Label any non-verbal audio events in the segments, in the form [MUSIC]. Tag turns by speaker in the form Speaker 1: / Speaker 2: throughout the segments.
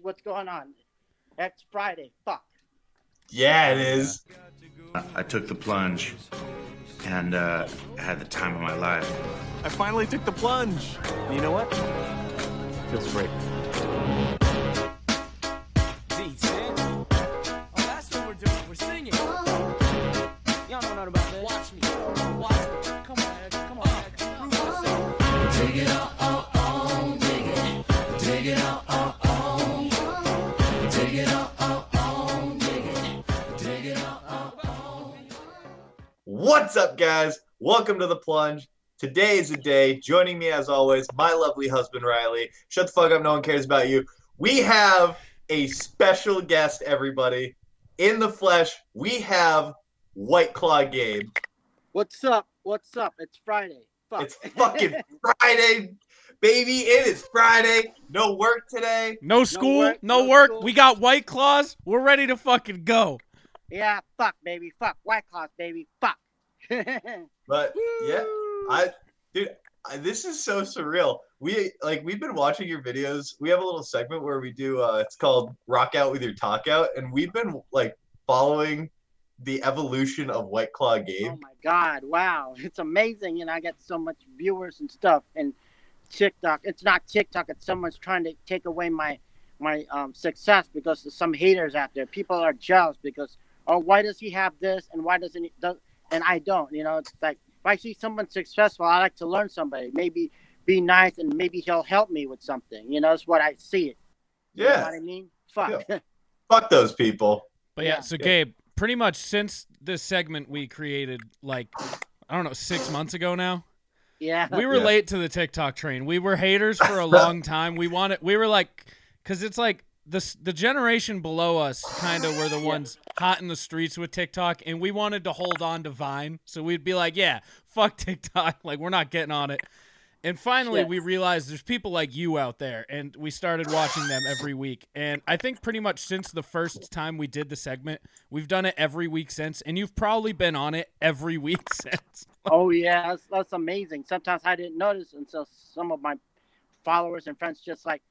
Speaker 1: what's going on. That's Friday. Fuck.
Speaker 2: Yeah, it is.
Speaker 3: uh, I took the plunge and uh, had the time of my life.
Speaker 4: I finally took the plunge. And you know what? Feels great.
Speaker 2: What's up, guys? Welcome to the plunge. Today is the day. Joining me, as always, my lovely husband Riley. Shut the fuck up. No one cares about you. We have a special guest, everybody. In the flesh, we have White Claw Gabe.
Speaker 1: What's up? What's up? It's Friday. Fuck.
Speaker 2: It's
Speaker 1: [LAUGHS]
Speaker 2: fucking Friday, baby. It is Friday. No work today.
Speaker 5: No school, no work.
Speaker 1: work, no school.
Speaker 5: We got white claws. We're ready to fucking go.
Speaker 1: yeah, fuck, baby. Fuck. White Claws, baby. Fuck. [LAUGHS]
Speaker 2: But yeah, I, dude, I, this is so surreal. We like we've been watching your videos. We have a little segment where we do. Uh, it's called "Rock Out with Your Talk Out," and we've been like following the evolution of White Claw Gabe.
Speaker 1: Oh my god! Wow, [LAUGHS] it's amazing, and I get so much viewers and stuff. And TikTok, it's not TikTok. It's someone's trying to take away my my um, success because there's some haters out there. People are jealous because oh, why does he have this and why doesn't he? Does, and I don't. You know, it's like if I see someone successful, I like to learn somebody. Maybe be nice, and maybe he'll help me with something. You know, it's what I see it. You know
Speaker 2: yeah,
Speaker 1: what I mean? Fuck.
Speaker 2: fuck those people.
Speaker 5: But yeah,
Speaker 1: Yeah.
Speaker 5: so Gabe, pretty much since this segment we created, like, I don't know, six months ago now,
Speaker 1: [LAUGHS]
Speaker 6: [LAUGHS]
Speaker 1: yeah.
Speaker 5: we were
Speaker 2: Yeah.
Speaker 5: late to the TikTok train. We were haters for a long time. We wanted, we were like, because it's like this, the generation below us kind of were the ones hot in the streets with TikTok, and we wanted to hold on to Vine. So we'd be like, yeah, fuck [LAUGHS] TikTok. Like, we're not getting on it. And finally,
Speaker 1: Yes.
Speaker 5: we realized there's people like you out there, and we started watching them every week. And I think pretty much since the first time we did the segment, we've done it every week since, and you've probably been on it every [LAUGHS] week since.
Speaker 1: Oh yeah, that's, that's amazing. Sometimes I didn't notice until some of my followers and friends just like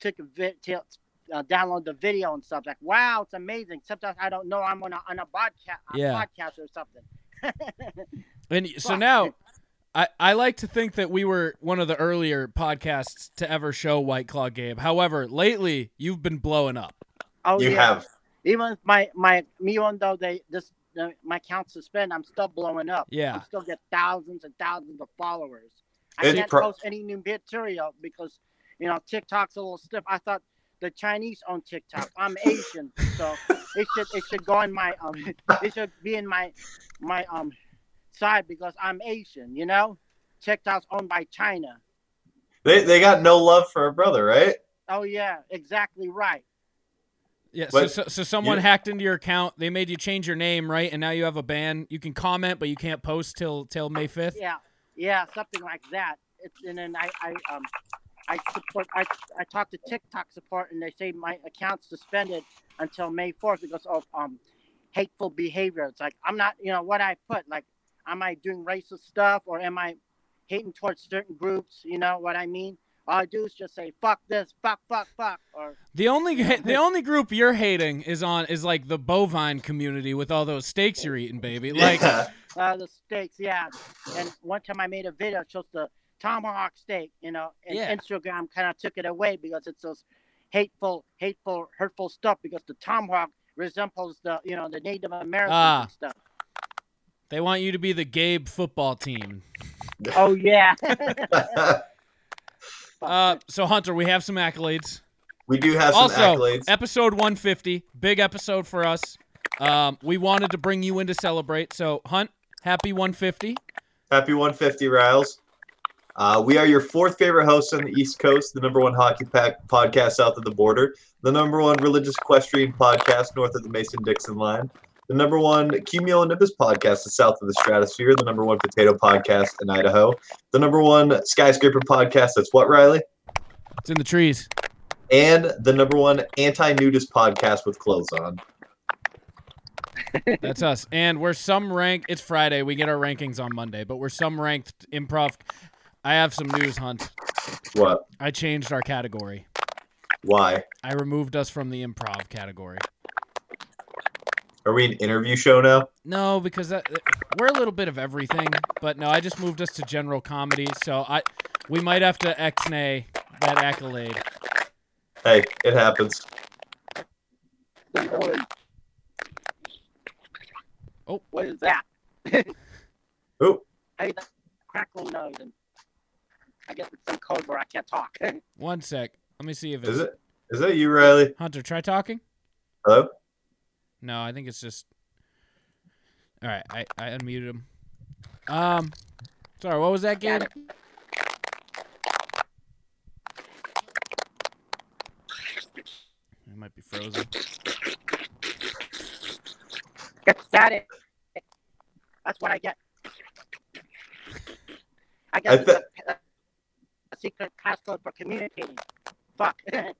Speaker 1: took a vid, t- uh, download the video and stuff. Like, wow, it's amazing. Sometimes I don't know I'm on a on a podcast, a
Speaker 5: Yeah.
Speaker 1: podcast or something.
Speaker 5: And y- so
Speaker 1: Fuck.
Speaker 5: now, I, I like to think that we were one of the earlier podcasts to ever show White Claw Gabe. However, lately you've been blowing up.
Speaker 1: Oh
Speaker 2: You
Speaker 1: yeah.
Speaker 2: have.
Speaker 1: Even if my my me even though they this uh, my account suspend, I'm still blowing up.
Speaker 5: Yeah.
Speaker 1: I'm still get thousands and thousands of followers. I
Speaker 2: It's
Speaker 1: can't
Speaker 2: pro-
Speaker 1: post any new material because you know TikTok's a little stiff. I thought the Chinese own TikTok. I'm Asian, so it should it should go in my um it should be in my my um side because I'm Asian. You know, TikTok's owned by China.
Speaker 2: They they got no love for a brother, right?
Speaker 1: Oh yeah, exactly right.
Speaker 5: Yeah, so,
Speaker 2: But
Speaker 5: so, so someone
Speaker 2: you-
Speaker 5: hacked into your account. They made you change your name, right? And now you have a ban. You can comment, but you can't post till till May fifth.
Speaker 1: Yeah, yeah, something like that. It's and then I, I um I support I I talked to TikTok support and they say my account's suspended until May fourth because of um hateful behavior. It's like I'm not you know what I put like am I doing racist stuff or am I hating towards certain groups? You know what I mean? All I do is just say fuck this, fuck, fuck, fuck, or
Speaker 5: The only ha- [LAUGHS] the only group you're hating is on is like the bovine community with all those steaks you're eating, baby. Like
Speaker 2: yeah.
Speaker 1: uh, the steaks, yeah. And one time I made a video it shows the tomahawk steak, you know, and
Speaker 5: Yeah.
Speaker 1: Instagram kind of took it away because it's those hateful, hateful, hurtful stuff because the tomahawk resembles the, you know, the Native American
Speaker 5: Ah.
Speaker 1: stuff.
Speaker 5: they want you to be the Gabe football team.
Speaker 1: Oh yeah.
Speaker 5: [LAUGHS] Uh, so Hunter, we have some accolades.
Speaker 2: [LAUGHS] we do have some
Speaker 5: also,
Speaker 2: accolades.
Speaker 5: episode 150, big episode for us. Um, we wanted to bring you in to celebrate. So Hunt, happy 150.
Speaker 2: Happy 150, Riles. Uh, we are your fourth favorite host on the East Coast, the number one hockey pack podcast south of the border, the number one religious equestrian podcast north of the Mason Dixon line, the number one cumulonimbus podcast is south of the stratosphere, the number one potato podcast in Idaho, the number one skyscraper podcast that's what, Riley?
Speaker 5: It's in the trees.
Speaker 2: And the number one anti nudist podcast with clothes on.
Speaker 5: That's us. And we're some rank. It's Friday. We get our rankings on Monday, but we're some ranked improv. I have some news, Hunt.
Speaker 2: What?
Speaker 5: I changed our category.
Speaker 2: Why?
Speaker 5: I removed us from the improv category.
Speaker 2: Are we an interview show now?
Speaker 5: No, because that, we're a little bit of everything. But no, I just moved us to general comedy. So I, we might have to ex-nay that accolade.
Speaker 2: Hey, it happens.
Speaker 5: Oh.
Speaker 6: What is that?
Speaker 2: Oh,
Speaker 6: Hey, that crackle nose. And I guess it's some code where I
Speaker 1: [LAUGHS]
Speaker 6: can't talk.
Speaker 5: One sec. Let me see if it's
Speaker 2: is it? Is that you, Riley?
Speaker 5: Hunter. Try talking.
Speaker 2: Hello?
Speaker 5: No, I think it's just. All right, I, I unmuted him. Um, sorry, what was that game? It might be frozen. [LAUGHS]
Speaker 6: Get static. That's what I get. I
Speaker 2: I
Speaker 6: guess
Speaker 2: thi-
Speaker 6: it's a, a secret passcode for communicating. Fuck. [LAUGHS] I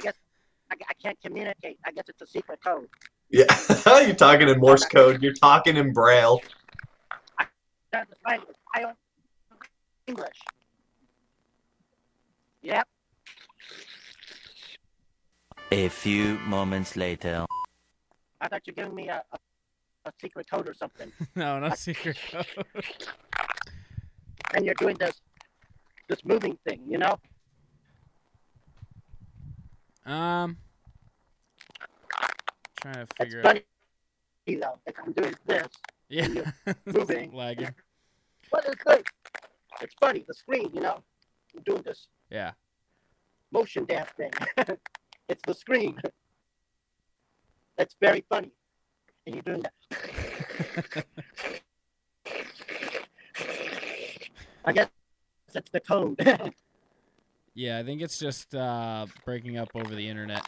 Speaker 6: guess I, I can't communicate. I guess it's a secret code.
Speaker 2: Yeah. [LAUGHS] you're talking in Morse code. You're talking in Braille.
Speaker 6: That's the language. I don't English. Yep.
Speaker 1: A few moments later.
Speaker 6: I thought you were giving me a, a, a secret code or something.
Speaker 5: No, not secret [LAUGHS] code.
Speaker 6: And you're doing this this moving thing, you know?
Speaker 5: Um, trying to
Speaker 6: It's
Speaker 5: figure out.
Speaker 6: funny though. If I'm doing this,
Speaker 5: Yeah,
Speaker 6: moving.
Speaker 5: [LAUGHS] lagging.
Speaker 6: what is this? It's funny, the screen, you know. I'm doing this
Speaker 5: Yeah.
Speaker 6: motion dance thing. [LAUGHS] it's the screen. It's very funny. And you're doing that. I guess that's the code.
Speaker 5: Yeah, I think it's just uh breaking up over the internet.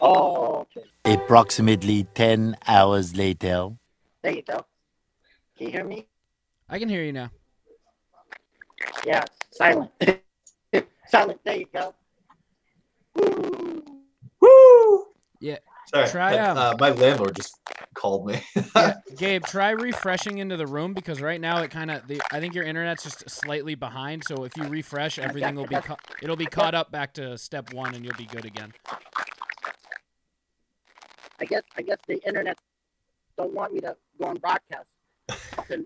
Speaker 6: oh, okay.
Speaker 1: Approximately 10 hours later.
Speaker 6: There you go. Can you hear me?
Speaker 5: I can hear you now.
Speaker 6: Yeah, silent. [LAUGHS] silent, there you go.
Speaker 2: Woo!
Speaker 5: Yeah.
Speaker 2: Sorry.
Speaker 5: Try,
Speaker 2: uh,
Speaker 5: um,
Speaker 2: uh, my landlord just called me. [LAUGHS]
Speaker 5: Yeah, Gabe, try refreshing into the room because right now it kind of the I think your internet's just slightly behind. So if you refresh, everything will be ca- it'll be caught up back to step one, and you'll be good again.
Speaker 6: I guess I guess the internet don't want me to go on broadcast. [LAUGHS] Can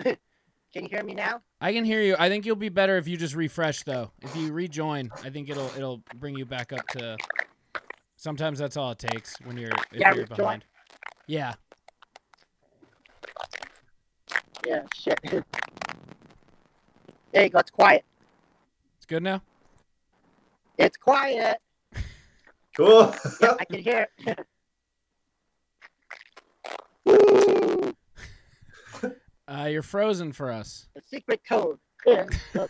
Speaker 6: you hear me now?
Speaker 5: I can hear you. I think you'll be better if you just refresh though. If you rejoin, I think it'll it'll bring you back up to. Sometimes that's all it takes when you're if
Speaker 6: Yeah,
Speaker 5: you're
Speaker 6: rejoin.
Speaker 5: behind. Yeah.
Speaker 6: Yeah, shit. There you go. It's quiet.
Speaker 5: It's good now.
Speaker 6: It's quiet.
Speaker 2: cool. [LAUGHS]
Speaker 6: Yeah, I can hear. it. [LAUGHS] Woo!
Speaker 5: Uh, you're frozen for us. [LAUGHS]
Speaker 6: the secret code. [LAUGHS] is the-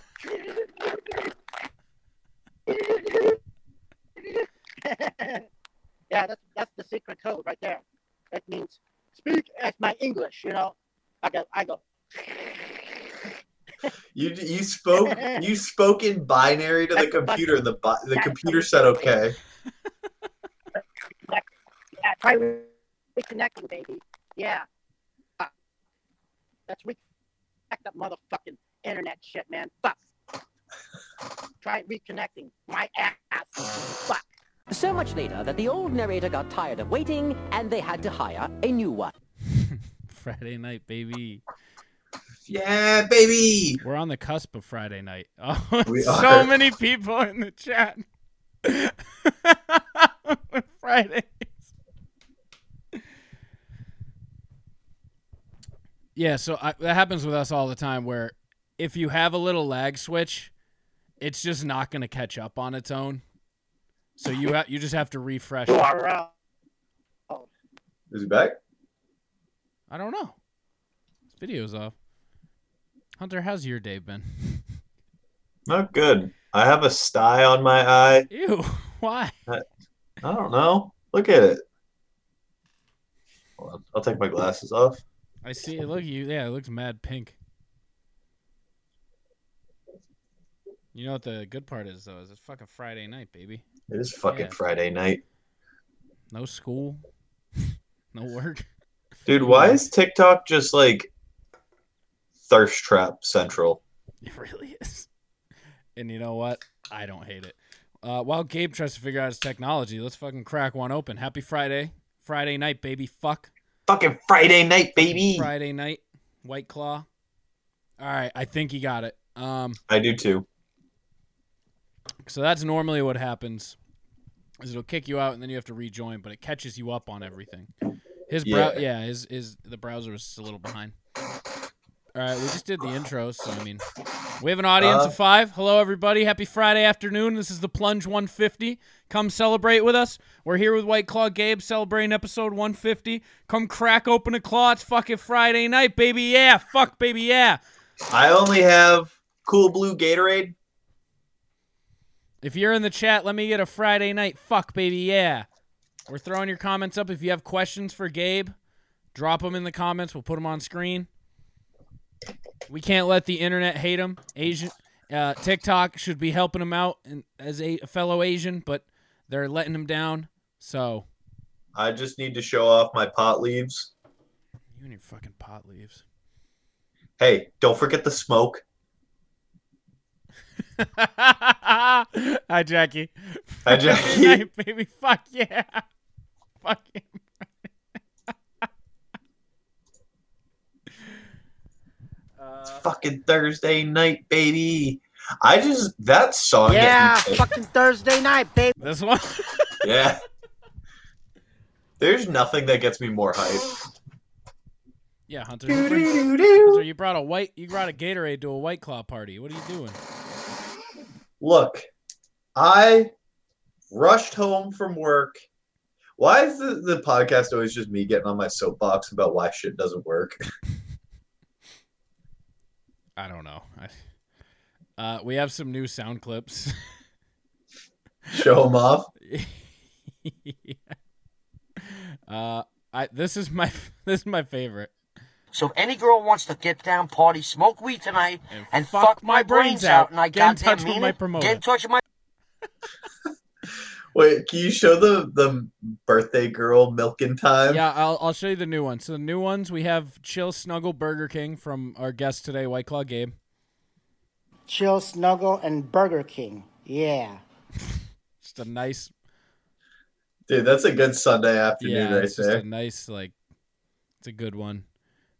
Speaker 6: yeah, that's that's the secret code right there. That means speak as my English. You know, I go I go.
Speaker 2: You you
Speaker 5: [LAUGHS]
Speaker 2: spoke you spoke in binary to the
Speaker 6: That's funny.
Speaker 2: computer, and the bi- the
Speaker 6: That's
Speaker 2: computer
Speaker 6: funny.
Speaker 2: said okay.
Speaker 6: Yeah, try re- reconnecting, baby. Yeah. Uh, let's reconnect that motherfucking internet shit, man. Fuck. try reconnecting. My ass. Fuck.
Speaker 7: So much later that the old narrator got tired of waiting and they had to hire a new one.
Speaker 5: Friday night, baby.
Speaker 2: Yeah, baby.
Speaker 5: We're on the cusp of Friday night. [LAUGHS] Oh,
Speaker 2: We
Speaker 5: so
Speaker 2: are.
Speaker 5: many people in the chat. [LAUGHS] Fridays. Yeah, so I, that happens with us all the time where if you have a little lag switch, it's just not going to catch up on its own. So you ha- you just have to refresh.
Speaker 6: You
Speaker 5: it.
Speaker 6: are uh,
Speaker 2: Is he back?
Speaker 5: I don't know. This video's off. Hunter, how's your day been? [LAUGHS]
Speaker 2: Not good. I have a sty on my eye.
Speaker 5: Ew, why?
Speaker 2: I don't know. Look at it. Hold on. I'll take my glasses off.
Speaker 5: I see. Look, at you. Yeah, it looks mad pink. You know what the good part is though? Is it's fucking Friday night, baby.
Speaker 2: It is fucking
Speaker 5: Yeah.
Speaker 2: Friday night,
Speaker 5: No school, [LAUGHS] no work. [LAUGHS]
Speaker 2: dude. Why is TikTok just like thirst trap central?
Speaker 5: It really is. And you know what? I don't hate it. Uh, while Gabe tries to figure out his technology, let's fucking crack one open. Happy Friday. Friday night, baby. Fuck.
Speaker 2: Fucking Friday night, baby.
Speaker 5: Friday night. White Claw. All right. I think he got it. Um,
Speaker 2: I do too.
Speaker 5: so that's normally what happens is it'll kick you out and then you have to rejoin, but it catches you up on everything. His brow
Speaker 2: Yeah.
Speaker 5: yeah, his his the browser was just a little behind. All right, we just did the intro, so I mean, we have an audience
Speaker 2: Uh,
Speaker 5: of five. Hello, everybody! Happy Friday afternoon. This is the Plunge 150. Come celebrate with us. We're here with White Claw Gabe celebrating episode 150. Come crack open a claw. It's fucking Friday night, baby. Yeah, fuck, baby. Yeah.
Speaker 2: I only have cool blue Gatorade.
Speaker 5: If you're in the chat, let me get a Friday night fuck, baby. Yeah. We're throwing your comments up. If you have questions for Gabe, drop them in the comments. We'll put them on screen. We can't let the internet hate him. Asian uh, TikTok should be helping him out and, as a fellow Asian, but they're letting him down. So
Speaker 2: I just need to show off my pot leaves.
Speaker 5: you and your fucking pot leaves.
Speaker 2: Hey, don't forget the smoke.
Speaker 5: [LAUGHS] Hi, Jackie.
Speaker 2: Hi,
Speaker 5: [LAUGHS] Friday
Speaker 2: Jackie.
Speaker 5: night, baby. Fuck yeah. [LAUGHS] Fuck yeah. Uh,
Speaker 2: fucking Thursday night, baby. I just that song.
Speaker 1: Yeah,
Speaker 2: That you picked,
Speaker 1: fucking Thursday night, baby.
Speaker 5: This one. [LAUGHS]
Speaker 2: yeah. There's nothing that gets me more hype.
Speaker 5: Yeah, Hunter. You bring- Hunter, you brought a white. You brought a Gatorade to a White Claw party. What are you doing?
Speaker 2: Look, I rushed home from work. Why is the, the podcast always just me getting on my soapbox about why shit doesn't work? [LAUGHS]
Speaker 5: I don't know. I, uh, we have some new sound clips.
Speaker 2: Show them off.
Speaker 5: [LAUGHS] uh, I this is my [LAUGHS] this is my favorite.
Speaker 8: So if any girl wants to get down, party, smoke weed tonight,
Speaker 5: And
Speaker 8: and,
Speaker 5: fuck
Speaker 8: fuck,
Speaker 5: my
Speaker 8: my brains,
Speaker 5: brains out,
Speaker 8: out, and I
Speaker 5: get in
Speaker 8: goddamn
Speaker 5: touch with
Speaker 8: mean
Speaker 5: my
Speaker 8: it,
Speaker 5: promoter.
Speaker 8: get in touch with my
Speaker 2: Wait, can you show the the birthday girl milking time?
Speaker 5: Yeah, I'll I'll show you the new one. So the new ones we have Chill Snuggle Burger King from our guest today, White Claw Gabe.
Speaker 1: Chill, snuggle, and Burger King. Yeah.
Speaker 5: Just a nice
Speaker 2: Dude, that's a eh? good Sunday
Speaker 5: yeah,
Speaker 2: afternoon right
Speaker 5: it's just
Speaker 2: there.
Speaker 5: a nice like it's a good one.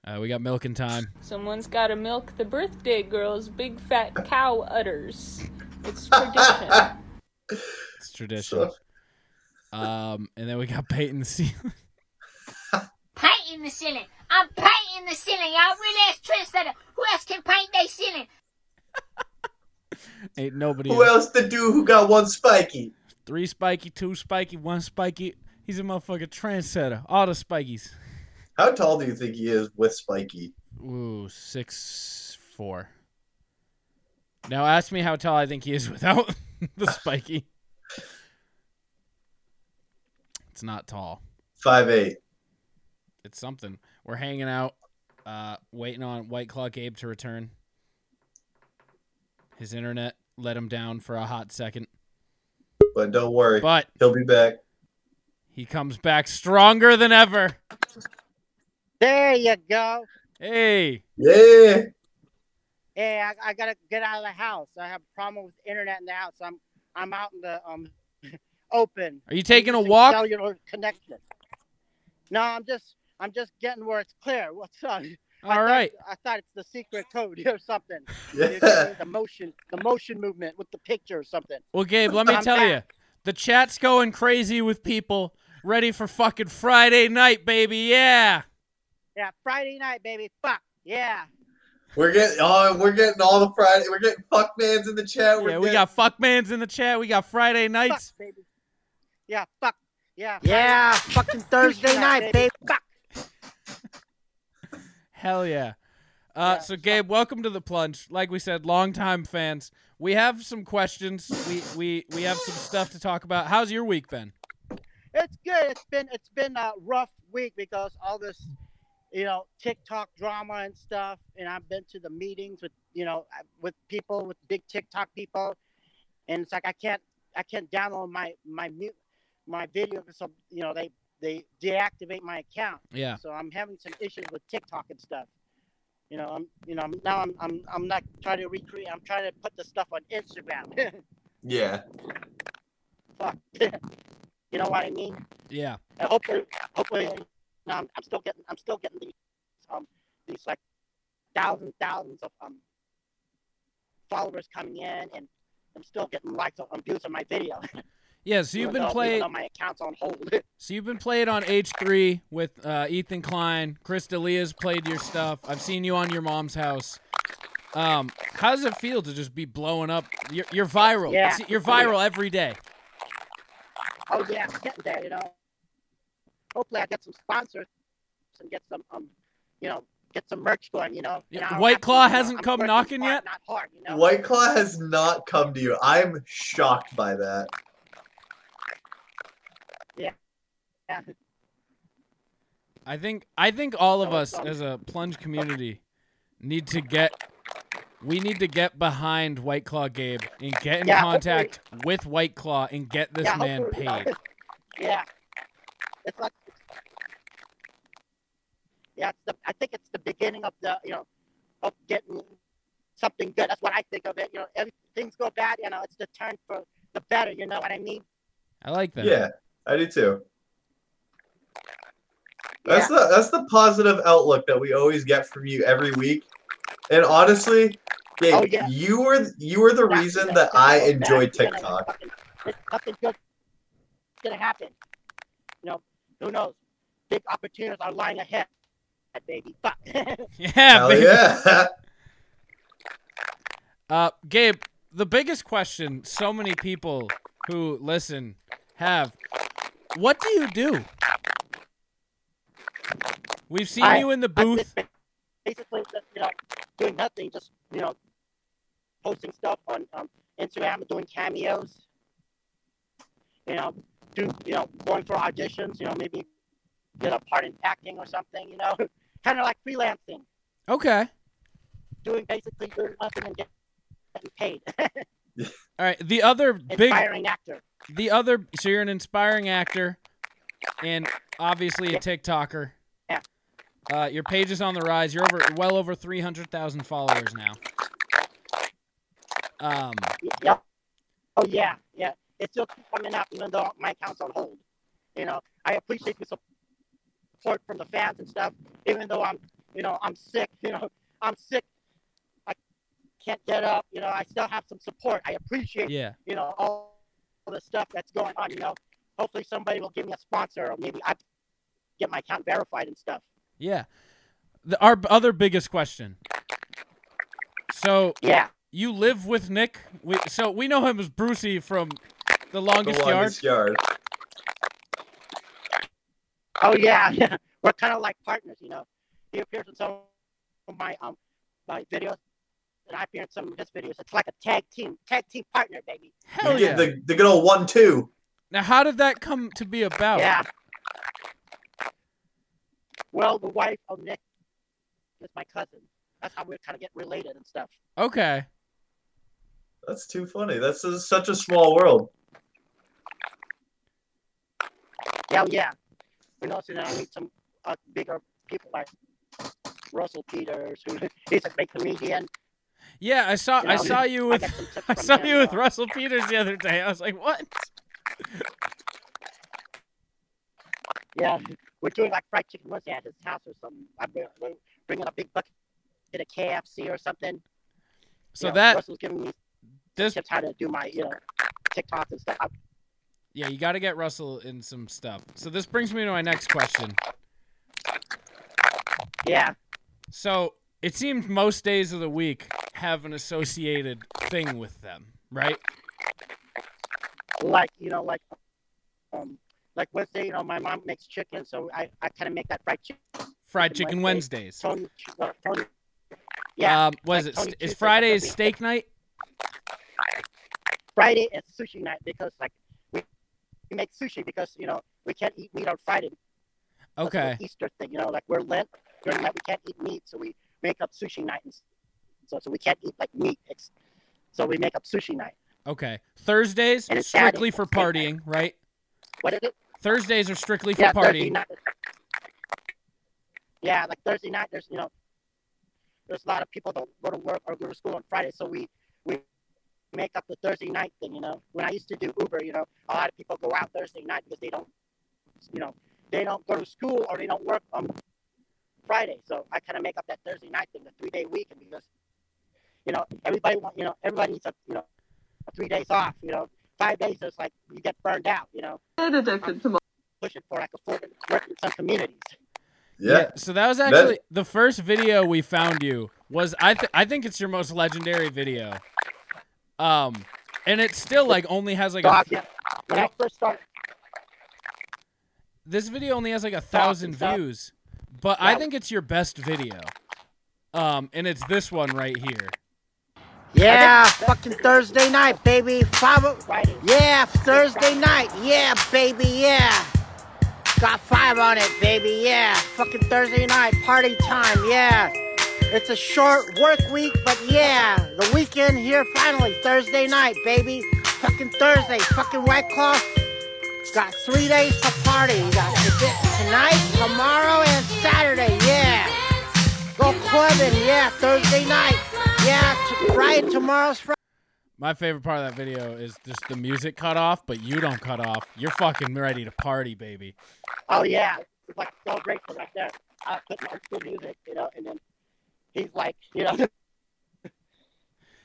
Speaker 5: Uh, we got milk in time.
Speaker 9: Someone's gotta milk the birthday girl's big fat cow udders. It's tradition.
Speaker 5: It's tradition. Um, and then we got Peyton C.
Speaker 10: painting the ceiling. I'm painting the ceiling. Y'all real ass Twitter. Who else can paint their ceiling?
Speaker 5: [LAUGHS] Ain't nobody.
Speaker 2: Who else the dude who got one spiky?
Speaker 5: Three spiky, two spiky, one spiky. He's a motherfucking trendsetter. All the spikies.
Speaker 2: How tall do you think he is with spiky?
Speaker 5: Ooh, six four. Now ask me how tall I think he is [LAUGHS] without the spiky. It's not tall.
Speaker 2: Five eight.
Speaker 5: It's something. We're hanging out, uh, waiting on White Claw Gabe to return. His internet let him down for a hot second,
Speaker 2: But don't worry,
Speaker 5: but
Speaker 2: he'll be back.
Speaker 5: he comes back stronger than ever.
Speaker 1: There you go.
Speaker 5: Hey,
Speaker 2: Yeah.
Speaker 1: Hey, I, I gotta get out of the house. I have a problem with internet in the house. I'm I'm out in the um [LAUGHS] open.
Speaker 5: are you taking a
Speaker 1: Using
Speaker 5: walk?
Speaker 1: Cellular connection. No, I'm just I'm just getting where it's clear. What's up? I
Speaker 5: All
Speaker 1: thought-
Speaker 5: right.
Speaker 1: I thought it's the secret code [LAUGHS] or something. You're
Speaker 2: Yeah.
Speaker 1: getting the motion, the motion movement with the picture or something.
Speaker 5: Well, Gabe, let me
Speaker 1: I'm
Speaker 5: tell
Speaker 1: back.
Speaker 5: you, the chat's going crazy with people ready for fucking Friday night, baby. Yeah.
Speaker 1: Yeah, Friday night, baby. Fuck. Yeah.
Speaker 2: We're getting oh, we're getting all the Friday. We're getting fuck mans in the chat. We're
Speaker 5: Yeah, we
Speaker 2: getting-
Speaker 5: got fuckmans in the chat. We got Friday
Speaker 1: Fuck,
Speaker 5: nights.
Speaker 1: baby. Yeah. Fuck. Yeah.
Speaker 6: Yeah,
Speaker 1: Fucking Thursday night, baby. Fuck.
Speaker 5: Hell yeah. Uh,
Speaker 1: Yeah,
Speaker 5: so, Gabe, welcome to the plunge. Like we said, longtime fans. We have some questions. We, we we have some stuff to talk about. How's your week been?
Speaker 1: It's good. It's been it's been a rough week because all this, you know, TikTok drama and stuff. And I've been to the meetings with you know with people with big TikTok people, and it's like I can't I can't download my my mute my video so you know they they deactivate my account.
Speaker 5: Yeah.
Speaker 1: So I'm having some issues with TikTok and stuff. You know, I'm you know I'm- now I'm [LAUGHS] I'm I'm not trying to recreate. I'm trying to put the stuff on Instagram.
Speaker 2: yeah.
Speaker 1: [LAUGHS]
Speaker 6: fuck. you know what I mean?
Speaker 5: Yeah.
Speaker 6: And hopefully, hopefully, um, I'm still getting, I'm still getting these, um, these like thousands, thousands of um followers coming in, and I'm still getting likes on views on my video.
Speaker 5: Yeah, so you've
Speaker 6: Even
Speaker 5: been
Speaker 6: though- even
Speaker 5: playing
Speaker 6: though my account's on hold. [LAUGHS]
Speaker 5: so you've been played on H3 with uh, Ethan Klein. Chris D'Elia's played your stuff. I've seen you on your mom's house. Um, how does it feel to just be blowing up? You're, you're viral.
Speaker 6: Yeah.
Speaker 5: It's- You're viral every day.
Speaker 6: oh yeah, I'm getting there. You know. Hopefully, I get some sponsors and get some, um, you know, get some merch going. You know.
Speaker 5: Yeah,
Speaker 6: And I'll
Speaker 5: White
Speaker 6: have to,
Speaker 5: Claw
Speaker 6: you know,
Speaker 5: hasn't
Speaker 6: I'm
Speaker 5: come
Speaker 6: working
Speaker 5: knocking
Speaker 6: smart,
Speaker 5: yet?
Speaker 6: Not hard, you know.
Speaker 2: White Claw has not come to you. I'm shocked by that.
Speaker 6: Yeah.
Speaker 5: I think I think all of
Speaker 6: Oh,
Speaker 5: us
Speaker 6: um,
Speaker 5: as a plunge community need to get we need to get behind White Claw Gabe and get in
Speaker 6: Yeah,
Speaker 5: contact with White Claw and get this
Speaker 6: Yeah,
Speaker 5: man
Speaker 6: hopefully,
Speaker 5: paid.
Speaker 6: you know, yeah. It's like Yeah, it's the, I think it's the beginning of the, you know, of getting something good. That's what I think of it. You know, every, things go bad, you know, it's the turn for the better, you know what I mean?
Speaker 5: I like that.
Speaker 2: Yeah, I do too.
Speaker 6: Yeah.
Speaker 2: That's the that's the positive outlook that we always get from you every week. And honestly, Dave,
Speaker 6: Oh, yeah.
Speaker 2: you were you were the reason that I enjoy TikTok.
Speaker 6: Nothing good gonna happen. You know, who knows? Big opportunities are lying ahead, baby. Fuck.
Speaker 5: [LAUGHS]
Speaker 6: [LAUGHS]
Speaker 5: Yeah,
Speaker 2: Hell
Speaker 5: baby.
Speaker 2: yeah.
Speaker 5: Uh, Gabe, the biggest question so many people who listen have: What do you do? We've seen
Speaker 6: I-
Speaker 5: you in the
Speaker 6: I'm
Speaker 5: booth.
Speaker 6: just ba- basically just, you know, doing nothing, just, you know, posting stuff on um, Instagram, doing cameos, you know, do, you know, going for auditions, you know, maybe get a part in acting or something, you know, [LAUGHS] kind of like freelancing,
Speaker 5: Okay.
Speaker 6: doing basically doing nothing and get- getting paid, [LAUGHS]
Speaker 5: All right. The other big
Speaker 6: inspiring actor.
Speaker 5: the other so you're an inspiring actor and obviously a TikToker.
Speaker 6: Yeah.
Speaker 5: Uh, your page is on the rise. You're over well over 300,000 followers now. Um
Speaker 6: Yep. Oh yeah, yeah. It's still keep coming up even though my account's on hold. You know, I appreciate the support from the fans and stuff. Even though I'm, you know, I'm sick. [LAUGHS] You know, I'm sick. I can't get up. You know, I still have some support. I appreciate,
Speaker 5: yeah.
Speaker 6: you know, all the stuff that's going on. You know, hopefully somebody will give me a sponsor or maybe I get my account verified and stuff.
Speaker 5: Yeah. The, our b- other biggest question. So
Speaker 6: Yeah.
Speaker 5: you live with Nick? We, so we know him as Brucey from The
Speaker 2: the
Speaker 5: [LAUGHS] Longest, Yard.
Speaker 2: longest yard.
Speaker 6: Oh yeah, yeah. [LAUGHS] We're kind of like partners, you know. He appears in some of my um my videos, and I appear in some of his videos. It's like a tag team, tag team partner, baby.
Speaker 5: Hell
Speaker 2: you get
Speaker 5: yeah.
Speaker 2: the, the good old one two.
Speaker 5: now how did that come to be about?
Speaker 6: Yeah. Well, the wife of Nick is my cousin. That's how we kind of get related and stuff.
Speaker 5: Okay.
Speaker 2: That's too funny. That's a, such a small world.
Speaker 6: Hell yeah. You know, so then I meet some uh, bigger people like Russell Peters, who [LAUGHS] he's a great comedian.
Speaker 5: Yeah, I saw I
Speaker 6: Yeah.
Speaker 5: saw you
Speaker 6: I
Speaker 5: with
Speaker 6: [LAUGHS] got some
Speaker 5: [LAUGHS]
Speaker 6: tips
Speaker 5: I
Speaker 6: from
Speaker 5: saw
Speaker 6: him,
Speaker 5: you with
Speaker 6: though.
Speaker 5: Russell Peters the other day. I was like, what?
Speaker 6: Yeah, Mm-hmm. we're doing like fried chicken Wednesday at his house or something. I'm bring- we're bringing a big bucket of KFC or something.
Speaker 5: So
Speaker 6: you know,
Speaker 5: that
Speaker 6: Russell's giving me
Speaker 5: this
Speaker 6: tips how to do my you know TikTok and stuff.
Speaker 5: yeah, you got to get Russell in some stuff. So this brings me to my next question.
Speaker 6: Yeah,
Speaker 5: So it seems most days of the week have an associated thing with them, right?
Speaker 6: like you know like um like Wednesday, you know my mom makes chicken, so I I kind of make that fried chicken.
Speaker 5: Fried
Speaker 6: Chicken
Speaker 5: Chicken
Speaker 6: Wednesday.
Speaker 5: Wednesdays.
Speaker 6: Tony, uh, Tony- yeah,
Speaker 5: Um, was
Speaker 6: like
Speaker 5: it?
Speaker 6: Tony
Speaker 5: st-
Speaker 6: Tuesday,
Speaker 5: Is
Speaker 6: that's
Speaker 5: Friday
Speaker 6: a
Speaker 5: is
Speaker 6: week.
Speaker 5: steak
Speaker 6: [LAUGHS]
Speaker 5: night?
Speaker 6: Friday is sushi night because like we, we make sushi because you know we can't eat meat on Friday That's an
Speaker 5: Okay.
Speaker 6: Easter thing, you know, like we're Lent during that we can't eat meat, so we make up sushi night. and s- So, so we can't eat like meat, ex- so we make up sushi night.
Speaker 5: Okay. Thursdays
Speaker 6: And it's
Speaker 5: strictly
Speaker 6: Saturday,
Speaker 5: for
Speaker 6: steak
Speaker 5: partying,
Speaker 6: night.
Speaker 5: right?
Speaker 6: What is it?
Speaker 5: Thursdays are strictly for
Speaker 6: yeah, Thursday
Speaker 5: partying.
Speaker 6: night. Yeah, like Thursday night, there's you know, there's a lot of people that go to work or go to school on Friday, so we we make up the Thursday night thing, you know. When I used to do Uber, you know, a lot of people go out Thursday night because they don't, you know, they don't go to school or they don't work on Friday. So I kind of make up that Thursday night thing, the three day weekend, because, you know, everybody want, you know, everybody needs a, you know, three days off, you know. Five days is like you get burned out, you know.
Speaker 11: Get addicted to mo-
Speaker 6: Pushing for like a full work in some communities.
Speaker 5: So that was
Speaker 6: That-
Speaker 5: actually the first video we found you was I th- I think it's your most legendary video. Um and it's still like only has like a,
Speaker 6: When I first started,
Speaker 5: this video only has like a thousand views, but I think it's your best video. Um, and it's this one right here.
Speaker 1: Yeah, [LAUGHS] fucking Thursday night, baby. Five. o- Yeah, Thursday night. Yeah, baby. Yeah. Got five on it, baby. Yeah. Fucking Thursday night party time. Yeah. It's a short work week, but yeah, the weekend here finally. Thursday night, baby. Fucking Thursday. Fucking White Claw. Got three days to party. You got tonight, tomorrow, and Saturday. Yeah. Go clubbing, yeah, Thursday night. Yeah, t- right, tomorrow's Friday.
Speaker 5: My favorite part of that video is just the music cut off, but you don't cut off. You're fucking ready to party, baby.
Speaker 6: oh yeah, it's like so grateful right there. I put my good music, you know, and then he's like, you know, [LAUGHS]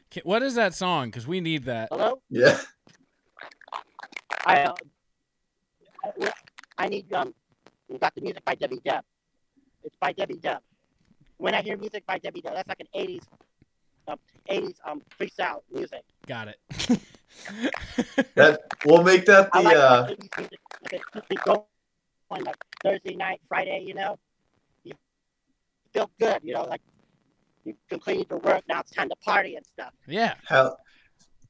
Speaker 5: K- What is that song? Because we need that.
Speaker 6: Hello?
Speaker 2: Yeah.
Speaker 6: I, uh, I- I need um, you got the music by Debbie Deb. It's by Debbie Deb. When I hear music by Debbie Deb, that's like an '80s, um, '80s um freestyle music.
Speaker 5: Got it.
Speaker 2: That we'll make that the
Speaker 6: I like
Speaker 2: uh,
Speaker 6: 80s music. Like it keeps me going like uh, Thursday night, Friday, you know. You feel good, you know, like you completed your work. Now it's time to party and stuff.
Speaker 5: Yeah.
Speaker 2: How,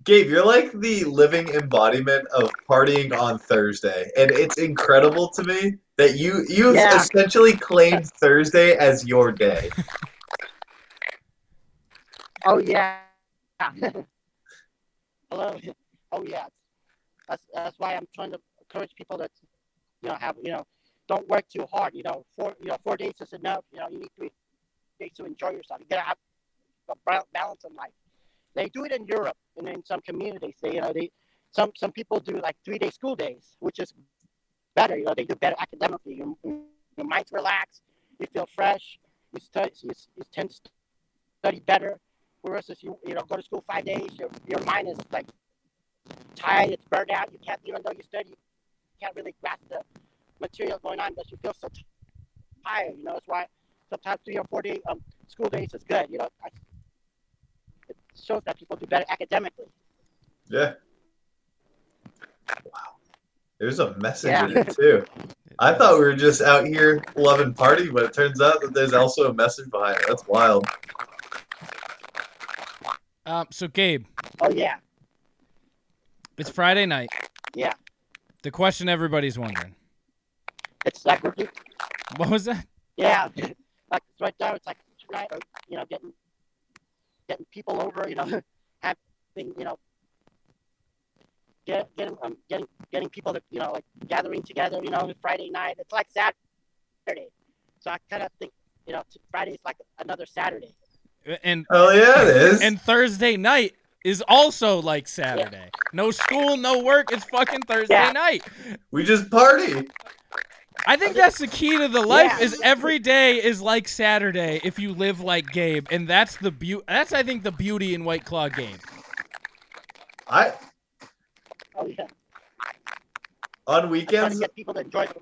Speaker 2: Gabe, you're like the living embodiment of partying on Thursday, and it's incredible to me that you you've
Speaker 6: Yeah.
Speaker 2: essentially claimed Thursday as your day.
Speaker 6: Oh yeah. [LAUGHS] Hello. Oh yeah. That's that's why I'm trying to encourage people that you know have you know don't work too hard. You know four you know four days is enough. You know you need three days to enjoy yourself. You gotta have a bal- balance in life. They do it in Europe and in some communities. They you know they some some people do like three day school days, which is better. You know they do better academically. Your, your mind's relaxed. You feel fresh. You, study, you, you tend to study better. Whereas if you you know go to school five days, your your mind is like tired, it's burned out. You can't even though you study, you can't really grasp the material going on because you feel so tired. You know that's why sometimes three or four day um, school days is good. You know I, it shows that people do better academically.
Speaker 2: Yeah. Wow. There's a message in
Speaker 6: Yeah.
Speaker 2: it too. I thought we were just out here loving party, but it turns out that there's also a message behind it. That's wild.
Speaker 5: Um, so Gabe.
Speaker 6: Oh yeah.
Speaker 5: It's Friday night.
Speaker 6: Yeah.
Speaker 5: The question everybody's wondering.
Speaker 6: It's like
Speaker 5: What was that?
Speaker 6: yeah, like it's right there. It's like tonight, or, you know, getting getting people over. You know, [LAUGHS] having you know, get, getting um, getting getting people to you know like gathering together. You know, on Friday night. It's like Saturday, so I kind of think you know t- Friday's like another Saturday.
Speaker 5: And
Speaker 2: oh yeah, it is.
Speaker 5: And Thursday night is also like Saturday. No school, no work. It's fucking Thursday
Speaker 6: Yeah.
Speaker 5: night.
Speaker 2: We just party.
Speaker 5: I think that's the key to the life
Speaker 6: Yeah.
Speaker 5: is every day is like Saturday if you live like Gabe, and that's the beauty. That's I think the beauty in White Claw Gabe.
Speaker 2: I
Speaker 6: Oh yeah,
Speaker 2: on
Speaker 6: I'm trying to
Speaker 2: weekends.
Speaker 6: get people to enjoy their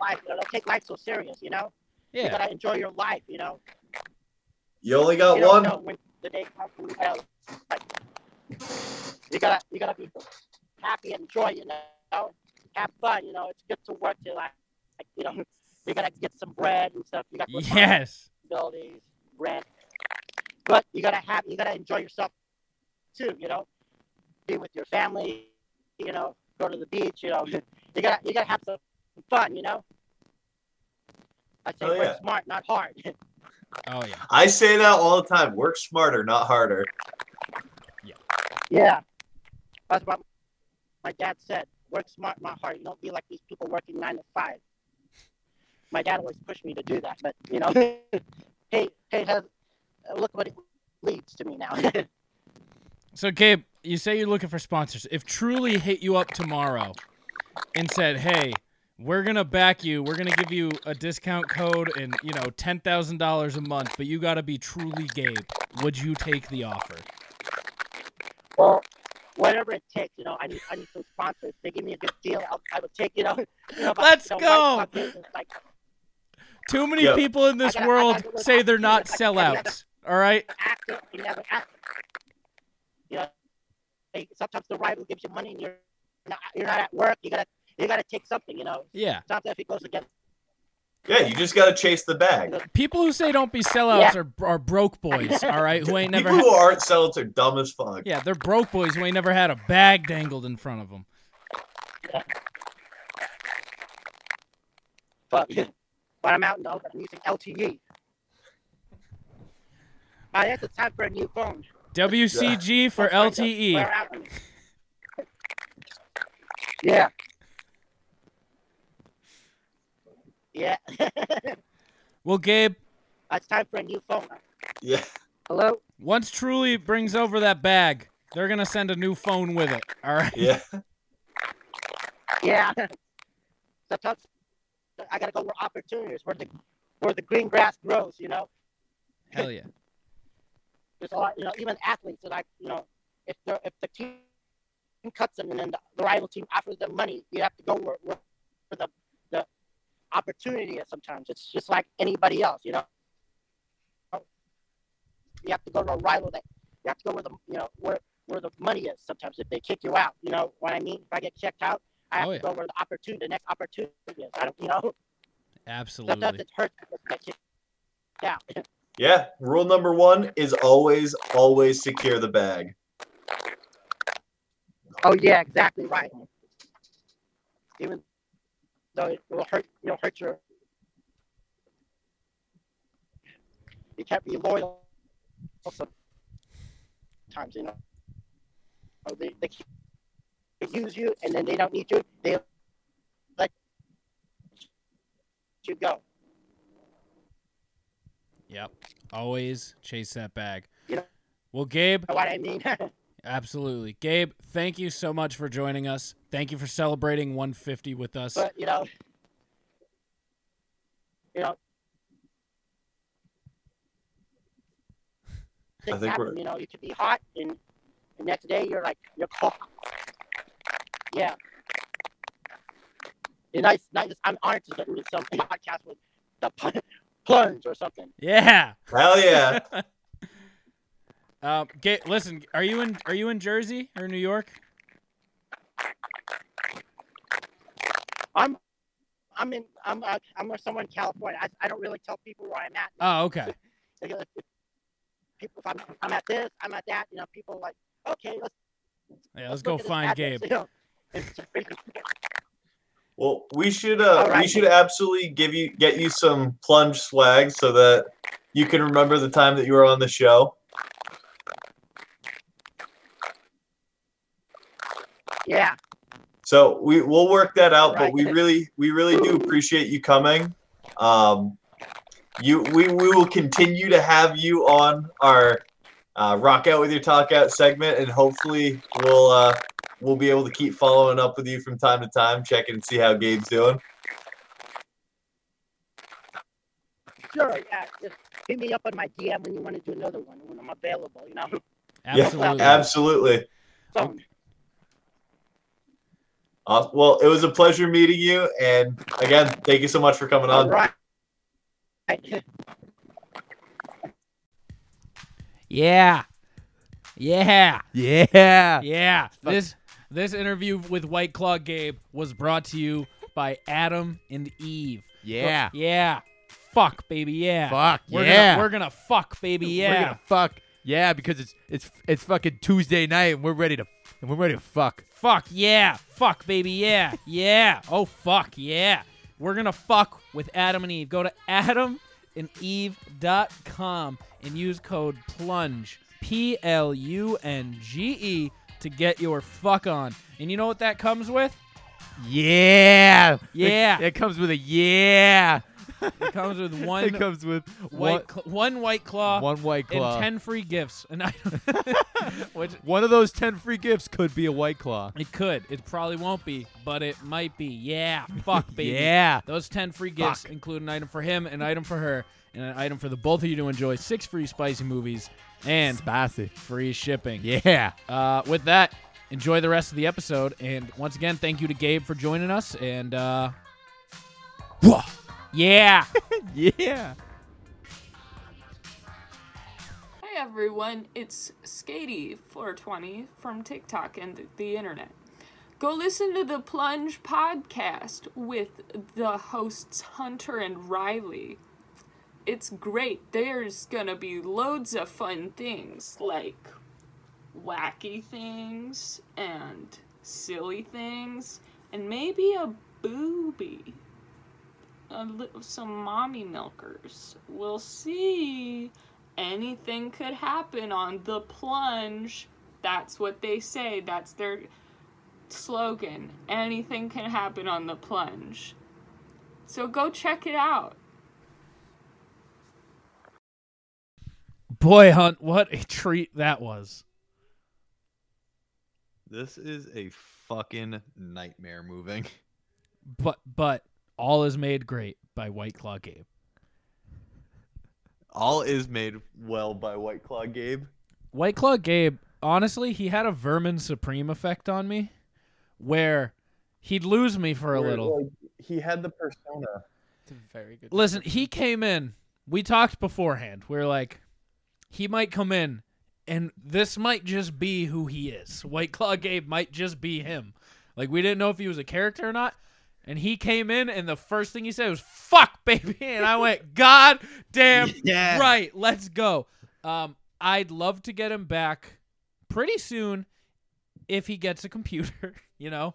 Speaker 6: life. You know, don't take life so serious. You know, you
Speaker 5: Yeah,
Speaker 6: gotta enjoy your life. You know,
Speaker 2: You only got
Speaker 6: you
Speaker 2: one.
Speaker 6: don't know when the day comes and you gotta, like, you gotta you gotta be happy and enjoy you know have fun you know it's good to work to like, like you know you gotta get some bread and stuff you got
Speaker 5: Yes.
Speaker 6: responsibilities rent but you gotta have you gotta enjoy yourself too you know be with your family you know go to the beach you know [LAUGHS] you gotta you gotta have some fun you know I say
Speaker 2: Oh,
Speaker 6: work
Speaker 2: yeah.
Speaker 6: smart not hard [LAUGHS]
Speaker 5: Oh yeah.
Speaker 2: I say that all the time. Work smarter, not harder.
Speaker 6: Yeah. That's what my dad said. Work smart, not hard. You don't be like these people working nine to five. My dad always pushed me to do that, but you know, [LAUGHS] uh, [LAUGHS] hey, hey, has, look what it leads to me now.
Speaker 5: So, Gabe, you say you're looking for sponsors. If Truly hit you up tomorrow and said, "Hey, we're gonna back you. We're gonna give you a discount code and you know ten thousand dollars a month, but you gotta be Truly Gabe," would you take the offer?
Speaker 6: Well, whatever it takes, you know, I need, I need some sponsors. They give me a good deal. I'll, I will take it out. You know, [LAUGHS] but,
Speaker 5: Let's
Speaker 6: you know,
Speaker 5: go.
Speaker 6: my business, like,
Speaker 5: Too many
Speaker 6: Yeah.
Speaker 5: people in this
Speaker 6: I gotta- I
Speaker 5: world
Speaker 6: gotta look
Speaker 5: say
Speaker 6: up
Speaker 5: they're
Speaker 6: to
Speaker 5: not
Speaker 6: it. I gotta look
Speaker 5: sellouts. All right.
Speaker 6: actor, you never act. You know, they, sometimes the rival gives you money and you're not, you're not at work. You gotta you gotta take something, you know.
Speaker 5: Yeah.
Speaker 6: Sometimes it goes against.
Speaker 2: Yeah, you just gotta chase the bag.
Speaker 5: People who say don't be sellouts
Speaker 6: Yeah.
Speaker 5: are, are broke boys. All
Speaker 2: [LAUGHS]
Speaker 5: right, who ain't never.
Speaker 2: People who aren't sellouts are dumb as fuck.
Speaker 5: Yeah, they're broke boys who ain't never had a bag dangled in front of them.
Speaker 6: Fuck. But I'm out in the open. I'm using LTE. Uh, that's the time for E. a new phone.
Speaker 5: WCG for E.
Speaker 6: We're
Speaker 5: LTE.
Speaker 6: out. Yeah. Yeah. [LAUGHS]
Speaker 5: Well, Gabe,
Speaker 6: it's time for a new phone.
Speaker 2: Yeah.
Speaker 6: Hello.
Speaker 5: once Truly brings over that bag, they're gonna send a new phone with it. All right.
Speaker 2: Yeah.
Speaker 6: Yeah. [LAUGHS] Sometimes I gotta go where opportunities, where the where the green grass grows. You know,
Speaker 5: Hell yeah.
Speaker 6: there's a lot. You know, even athletes are like, you know, if the if the team cuts them and then the, the rival team offers them money, you have to go where, where the the opportunity is. Sometimes it's just like anybody else. You know, you have to go to a rival that you have to go where the you know where where the money is. Sometimes if they kick you out, you know what I mean. If I get checked out. I have
Speaker 5: Oh,
Speaker 6: to go
Speaker 5: yeah.
Speaker 6: where the opportunity, the next opportunity is. I don't, you know. Sometimes
Speaker 5: Absolutely.
Speaker 6: it hurts. because that shit- Yeah. [LAUGHS]
Speaker 2: Yeah. Rule number one is always, always secure the bag.
Speaker 6: Oh yeah, exactly right. Even though it will hurt, you'll hurt your. You can't be loyal. Sometimes you know. Oh, They, they keep- they use you, and then they don't need you. They let you go.
Speaker 5: Yep. Always chase that bag.
Speaker 6: You know
Speaker 5: Well, Gabe,
Speaker 6: what I mean? [LAUGHS]
Speaker 5: absolutely. Gabe, thank you so much for joining us. Thank you for celebrating 150 with us.
Speaker 6: but you know, you know. Things
Speaker 2: think
Speaker 6: happen,
Speaker 2: we're-
Speaker 6: you know, you could be hot, and the next day you're like you're cold. Yeah. And nice, nice. I'm honored to do some podcast with the pl- plunge or something.
Speaker 5: Yeah.
Speaker 2: Hell yeah.
Speaker 5: Uh, Ga- listen, are you in are you in Jersey or New York?
Speaker 6: I'm, I'm in, I'm, uh, I'm somewhere in California. I, I don't really tell people where I'm at.
Speaker 5: Oh, okay.
Speaker 6: Because if people, if I'm, I'm at this, I'm at that. You know, people like, okay, let's
Speaker 5: Yeah, let's go
Speaker 6: look at his
Speaker 5: find
Speaker 6: address,
Speaker 5: Gabe.
Speaker 6: you know. It's-
Speaker 2: Well, we should uh, we
Speaker 6: Alright.
Speaker 2: should absolutely give you get you some plunge swag so that you can remember the time that you were on the show.
Speaker 6: yeah,
Speaker 2: So we we'll work that out, but we
Speaker 6: Right.
Speaker 2: really we really do appreciate you coming. Um, you we we will continue to have you on our uh, rock out with your talk out segment, and hopefully we'll uh, we'll be able to keep following up with you from time to time, checking and see how Gabe's doing.
Speaker 6: sure, yeah. Just hit me up on my DM when you want to do another one when I'm available. You know,
Speaker 5: Absolutely.
Speaker 2: Yeah, absolutely.
Speaker 6: so
Speaker 2: Awesome. Well, it was a pleasure meeting you, and again, thank you so much for coming
Speaker 6: all
Speaker 2: on.
Speaker 6: right.
Speaker 5: Yeah. Yeah.
Speaker 8: Yeah.
Speaker 5: Yeah. This this interview with White Claw Gabe was brought to you by Adam and Eve.
Speaker 8: Yeah.
Speaker 5: Go- yeah. Fuck, baby. Yeah.
Speaker 8: Fuck.
Speaker 5: We're
Speaker 8: yeah.
Speaker 5: Gonna, we're gonna fuck, baby.
Speaker 8: We're
Speaker 5: Yeah.
Speaker 8: gonna fuck. Yeah, because it's it's it's fucking Tuesday night and we're ready to and we're ready to fuck.
Speaker 5: Fuck. Yeah. Fuck, baby. Yeah. yeah. Oh, fuck. Yeah. We're gonna fuck with Adam and Eve. Go to adamandeve.com and use code plunge P L U N G E to get your fuck on. And you know what that comes with?
Speaker 8: Yeah.
Speaker 5: Yeah.
Speaker 8: It, it comes with a yeah.
Speaker 5: It comes with one.
Speaker 8: [LAUGHS] It comes with
Speaker 5: white cl- one white claw.
Speaker 8: One White Claw.
Speaker 5: and ten free gifts. And I, [LAUGHS] which
Speaker 8: One of those ten free gifts could be a White Claw.
Speaker 5: it could, it probably won't be, but it might be. Yeah, fuck baby.
Speaker 8: Yeah.
Speaker 5: those ten free gifts include an item for him, an item for her, and an item for the both of you to enjoy. Six free spicy movies and
Speaker 8: spicy
Speaker 5: free shipping.
Speaker 8: Yeah.
Speaker 5: Uh, with that, enjoy the rest of the episode. And once again, thank you to Gabe for joining us. And uh, whoa, yeah.
Speaker 8: [LAUGHS] yeah.
Speaker 9: Hi everyone, it's Skatey420 from TikTok and th- the internet. Go listen to the Plunge podcast with the hosts Hunter and Riley. It's great. There's gonna be loads of fun things like wacky things and silly things and maybe a booby. A little, some mommy milkers. We'll see anything could happen on the plunge. That's what they say. That's their slogan. Anything can happen on the plunge. So go check it out.
Speaker 5: Boy, Hunt, what a treat that was.
Speaker 2: This is a fucking nightmare moving.
Speaker 5: But but all is made great by White Claw Gabe.
Speaker 2: All is made well by White Claw Gabe.
Speaker 5: White Claw Gabe, honestly, he had a Vermin Supreme effect on me where he'd lose me for a
Speaker 2: Where,
Speaker 5: little.
Speaker 2: like, he had the persona.
Speaker 8: It's a very good.
Speaker 5: Listen, he came in. We talked beforehand. We are like, he might come in, and this might just be who he is. White Claw Gabe might just be him. Like we didn't know if he was a character or not. And he came in, and the first thing he said was "fuck, baby," [LAUGHS] and I went, "God damn
Speaker 8: Yeah.
Speaker 5: right, let's go." Um, I'd love to get him back pretty soon if he gets a computer. [LAUGHS] You know,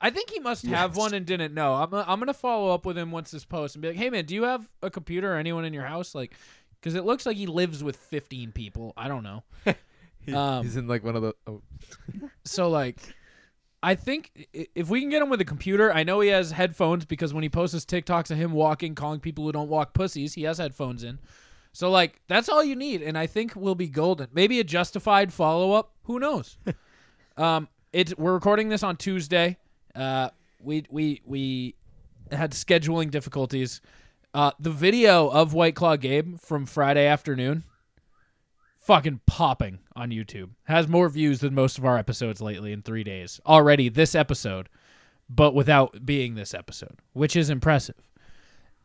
Speaker 5: I think he must have
Speaker 8: Yes.
Speaker 5: one and didn't know. I'm I'm gonna follow up with him once this post and be like, "Hey man, do you have a computer or anyone in your house?" Like, because it looks like he lives with 15 people. I don't know.
Speaker 8: [LAUGHS] He,
Speaker 5: Um,
Speaker 8: he's in like one of the. Oh.
Speaker 5: [LAUGHS]
Speaker 8: [LAUGHS]
Speaker 5: So like, I think i- if we can get him with a computer, I know he has headphones because when he posts his TikToks of him walking, calling people who don't walk pussies, he has headphones in. So like, that's all you need, and I think we'll be golden. Maybe a justified follow up. Who
Speaker 8: [LAUGHS]
Speaker 5: knows? um, it's we're recording this on Tuesday. Uh, we we we had scheduling difficulties. Uh, the video of White Claw Gabe from Friday afternoon fucking popping on YouTube. Has more views than most of our episodes lately in three days. Already this episode, but without being this episode, which is impressive.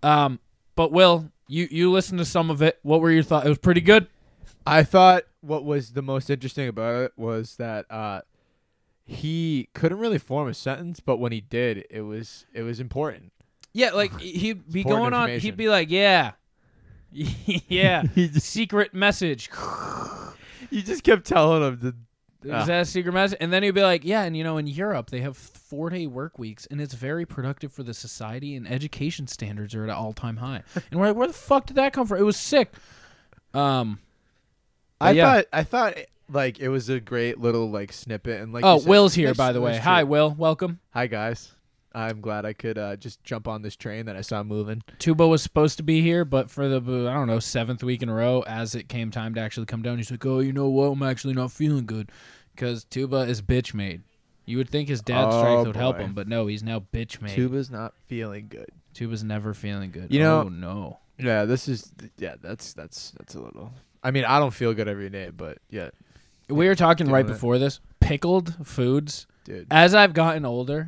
Speaker 5: Um, but Will, you you listened to some of it. What were your thoughts? It was pretty good.
Speaker 8: I thought what was the most interesting about it was that uh, he couldn't really form a sentence, but when he did, it was it was important.
Speaker 5: Yeah, like he'd be
Speaker 8: Important
Speaker 5: going on.
Speaker 8: information.
Speaker 5: He'd be like, yeah. [LAUGHS]
Speaker 8: [LAUGHS]
Speaker 5: yeah, secret message.
Speaker 8: You just kept telling him to.
Speaker 5: Is that a secret message? And then he'd be like, yeah, and you know, in Europe, they have four day work weeks, and it's very productive for the society, and education standards are at an all time
Speaker 8: [LAUGHS]
Speaker 5: high. And we're like, where the fuck did that come from? It was sick. Um, but
Speaker 8: I
Speaker 5: yeah.
Speaker 8: thought I thought like it was a great little like snippet and like. you
Speaker 5: oh,
Speaker 8: said,
Speaker 5: Will's here,
Speaker 8: it's
Speaker 5: by the
Speaker 8: nice
Speaker 5: way.
Speaker 8: to-
Speaker 5: Hi, Will. Welcome.
Speaker 8: Hi guys. I'm glad I could uh, just jump on this train that I saw moving.
Speaker 5: Tuba was supposed to be here, but for the, uh, I don't know, seventh week in a row, as it came time to actually come down, he's like, oh, you know what? I'm actually not feeling good because Tuba is bitch made. You would think his dad's
Speaker 8: Oh,
Speaker 5: strength would help
Speaker 8: boy.
Speaker 5: him, but no, he's now bitch made.
Speaker 8: Tuba's not feeling good.
Speaker 5: Tuba's never feeling good.
Speaker 8: You know-
Speaker 5: oh, no.
Speaker 8: Yeah, this is yeah, that's that's that's a little. I mean, I don't feel good every day, but yeah,
Speaker 5: We were talking
Speaker 8: Doing
Speaker 5: right
Speaker 8: it.
Speaker 5: before this. Pickled foods.
Speaker 8: Dude.
Speaker 5: As I've gotten older,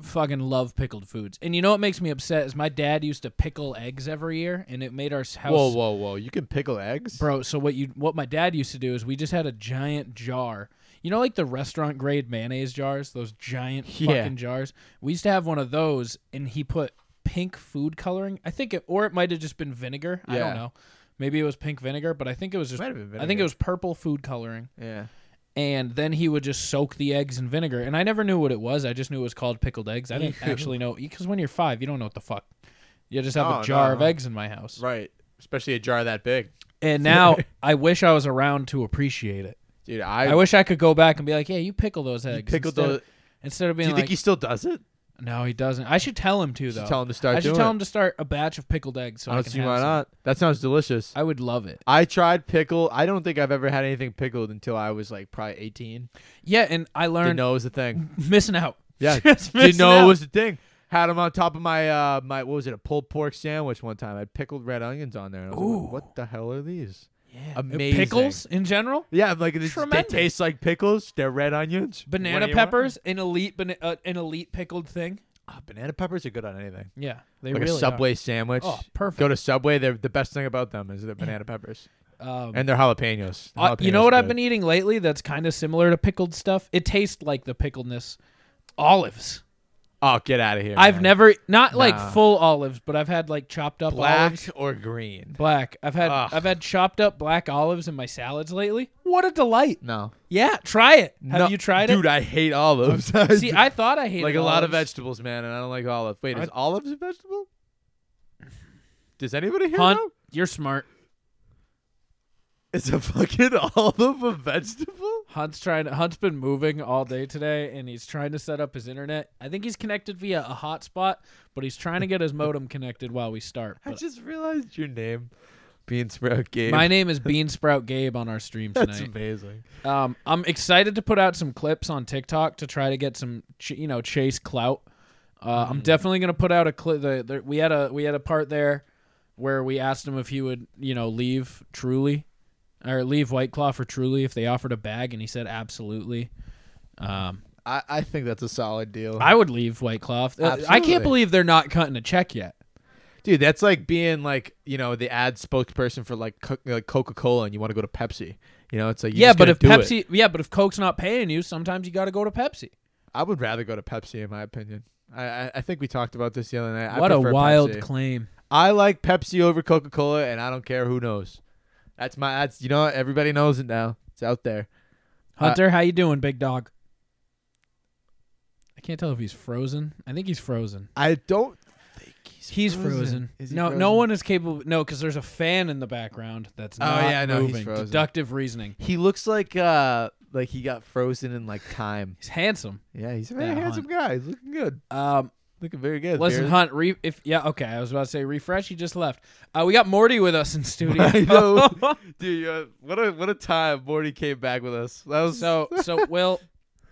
Speaker 5: fucking love pickled foods. And you know what makes me upset is my dad used to pickle eggs every year, and it made our house.
Speaker 8: Whoa, whoa, whoa! You can pickle eggs,
Speaker 5: Bro, so what you what my dad used to do is we just had a giant jar. You know like the restaurant grade mayonnaise jars, those giant fucking
Speaker 8: Yeah.
Speaker 5: jars. We used to have one of those and he put pink food coloring. I think it or it might have just been vinegar. I
Speaker 8: Yeah.
Speaker 5: don't know. Maybe it was pink vinegar, but I think it was just
Speaker 8: Might have been
Speaker 5: I think
Speaker 8: vinegar.
Speaker 5: it was purple food coloring.
Speaker 8: Yeah.
Speaker 5: And then he would just soak the eggs in vinegar. And I never knew what it was. I just knew it was called pickled eggs. I
Speaker 8: [LAUGHS]
Speaker 5: didn't
Speaker 8: Ew.
Speaker 5: actually know because when you're five, you don't know what the fuck. You just have
Speaker 8: No,
Speaker 5: a jar
Speaker 8: no,
Speaker 5: of
Speaker 8: Oh, no.
Speaker 5: eggs in my house.
Speaker 8: Right, especially a jar that big, [LAUGHS]
Speaker 5: And now I wish I was around to appreciate it.
Speaker 8: dude.
Speaker 5: I,
Speaker 8: I,
Speaker 5: wish I could go back and be like, yeah, you pickle those eggs.
Speaker 8: pickled
Speaker 5: instead
Speaker 8: those-
Speaker 5: Of, instead of
Speaker 8: Do
Speaker 5: being
Speaker 8: you think
Speaker 5: like,
Speaker 8: he still does it?
Speaker 5: No, he doesn't. I should tell him to though.
Speaker 8: tell him to start
Speaker 5: I should
Speaker 8: doing
Speaker 5: tell
Speaker 8: it.
Speaker 5: him to start a batch of pickled eggs. So
Speaker 8: I don't
Speaker 5: can
Speaker 8: see
Speaker 5: have
Speaker 8: why
Speaker 5: some.
Speaker 8: not. That sounds delicious.
Speaker 5: I would love it.
Speaker 8: I tried pickle. I don't think I've ever had anything pickled until I was like probably 18.
Speaker 5: Yeah, and I learned-
Speaker 8: didn't know it was a thing.
Speaker 5: [LAUGHS] Missing out. [LAUGHS]
Speaker 8: Yeah,
Speaker 5: Just
Speaker 8: didn't
Speaker 5: missing
Speaker 8: know
Speaker 5: out.
Speaker 8: it was a thing. Had them on top of my uh my what was it a pulled pork sandwich one time. I had pickled red onions on there. And I was like,
Speaker 5: Ooh.
Speaker 8: what the hell are these? Yeah, amazing
Speaker 5: Uh, Pickles in general.
Speaker 8: Yeah, I'm like this, they
Speaker 5: Tremendous.
Speaker 8: taste like pickles. They're red onions. What do
Speaker 5: Banana
Speaker 8: you want?
Speaker 5: peppers, an elite, bana- uh, an elite pickled thing.
Speaker 8: Banana peppers are good on anything.
Speaker 5: Yeah, they
Speaker 8: like
Speaker 5: really
Speaker 8: a Subway
Speaker 5: are.
Speaker 8: sandwich.
Speaker 5: Oh, perfect.
Speaker 8: Go to Subway. They're the best thing about them is their banana peppers,
Speaker 5: Um,
Speaker 8: and their jalapenos. The
Speaker 5: Uh, you know
Speaker 8: jalapenos
Speaker 5: what
Speaker 8: are
Speaker 5: I've
Speaker 8: good.
Speaker 5: been eating lately? That's kind of similar to pickled stuff. It tastes like the pickledness. Olives.
Speaker 8: Oh, get out of here!
Speaker 5: I've
Speaker 8: man.
Speaker 5: never not like
Speaker 8: Nah.
Speaker 5: full olives, but I've had like chopped up
Speaker 8: black
Speaker 5: olives.
Speaker 8: or green.
Speaker 5: Black. I've had
Speaker 8: Ugh.
Speaker 5: I've had chopped up black olives in my salads lately. What a delight.
Speaker 8: No.
Speaker 5: Yeah, try it. Have
Speaker 8: No,
Speaker 5: you tried it?
Speaker 8: dude? I hate olives. [LAUGHS]
Speaker 5: See, I thought I hated
Speaker 8: like a lot of
Speaker 5: olives.
Speaker 8: vegetables, man, and I don't like olives. Wait, is
Speaker 5: I-
Speaker 8: olives a vegetable? Does anybody here
Speaker 5: Hunt,
Speaker 8: know?
Speaker 5: you're smart.
Speaker 8: Is a fucking [LAUGHS] olive a vegetable?
Speaker 5: Hunt's trying. Hunt's been moving all day today, and he's trying to set up his internet. I think he's connected via a hotspot, but he's trying to get his modem connected while we start.
Speaker 8: I
Speaker 5: But
Speaker 8: just realized your name, [LAUGHS] Bean Sprout Gabe.
Speaker 5: My name is Bean Sprout Gabe on our stream tonight.
Speaker 8: That's amazing.
Speaker 5: Um, I'm excited to put out some clips on TikTok to try to get some, ch- you know, chase clout. Uh,
Speaker 8: Mm.
Speaker 5: I'm definitely gonna put out a clip. The, the, we had a we had a part there where we asked him if he would, you know, leave Truly or leave White Claw for Truly if they offered a bag, and he said absolutely. Um,
Speaker 8: I, I think that's a solid deal.
Speaker 5: I would leave White Claw. if- uh, I
Speaker 8: Absolutely.
Speaker 5: can't believe they're not cutting a check yet.
Speaker 8: Dude, that's like being like you know the ad spokesperson for like, co- like Coca Cola, and you want to go to Pepsi. You know, it's like you
Speaker 5: yeah,
Speaker 8: just
Speaker 5: but
Speaker 8: gotta
Speaker 5: if
Speaker 8: do it.
Speaker 5: Pepsi, yeah, but if Coke's not paying you, sometimes you got to go to Pepsi.
Speaker 8: I would rather go to Pepsi, in my opinion. I, I, I think we talked about this the other night. I
Speaker 5: What a
Speaker 8: prefer
Speaker 5: wild
Speaker 8: Pepsi.
Speaker 5: claim.
Speaker 8: I like Pepsi over Coca Cola, and I don't care who knows. That's my. That's you know everybody knows it now. It's out there. Uh,
Speaker 5: Hunter, how you doing, big dog? I can't tell if he's frozen. I think he's frozen.
Speaker 8: I don't think he's
Speaker 5: He's
Speaker 8: frozen.
Speaker 5: frozen.
Speaker 8: Is he
Speaker 5: no, no
Speaker 8: frozen?
Speaker 5: one is capable. No, because there's a fan in the background that's
Speaker 8: Oh
Speaker 5: not
Speaker 8: yeah, I know
Speaker 5: moving.
Speaker 8: he's frozen.
Speaker 5: Deductive reasoning.
Speaker 8: He looks like uh like he got frozen in like time.
Speaker 5: He's handsome.
Speaker 8: Yeah, he's a very
Speaker 5: That
Speaker 8: handsome guy. He's looking good.
Speaker 5: Um,
Speaker 8: looking very good.
Speaker 5: Listen,
Speaker 8: Beard.
Speaker 5: Hunt. Re- if yeah, okay. I was about to say refresh. He just left. Uh, we got Morty with us in studio.
Speaker 8: [LAUGHS] I know. dude. Uh, what a what a time Morty came back with us. That
Speaker 5: [LAUGHS]
Speaker 8: was
Speaker 5: so so Will,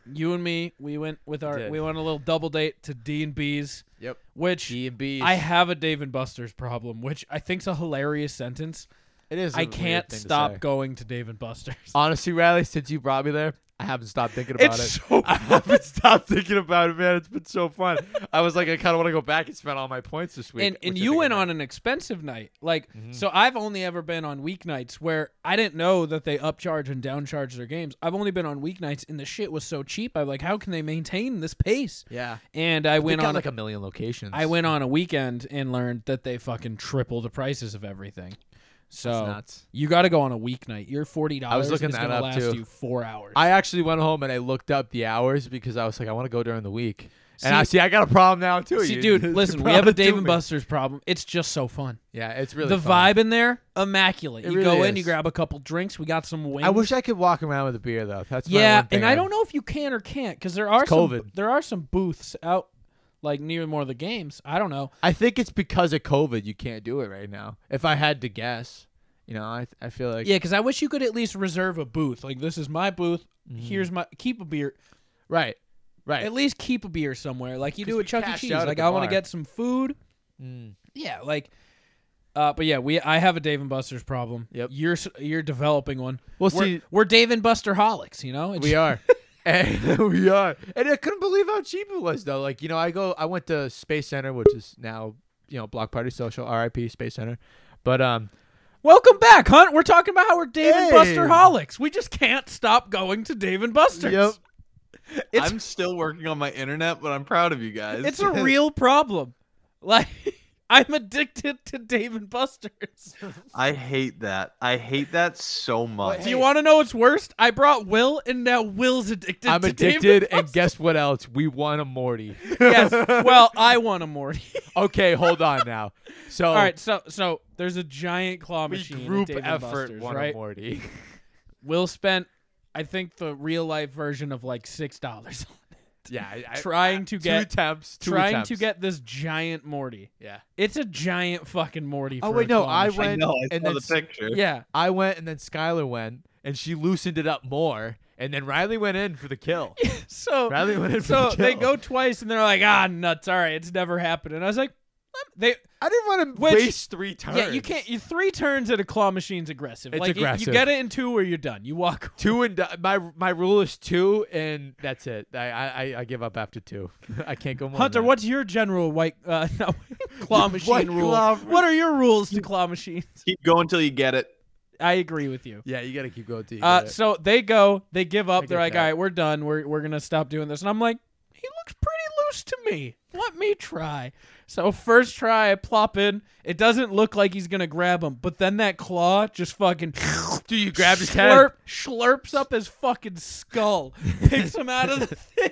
Speaker 5: you and me, we went with our
Speaker 8: did.
Speaker 5: we went a little double date to D and B's.
Speaker 8: Yep.
Speaker 5: Which
Speaker 8: D&Bs.
Speaker 5: I have a Dave and Buster's problem, which I think's a hilarious sentence.
Speaker 8: It is a
Speaker 5: I
Speaker 8: weird
Speaker 5: can't
Speaker 8: thing to
Speaker 5: stop
Speaker 8: say.
Speaker 5: going to Dave and
Speaker 8: [LAUGHS]
Speaker 5: Buster's.
Speaker 8: honestly, Riley, since you brought me there, I haven't stopped thinking about
Speaker 5: It's
Speaker 8: it.
Speaker 5: so
Speaker 8: [LAUGHS] I haven't stopped thinking about it, man. It's been so fun. I was like, I kind of want to go back and spend all my points this week.
Speaker 5: and and
Speaker 8: which I
Speaker 5: you
Speaker 8: think Mm-hmm. I
Speaker 5: went
Speaker 8: might.
Speaker 5: on an expensive night. Like so I've only ever been on weeknights where I didn't know that they upcharge and downcharge their games. I've only been on weeknights and the shit was so cheap. I'm like, how can they maintain this pace?
Speaker 8: Yeah.
Speaker 5: And I
Speaker 8: They
Speaker 5: went
Speaker 8: got
Speaker 5: on
Speaker 8: like a million locations.
Speaker 5: I went on a weekend and learned that they fucking triple the prices of everything. So
Speaker 8: nuts.
Speaker 5: you got to go on a weeknight. You're forty dollars.
Speaker 8: I was looking
Speaker 5: is
Speaker 8: that
Speaker 5: gonna
Speaker 8: up
Speaker 5: last
Speaker 8: too.
Speaker 5: You four hours.
Speaker 8: I actually went home and I looked up the hours because I was like, I want to go during the week. and
Speaker 5: See-
Speaker 8: I see, I got a problem now [LAUGHS] too.
Speaker 5: See,
Speaker 8: You-
Speaker 5: dude,
Speaker 8: you're
Speaker 5: listen, we have a
Speaker 8: probably
Speaker 5: Dave and
Speaker 8: doing-
Speaker 5: Buster's problem. It's just so fun.
Speaker 8: Yeah, it's really
Speaker 5: the
Speaker 8: fun.
Speaker 5: vibe in there, immaculate.
Speaker 8: It
Speaker 5: you
Speaker 8: really
Speaker 5: go in, you
Speaker 8: is.
Speaker 5: grab a couple drinks. We got some wings.
Speaker 8: I wish I could walk around with a beer though. That's my
Speaker 5: yeah,
Speaker 8: one thing
Speaker 5: and I
Speaker 8: I'm-
Speaker 5: don't know if you can or can't because there are
Speaker 8: It's
Speaker 5: some
Speaker 8: COVID.
Speaker 5: there are some booths out like near more of the games. I don't know.
Speaker 8: I think it's because of COVID you can't do it right now. If I had to guess, you know, I I feel like
Speaker 5: Yeah, because I wish you could at least reserve a booth. Like this is my booth. Here's my keep a beer.
Speaker 8: Right. Mm-hmm. Right.
Speaker 5: At least keep a beer somewhere. Like you
Speaker 8: 'Cause
Speaker 5: do
Speaker 8: we
Speaker 5: at Chuck E.
Speaker 8: cashed
Speaker 5: Cheese.
Speaker 8: out at
Speaker 5: Like
Speaker 8: the
Speaker 5: I want to
Speaker 8: bar.
Speaker 5: get some food.
Speaker 8: Mm.
Speaker 5: Yeah, like uh, but yeah, we I have a Dave and Buster's problem. Yep. You're s- you're developing one.
Speaker 8: Well,
Speaker 5: we're,
Speaker 8: see-
Speaker 5: we're Dave and Buster holics, you know? It's- [LAUGHS]
Speaker 8: We are. and [LAUGHS] we are. And I couldn't believe how cheap it was though. Like, you know, I go I went to Space Center, which is now, you know, Block Party Social, RIP Space Center. But um
Speaker 5: Welcome back, Hunt. We're talking about how we're Dave and Buster
Speaker 8: Hey.
Speaker 5: holics. We just can't stop going to Dave and Buster's.
Speaker 8: Yep.
Speaker 2: I'm still working on my internet, but I'm proud of you guys.
Speaker 8: [LAUGHS]
Speaker 2: [LAUGHS]
Speaker 5: It's a real problem. Like [LAUGHS] I'm addicted to Dave and
Speaker 8: [LAUGHS]
Speaker 5: Buster's.
Speaker 2: I hate that. I hate that so much.
Speaker 5: Do you want to know what's worst? I brought Will, and now Will's addicted.
Speaker 8: I'm
Speaker 5: to [LAUGHS]
Speaker 8: addicted
Speaker 5: David
Speaker 8: and guess what else? We won a Morty.
Speaker 5: [LAUGHS]
Speaker 8: [LAUGHS]
Speaker 5: yes. Well, I want a Morty.
Speaker 8: okay, hold on
Speaker 5: [LAUGHS]
Speaker 8: now. So
Speaker 5: All right. So, so there's a giant claw machine. at
Speaker 8: Oh. group
Speaker 5: Dave and
Speaker 8: effort
Speaker 5: Buster's,
Speaker 8: won a
Speaker 5: right?
Speaker 8: Morty.
Speaker 5: Will spent, I think, the real life version of like six dollars.
Speaker 8: Yeah, I- I-
Speaker 5: trying to
Speaker 8: two
Speaker 5: get
Speaker 8: attempts, two
Speaker 5: trying to
Speaker 8: attempts.
Speaker 5: get this giant Morty.
Speaker 8: Yeah.
Speaker 5: it's a giant fucking Morty.
Speaker 8: Oh
Speaker 5: for
Speaker 8: wait,
Speaker 5: a
Speaker 8: no,
Speaker 5: claw
Speaker 8: I
Speaker 5: machine.
Speaker 8: went and then S-
Speaker 5: Yeah,
Speaker 8: I went and then Skylar went and she loosened it up more, and then Riley went in for the kill.
Speaker 5: [LAUGHS] so [LAUGHS]
Speaker 8: Riley went in for
Speaker 5: so
Speaker 8: the kill.
Speaker 5: they go twice and they're like, ah, nuts. All right, it's never happened. And I was like, let- they.
Speaker 8: I didn't want waste three
Speaker 5: Yeah, you
Speaker 8: turns.
Speaker 5: can't. You three turns at a claw machine's aggressive.
Speaker 8: It's
Speaker 5: like, you-
Speaker 8: aggressive.
Speaker 5: You get it in two or you're done. You walk. [LAUGHS]
Speaker 8: Two and di- my my rule is two, and that's it. I I, I- I give up after two. [LAUGHS] I can't go more.
Speaker 5: Hunter,
Speaker 8: than that.
Speaker 5: what's your general white uh, [LAUGHS] no, claw machine
Speaker 8: White
Speaker 5: rule?
Speaker 8: claw-
Speaker 5: What are your rules to claw machines? [LAUGHS]
Speaker 2: Keep going till you get it.
Speaker 5: I agree with you.
Speaker 8: Yeah, you got to keep going till you
Speaker 5: Uh,
Speaker 8: get it.
Speaker 5: so they go, they give up.
Speaker 8: I
Speaker 5: They're
Speaker 8: get
Speaker 5: like,
Speaker 8: that.
Speaker 5: all right, we're done. We're we're gonna stop doing this. And I'm like, he looks pretty loose to me. Let me try. So first try, I plop in. It doesn't look like he's gonna grab him, but then that claw just fucking.
Speaker 8: [LAUGHS] Do you grab his head?
Speaker 5: slurp, Slurps up his fucking skull, picks him out of
Speaker 8: [LAUGHS]
Speaker 5: the thing,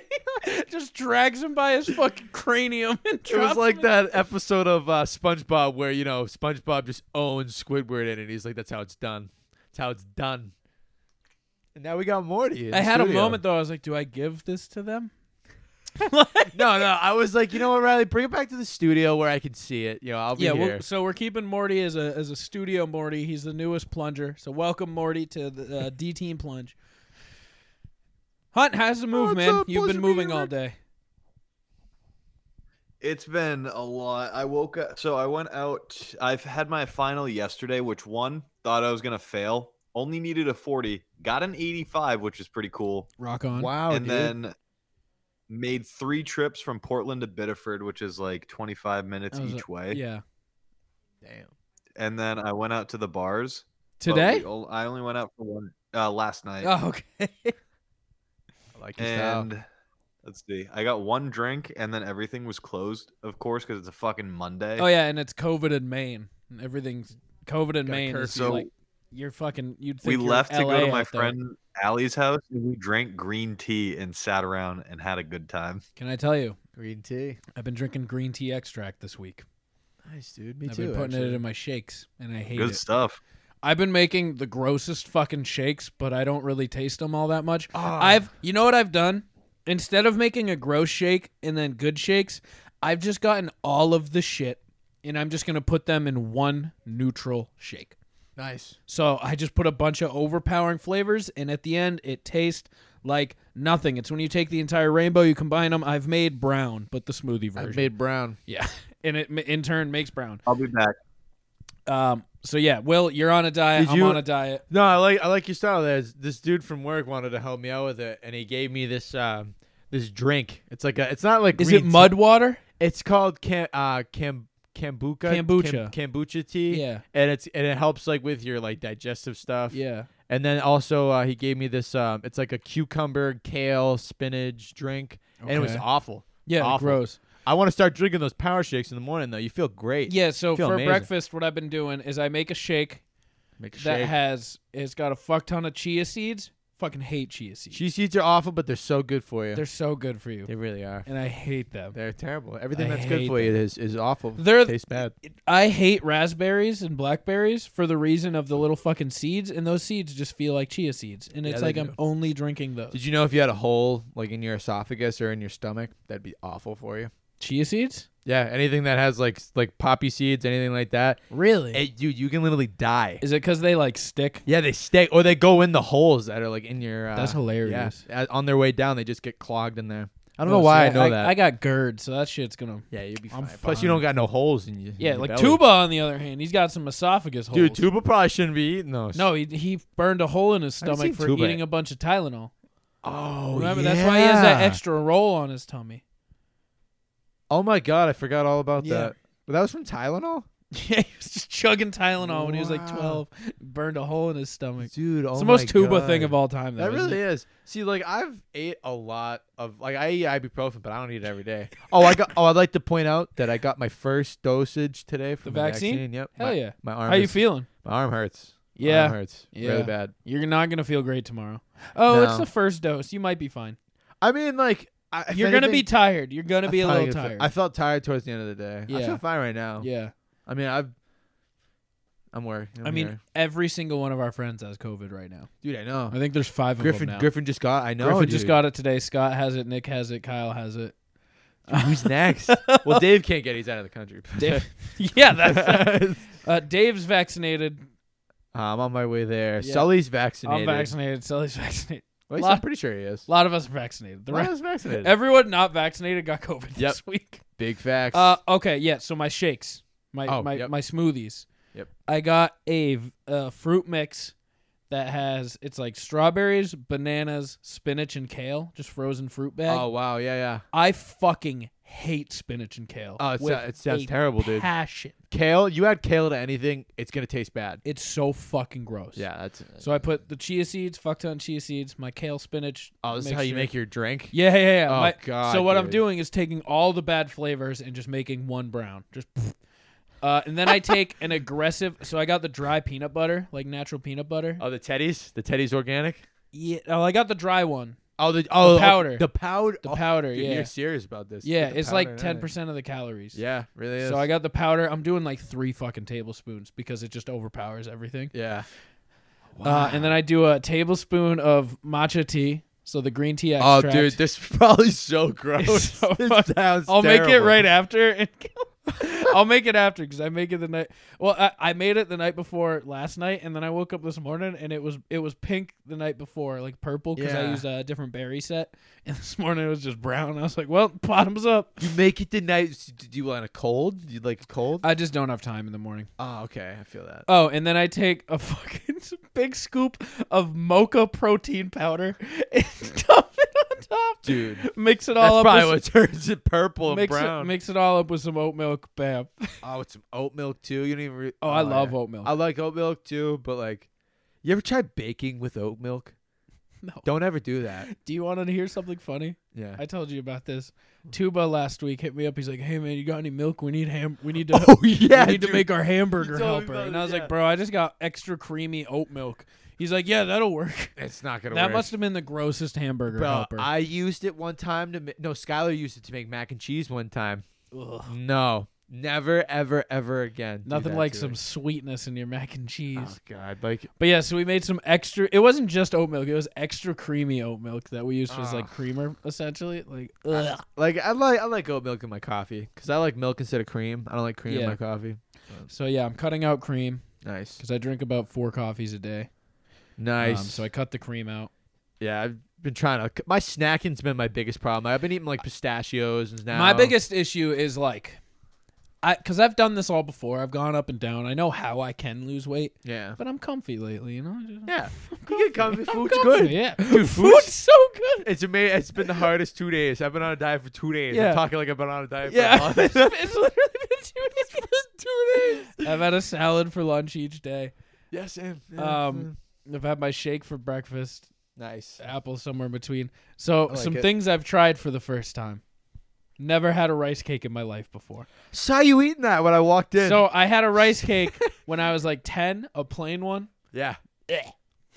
Speaker 5: [LAUGHS] just drags him by his fucking cranium and
Speaker 8: It
Speaker 5: drops
Speaker 8: was like that episode of uh, SpongeBob where you know SpongeBob just owns Squidward in it. He's like, "That's how it's done. That's how it's done." And now we got Morty. in
Speaker 5: I
Speaker 8: the
Speaker 5: had a
Speaker 8: studio. [LAUGHS]
Speaker 5: moment though. I was like, do I give this to them?
Speaker 8: no, no. I was like, you know what, Riley, bring it back to the studio where I can see it. You know, I'll be
Speaker 5: yeah.
Speaker 8: here.
Speaker 5: We're, so we're keeping Morty as a as a studio Morty. He's the newest plunger. So welcome Morty to the
Speaker 8: [LAUGHS]
Speaker 5: uh, D Team Plunge. Hunt, how's the move,
Speaker 12: it's
Speaker 5: man?
Speaker 12: a
Speaker 5: You've
Speaker 12: pleasure
Speaker 5: been moving all day.
Speaker 2: It's been a lot. I woke up. So I went out. I've had my final yesterday, which one thought I was going to fail. Only needed a 40. Got an 85, which is pretty cool.
Speaker 5: Rock on.
Speaker 2: And then made three trips from Portland to Biddeford, which is like 25 minutes
Speaker 5: That was
Speaker 2: each
Speaker 5: a-
Speaker 2: way.
Speaker 5: Yeah.
Speaker 8: Damn.
Speaker 2: And then I went out to the bars. but
Speaker 5: Today?
Speaker 2: we ol- I only went out for one uh, last night.
Speaker 5: Oh, okay. [LAUGHS]
Speaker 8: like
Speaker 5: your style.
Speaker 2: and let's see. I got one drink, and then everything was closed, of course, because it's a fucking Monday.
Speaker 5: Oh yeah, and it's COVID in Maine. And Everything's COVID in
Speaker 2: Got a
Speaker 5: Maine. is
Speaker 2: curfew.
Speaker 5: like you're fucking. You'd
Speaker 2: we
Speaker 5: think you're
Speaker 2: left to
Speaker 5: LA
Speaker 2: go to my
Speaker 5: out there.
Speaker 2: friend Allie's house, and we drank green tea and sat around and had a good time.
Speaker 5: Can I tell you?
Speaker 8: Green tea.
Speaker 5: I've been drinking green tea extract this week.
Speaker 8: Nice, dude. Me
Speaker 5: I've
Speaker 8: too.
Speaker 5: been putting it
Speaker 8: actually.
Speaker 5: in my shakes, and I hate
Speaker 2: Good
Speaker 5: it.
Speaker 2: stuff.
Speaker 5: I've been making the grossest fucking shakes, but I don't really taste them all that much.
Speaker 8: Ah.
Speaker 5: I've, you know what I've done? Instead of making a gross shake and then good shakes, I've just gotten all of the shit, and I'm just gonna put them in one neutral shake.
Speaker 8: Nice.
Speaker 5: So I just put a bunch of overpowering flavors, and at the end, it tastes like nothing. It's when you take the entire rainbow, you combine them. I've made brown, but the smoothie version.
Speaker 8: I've made brown.
Speaker 5: yeah, and it in turn makes brown.
Speaker 2: I'll be back.
Speaker 5: Um. So yeah, Will, you're on a diet.
Speaker 8: Did
Speaker 5: I'm
Speaker 8: you-
Speaker 5: on a diet.
Speaker 8: No, I like I like your style. There, this dude from work wanted to help me out with it, and he gave me this um, this drink. It's like a. It's not like.
Speaker 5: Is
Speaker 8: green
Speaker 5: it mud
Speaker 8: tea.
Speaker 5: water?
Speaker 8: It's called cam uh cam kombucha
Speaker 5: Kombucha.
Speaker 8: cam- kombucha tea.
Speaker 5: Yeah.
Speaker 8: and it's and it helps like with your like digestive stuff.
Speaker 5: Yeah.
Speaker 8: and then also uh, he gave me this. Um, it's like a cucumber, kale, spinach drink, and it was
Speaker 5: Okay.
Speaker 8: awful.
Speaker 5: Yeah,
Speaker 8: awful.
Speaker 5: gross.
Speaker 8: I want to start drinking those power shakes in the morning though. You feel great.
Speaker 5: Yeah, so
Speaker 8: You feel
Speaker 5: for
Speaker 8: amazing.
Speaker 5: breakfast, what I've been doing is I make a shake
Speaker 8: Make a
Speaker 5: that
Speaker 8: shake.
Speaker 5: has it's got a fuck ton of chia seeds. Fucking hate chia seeds.
Speaker 8: Chia seeds are awful, but they're so good for you.
Speaker 5: They're so good for you.
Speaker 8: They really are.
Speaker 5: And I hate them.
Speaker 8: They're terrible. Everything
Speaker 5: I
Speaker 8: that's good
Speaker 5: hate
Speaker 8: for you
Speaker 5: them.
Speaker 8: is, is awful.
Speaker 5: They're-
Speaker 8: tastes bad.
Speaker 5: I hate raspberries and blackberries for the reason of the little fucking seeds, and those seeds just feel like chia seeds, and
Speaker 8: Yeah,
Speaker 5: it's
Speaker 8: they
Speaker 5: like I'm
Speaker 8: do.
Speaker 5: only drinking those.
Speaker 8: Did you know if you had a hole like in your esophagus or in your stomach, that'd be awful for you?
Speaker 5: Chia seeds?
Speaker 8: Yeah, anything that has like s- like poppy seeds, anything like that.
Speaker 5: Really?
Speaker 8: It, dude, you can literally die.
Speaker 5: Is it because they like stick?
Speaker 8: Yeah, they stick, or they go in the holes that are like in your. Uh,
Speaker 5: That's hilarious.
Speaker 8: Yeah, a- on their way down, they just get clogged in there. I don't
Speaker 5: Oh,
Speaker 8: know
Speaker 5: see,
Speaker 8: why I know that.
Speaker 5: I got GERD, so that shit's gonna.
Speaker 8: Yeah, you'd be
Speaker 5: fine.
Speaker 8: Plus, you don't got no holes in you.
Speaker 5: Yeah,
Speaker 8: in your
Speaker 5: like
Speaker 8: belly.
Speaker 5: Tuba on the other hand, he's got some esophagus holes.
Speaker 8: Dude, tuba probably shouldn't be eating those.
Speaker 5: No, he he burned a hole in his
Speaker 8: I haven't
Speaker 5: stomach
Speaker 8: seen
Speaker 5: for
Speaker 8: Tuba.
Speaker 5: eating a bunch of Tylenol.
Speaker 8: Oh,
Speaker 5: remember that's why he has that
Speaker 8: yeah.
Speaker 5: extra roll on his tummy. [LAUGHS]
Speaker 8: Oh my god, I forgot all about
Speaker 5: Yeah.
Speaker 8: that. But that was from Tylenol,
Speaker 5: Yeah, he was just chugging Tylenol when he was like
Speaker 8: Wow.
Speaker 5: twelve. Burned a hole in his stomach.
Speaker 8: dude.
Speaker 5: it's
Speaker 8: oh
Speaker 5: the most
Speaker 8: my
Speaker 5: tuba thing
Speaker 8: God.
Speaker 5: of all time. Though,
Speaker 8: That
Speaker 5: isn't
Speaker 8: really
Speaker 5: it?
Speaker 8: is. See, like I've ate a lot of like I eat ibuprofen, but I don't eat it every [LAUGHS] day. oh, I got. Oh, I'd like to point out that I got my first dosage today from the,
Speaker 5: vaccine?
Speaker 8: Yep.
Speaker 5: Hell
Speaker 8: my,
Speaker 5: yeah.
Speaker 8: My
Speaker 5: How
Speaker 8: arm.
Speaker 5: you
Speaker 8: is-
Speaker 5: feeling?
Speaker 8: My arm hurts. My
Speaker 5: Yeah,
Speaker 8: arm hurts
Speaker 5: yeah.
Speaker 8: really bad.
Speaker 5: You're not gonna feel great tomorrow. Oh, it's the
Speaker 8: No.
Speaker 5: first dose. You might be fine.
Speaker 8: I mean, like I, if
Speaker 5: You're gonna be
Speaker 8: anything-
Speaker 5: tired. You're gonna
Speaker 8: I
Speaker 5: be a
Speaker 8: felt
Speaker 5: little
Speaker 8: like I fe-
Speaker 5: tired.
Speaker 8: I felt tired towards the end of the day. I
Speaker 5: Yeah.
Speaker 8: feel fine right now.
Speaker 5: Yeah.
Speaker 8: I mean, I've I'm worried. I'm
Speaker 5: I mean,
Speaker 8: here.
Speaker 5: every single one of our friends has COVID right now.
Speaker 8: Dude, I know.
Speaker 5: I think there's five
Speaker 8: Griffin-
Speaker 5: of them now.
Speaker 8: Griffin just got- I know,
Speaker 5: Griffin just
Speaker 8: dude. [LAUGHS]
Speaker 5: got it today. Scott has it. Nick has it. Kyle has it.
Speaker 8: who's [LAUGHS] next? Well, Dave can't get it. He's out of the country. [LAUGHS]
Speaker 5: Dave- [LAUGHS] yeah, that's uh, Dave's vaccinated.
Speaker 8: I'm on my way there.
Speaker 5: Yeah.
Speaker 8: Sully's vaccinated.
Speaker 5: I'm vaccinated. Sully's [LAUGHS] vaccinated.
Speaker 8: Well, he's-
Speaker 5: Lot-
Speaker 8: I'm pretty sure he is.
Speaker 5: A lot of us are vaccinated.
Speaker 8: Lot of
Speaker 5: re-
Speaker 8: us vaccinated.
Speaker 5: Everyone not vaccinated got COVID
Speaker 8: Yep.
Speaker 5: this week.
Speaker 8: [LAUGHS] Big facts.
Speaker 5: Uh, okay, yeah. So my shakes, my
Speaker 8: Oh,
Speaker 5: my,
Speaker 8: yep.
Speaker 5: my smoothies.
Speaker 8: Yep.
Speaker 5: I got a v- uh, fruit mix that has it's like strawberries, bananas, spinach, and kale. Just frozen fruit bag.
Speaker 8: oh wow, yeah, yeah.
Speaker 5: I fucking hate spinach and kale.
Speaker 8: Oh, it,
Speaker 5: with
Speaker 8: sa- it sounds
Speaker 5: a
Speaker 8: terrible, dude.
Speaker 5: Passion.
Speaker 8: Kale, you add kale to anything, it's gonna taste bad.
Speaker 5: It's so fucking gross.
Speaker 8: Yeah, that's.
Speaker 5: So I put the chia seeds, fuck ton of chia seeds, my kale spinach.
Speaker 8: Oh, this is how you
Speaker 5: mixture.
Speaker 8: make your drink?
Speaker 5: Yeah, yeah, yeah.
Speaker 8: Oh,
Speaker 5: My-
Speaker 8: God,
Speaker 5: So what I'm
Speaker 8: dude.
Speaker 5: doing is taking all the bad flavors and just making one brown. Just. [LAUGHS] Uh, and then I take an aggressive. So I got the dry peanut butter, like natural peanut butter.
Speaker 8: Oh, the Teddy's, the Teddy's organic.
Speaker 5: Yeah. Oh, I got the dry one.
Speaker 8: Oh, the oh, oh,
Speaker 5: powder.
Speaker 8: the powder,
Speaker 5: The
Speaker 8: Oh,
Speaker 5: powder.
Speaker 8: dude,
Speaker 5: yeah.
Speaker 8: you're serious about this.
Speaker 5: Yeah,
Speaker 8: Get the
Speaker 5: it's
Speaker 8: powder
Speaker 5: like
Speaker 8: and
Speaker 5: ten
Speaker 8: everything.
Speaker 5: percent of the calories.
Speaker 8: Yeah, really is.
Speaker 5: So I got the powder. I'm doing like three fucking tablespoons because it just overpowers everything.
Speaker 8: Yeah.
Speaker 5: Uh, and then I do a tablespoon of matcha tea. So the green tea
Speaker 8: Oh,
Speaker 5: extract.
Speaker 8: dude, this is [LAUGHS] probably so gross.
Speaker 5: It's so
Speaker 8: This
Speaker 5: fuck-
Speaker 8: sounds
Speaker 5: I'll make it
Speaker 8: terrible.
Speaker 5: right after. and- [LAUGHS] I'll make it after because I make it the night. Well, I, I made it the night before last night, and then I woke up this morning and it was it was pink the night before, like purple because I
Speaker 8: Yeah.
Speaker 5: used a different berry set. And [LAUGHS] this morning it was just brown. I was like, well, bottoms up.
Speaker 8: You make it the night. Do you want a cold? Do you like a cold?
Speaker 5: I just don't have time in the morning.
Speaker 8: Oh, okay, I feel that.
Speaker 5: Oh, and then I take a [LAUGHS] fucking big scoop of mocha protein powder [LAUGHS] and dump it on top.
Speaker 8: Dude,
Speaker 5: mix it
Speaker 8: That's
Speaker 5: all up.
Speaker 8: probably
Speaker 5: with-
Speaker 8: what turns it purple and
Speaker 5: mix It,
Speaker 8: brown.
Speaker 5: mix it all up with some oat milk, bam.
Speaker 8: Oh, with some oat milk too. You don't even. Re-
Speaker 5: Oh, I love oat milk.
Speaker 8: I like oat milk too, but like, you ever try baking with oat milk?
Speaker 5: [LAUGHS] No.
Speaker 8: Don't ever do
Speaker 5: [LAUGHS]
Speaker 8: that.
Speaker 5: Do you want to hear something funny?
Speaker 8: Yeah.
Speaker 5: I told you about this. Tuba last week hit me up. He's like, "Hey man, you got any milk? We need ham. We need to.
Speaker 8: [LAUGHS] [LAUGHS] Oh, yeah,
Speaker 5: we need to
Speaker 8: dude.
Speaker 5: make our
Speaker 8: You
Speaker 5: hamburger
Speaker 8: told me
Speaker 5: helper."
Speaker 8: about
Speaker 5: And
Speaker 8: it,
Speaker 5: I was
Speaker 8: yeah.
Speaker 5: like, "Bro, I just got extra creamy oat milk." He's like, "Yeah, that'll work."
Speaker 8: It's not gonna
Speaker 5: That
Speaker 8: work.
Speaker 5: must have been the grossest hamburger
Speaker 8: Bro,
Speaker 5: helper.
Speaker 8: I used it one time to. Ma- no, Skylar used it to make mac and cheese one time.
Speaker 5: Ugh.
Speaker 8: No, never, ever, ever again. do
Speaker 5: Nothing
Speaker 8: that
Speaker 5: like
Speaker 8: to
Speaker 5: some
Speaker 8: it.
Speaker 5: sweetness in your mac and cheese.
Speaker 8: Oh, God, like
Speaker 5: But yeah, so we made some extra. It wasn't just oat milk; it was extra creamy oat milk that we used as like
Speaker 8: Ugh.
Speaker 5: creamer, essentially. Like,
Speaker 8: Ah. I,
Speaker 5: ugh.
Speaker 8: like I like I like oat milk in my coffee because I like milk instead of cream. I don't like cream
Speaker 5: Yeah.
Speaker 8: in my coffee.
Speaker 5: So yeah, I'm cutting out cream
Speaker 8: Nice,
Speaker 5: because I drink about four coffees a day.
Speaker 8: nice.
Speaker 5: Um, so I cut the cream out.
Speaker 8: yeah, I've been trying to. My snacking's been my biggest problem. I've been eating like pistachios and now
Speaker 5: My biggest issue is like, I because I've done this all before. I've gone up and down. I know how I can lose weight, [LAUGHS]
Speaker 8: Yeah,
Speaker 5: but I'm comfy lately. You know.
Speaker 8: yeah. You get comfy.
Speaker 5: I'm
Speaker 8: Food's
Speaker 5: comfy,
Speaker 8: good.
Speaker 5: Yeah.
Speaker 8: Dude,
Speaker 5: food's
Speaker 8: food's-
Speaker 5: so good.
Speaker 8: It's amazing. It's been the hardest two days. I've been on a diet for two days.
Speaker 5: Yeah.
Speaker 8: I'm talking like I've been on a diet
Speaker 5: Yeah.
Speaker 8: for a
Speaker 5: [LAUGHS] it's
Speaker 8: month.
Speaker 5: literally been two days. I've had a salad for lunch each day.
Speaker 8: yes, Sam. Yeah,
Speaker 5: Um, I've had my shake for breakfast.
Speaker 8: nice.
Speaker 5: Apple somewhere in between. So
Speaker 8: I like
Speaker 5: some
Speaker 8: it.
Speaker 5: things I've tried for the first time. Never had a rice cake in my life before.
Speaker 8: Saw you eating that when I walked in.
Speaker 5: So I had a rice cake when I was like ten, a plain one.
Speaker 8: yeah.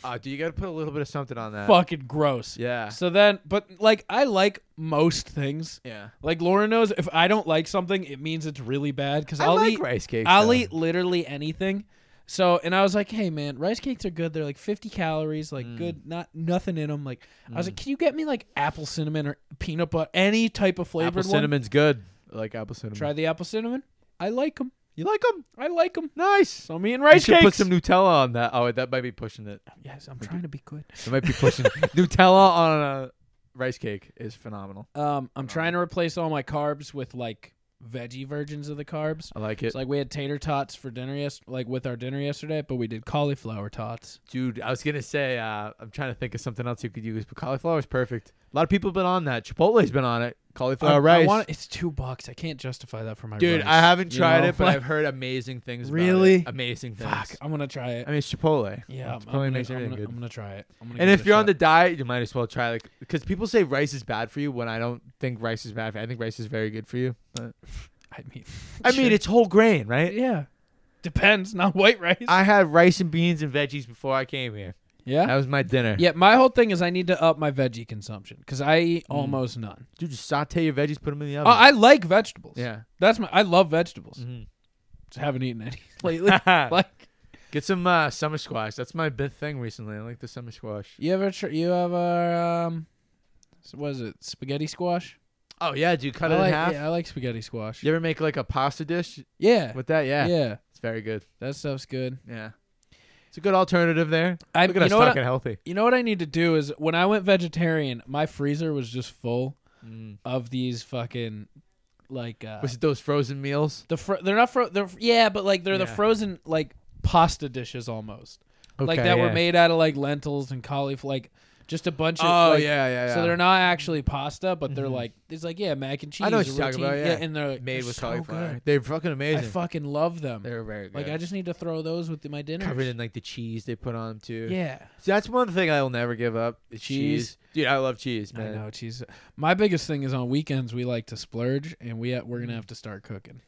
Speaker 8: Uh, do you got to put a little bit of something on that?
Speaker 5: Fucking gross.
Speaker 8: Yeah.
Speaker 5: So then, but like I like most things.
Speaker 8: Yeah.
Speaker 5: Like Laura knows, if I don't like something, it means it's really bad because
Speaker 8: I
Speaker 5: I'll
Speaker 8: like
Speaker 5: eat
Speaker 8: rice cakes,
Speaker 5: I'll
Speaker 8: though.
Speaker 5: eat literally anything. So and I was like, hey man, rice cakes are good. They're like 50 calories, like
Speaker 8: Mm.
Speaker 5: good, not nothing in them. Like I was like, can you get me like apple cinnamon or peanut butter, any type of flavored
Speaker 8: Apple
Speaker 5: one?
Speaker 8: cinnamon's good. I like apple cinnamon.
Speaker 5: Try the apple cinnamon. I like them.
Speaker 8: you like them?
Speaker 5: I like them.
Speaker 8: Nice.
Speaker 5: So me and
Speaker 8: you
Speaker 5: rice
Speaker 8: should
Speaker 5: cakes.
Speaker 8: put some Nutella on that. Oh, that might be pushing it.
Speaker 5: yes, I'm trying to be good.
Speaker 8: It might be pushing [LAUGHS] Nutella on a rice cake is phenomenal.
Speaker 5: Um, I'm trying to replace all my carbs with like veggie versions of the carbs.
Speaker 8: I like it,
Speaker 5: It's like we had tater tots for dinner yes, like with our dinner yesterday, but we did cauliflower tots.
Speaker 8: dude. I was gonna say uh, I'm trying to think of something else you could use, but cauliflower is perfect. A lot of people have been on that. Chipotle's been on it. Cauliflower
Speaker 5: I- I
Speaker 8: Uh, rice.
Speaker 5: want- it's two bucks. I can't justify that for my
Speaker 8: Dude,
Speaker 5: rice,
Speaker 8: I haven't
Speaker 5: you
Speaker 8: tried
Speaker 5: know?
Speaker 8: it, but [LAUGHS]
Speaker 5: Like,
Speaker 8: I've heard amazing things. about it.
Speaker 5: Really?
Speaker 8: amazing things.
Speaker 5: fuck, I'm gonna try it.
Speaker 8: I mean, it's Chipotle.
Speaker 5: yeah, I'm, I'm
Speaker 8: Chipotle
Speaker 5: gonna,
Speaker 8: makes
Speaker 5: I'm
Speaker 8: everything
Speaker 5: gonna-
Speaker 8: good.
Speaker 5: I'm gonna try it. I'm gonna
Speaker 8: and
Speaker 5: give
Speaker 8: if
Speaker 5: it a
Speaker 8: you're on the
Speaker 5: shot.
Speaker 8: diet, you might as well try like because people say rice is bad for you. When I don't think rice is bad, for you. I think rice is very good for you. But
Speaker 5: I mean,
Speaker 8: [LAUGHS] I mean,
Speaker 5: sure.
Speaker 8: it's whole grain, right?
Speaker 5: yeah, depends. [LAUGHS] Not white rice.
Speaker 8: I had rice and beans and veggies before I came here.
Speaker 5: yeah,
Speaker 8: That was my dinner.
Speaker 5: yeah. My whole thing is I need to up my veggie consumption because I eat
Speaker 8: Mm.
Speaker 5: almost none.
Speaker 8: dude, just saute your veggies, put them in the
Speaker 5: Uh,
Speaker 8: oven.
Speaker 5: I like vegetables.
Speaker 8: yeah,
Speaker 5: that's my. I love vegetables.
Speaker 8: Mhm. [LAUGHS]
Speaker 5: Just haven't eaten any lately. like
Speaker 8: Get some uh, summer squash. That's my big thing recently. I like the summer squash.
Speaker 5: You ever tr- you ever um, s- what is it spaghetti squash?
Speaker 8: Oh yeah, dude, cut
Speaker 5: I
Speaker 8: it
Speaker 5: like-
Speaker 8: in half.
Speaker 5: Yeah, I like spaghetti squash.
Speaker 8: You ever make like a pasta dish?
Speaker 5: Yeah.
Speaker 8: With that, yeah.
Speaker 5: Yeah.
Speaker 8: It's very good.
Speaker 5: That stuff's good.
Speaker 8: Yeah. It's a good alternative there.
Speaker 5: I,
Speaker 8: Look at
Speaker 5: you
Speaker 8: us
Speaker 5: know what I-
Speaker 8: talking healthy.
Speaker 5: You know what I need to do is when I went vegetarian, my freezer was just full of these fucking like uh,
Speaker 8: Was it those frozen meals?
Speaker 5: The fro- they're not fro- they're yeah, but like they're the
Speaker 8: Yeah.
Speaker 5: frozen like pasta dishes almost, like
Speaker 8: Okay,
Speaker 5: that were
Speaker 8: yeah.
Speaker 5: made out of like lentils and cauliflower, like just a bunch of
Speaker 8: Oh,
Speaker 5: like-
Speaker 8: yeah, yeah,
Speaker 5: So
Speaker 8: yeah.
Speaker 5: they're not actually pasta, but they're
Speaker 8: Mhm.
Speaker 5: like it's like yeah, mac and cheese.
Speaker 8: I know what
Speaker 5: or
Speaker 8: you're talking about,
Speaker 5: roti-
Speaker 8: yeah.
Speaker 5: and they're like,
Speaker 8: Made
Speaker 5: they're
Speaker 8: with
Speaker 5: so
Speaker 8: cauliflower.
Speaker 5: good.
Speaker 8: They're fucking amazing.
Speaker 5: I fucking love them.
Speaker 8: They're very
Speaker 5: Like
Speaker 8: good.
Speaker 5: I just need to throw those with my dinner.
Speaker 8: Covered in like the cheese they put on them too.
Speaker 5: Yeah.
Speaker 8: See, that's one thing I'll never give up. is
Speaker 5: Cheese.
Speaker 8: cheese. Dude, I love cheese, man.
Speaker 5: I know cheese. My biggest thing is on weekends we like to splurge, and we we're gonna have to start cooking.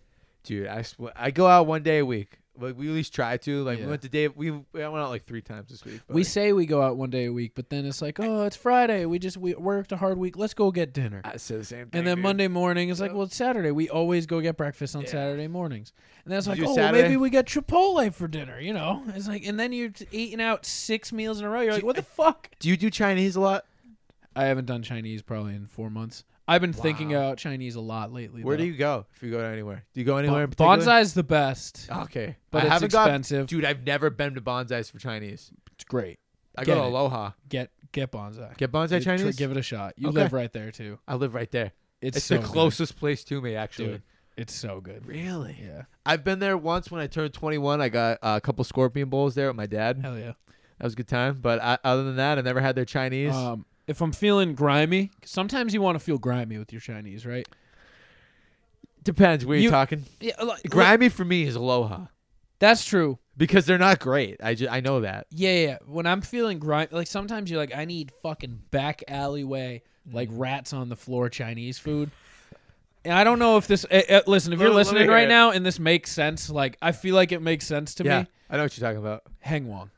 Speaker 8: Dude, I, sw- I go out one day a week. Like we at least try to. Like
Speaker 5: Yeah.
Speaker 8: we went to Dave. We, we I went out like three times this week.
Speaker 5: We say we go out one day a week, but then it's like, oh, it's Friday. We just we worked a hard week. Let's go get dinner.
Speaker 8: I say the same
Speaker 5: And then Monday morning it's like, well, it's Saturday. We always go get breakfast on Saturday mornings. And that's
Speaker 8: You
Speaker 5: like,
Speaker 8: do
Speaker 5: oh, well,
Speaker 8: Saturday?
Speaker 5: maybe we got Chipotle for dinner. You know, it's like, and then you're t- eating out six meals in a row. You're like, what the fuck?
Speaker 8: Do you do Chinese a lot?
Speaker 5: I haven't done Chinese probably in four months. I've been thinking
Speaker 8: Wow.
Speaker 5: about Chinese a lot lately.
Speaker 8: Where
Speaker 5: though.
Speaker 8: do you go if you go anywhere? Do you go
Speaker 5: Bon-
Speaker 8: anywhere? in particular?
Speaker 5: Bonsai's the best.
Speaker 8: Okay,
Speaker 5: but
Speaker 8: I
Speaker 5: it's
Speaker 8: haven't gone-
Speaker 5: expensive.
Speaker 8: dude. I've never been to bonsais for Chinese.
Speaker 5: It's great.
Speaker 8: I
Speaker 5: Get
Speaker 8: go to
Speaker 5: it.
Speaker 8: Aloha.
Speaker 5: Get get bonsai.
Speaker 8: Get bonsai
Speaker 5: You tr-
Speaker 8: Chinese?
Speaker 5: give it a shot. You
Speaker 8: Okay.
Speaker 5: live right there too.
Speaker 8: I live right there.
Speaker 5: It's,
Speaker 8: It's
Speaker 5: so
Speaker 8: the closest place to me, actually.
Speaker 5: Dude, it's so good.
Speaker 8: Really?
Speaker 5: Yeah.
Speaker 8: I've been there once when I turned 21. I got uh, a couple scorpion bowls there with my dad.
Speaker 5: Hell yeah.
Speaker 8: That was a good time. But I, other than that, I never had their Chinese.
Speaker 5: Um, if I'm feeling grimy, 'cause sometimes you want to feel grimy with your Chinese, right?
Speaker 8: Depends. Where you,
Speaker 5: you-
Speaker 8: are talking?
Speaker 5: Yeah, like-
Speaker 8: Grimy for me is Aloha.
Speaker 5: That's true.
Speaker 8: Because they're not great. I, ju- I know that.
Speaker 5: Yeah, yeah, yeah. When I'm feeling grimy, like sometimes you're like, I need fucking back alleyway, like rats on the floor Chinese food. And I don't know if this. Uh, uh, listen, if
Speaker 8: Let-
Speaker 5: you're
Speaker 8: let me
Speaker 5: listening
Speaker 8: hear
Speaker 5: right
Speaker 8: it.
Speaker 5: now and this makes sense, like I feel like it makes sense to
Speaker 8: yeah,
Speaker 5: me.
Speaker 8: I know what you're talking about.
Speaker 5: Hang Wong.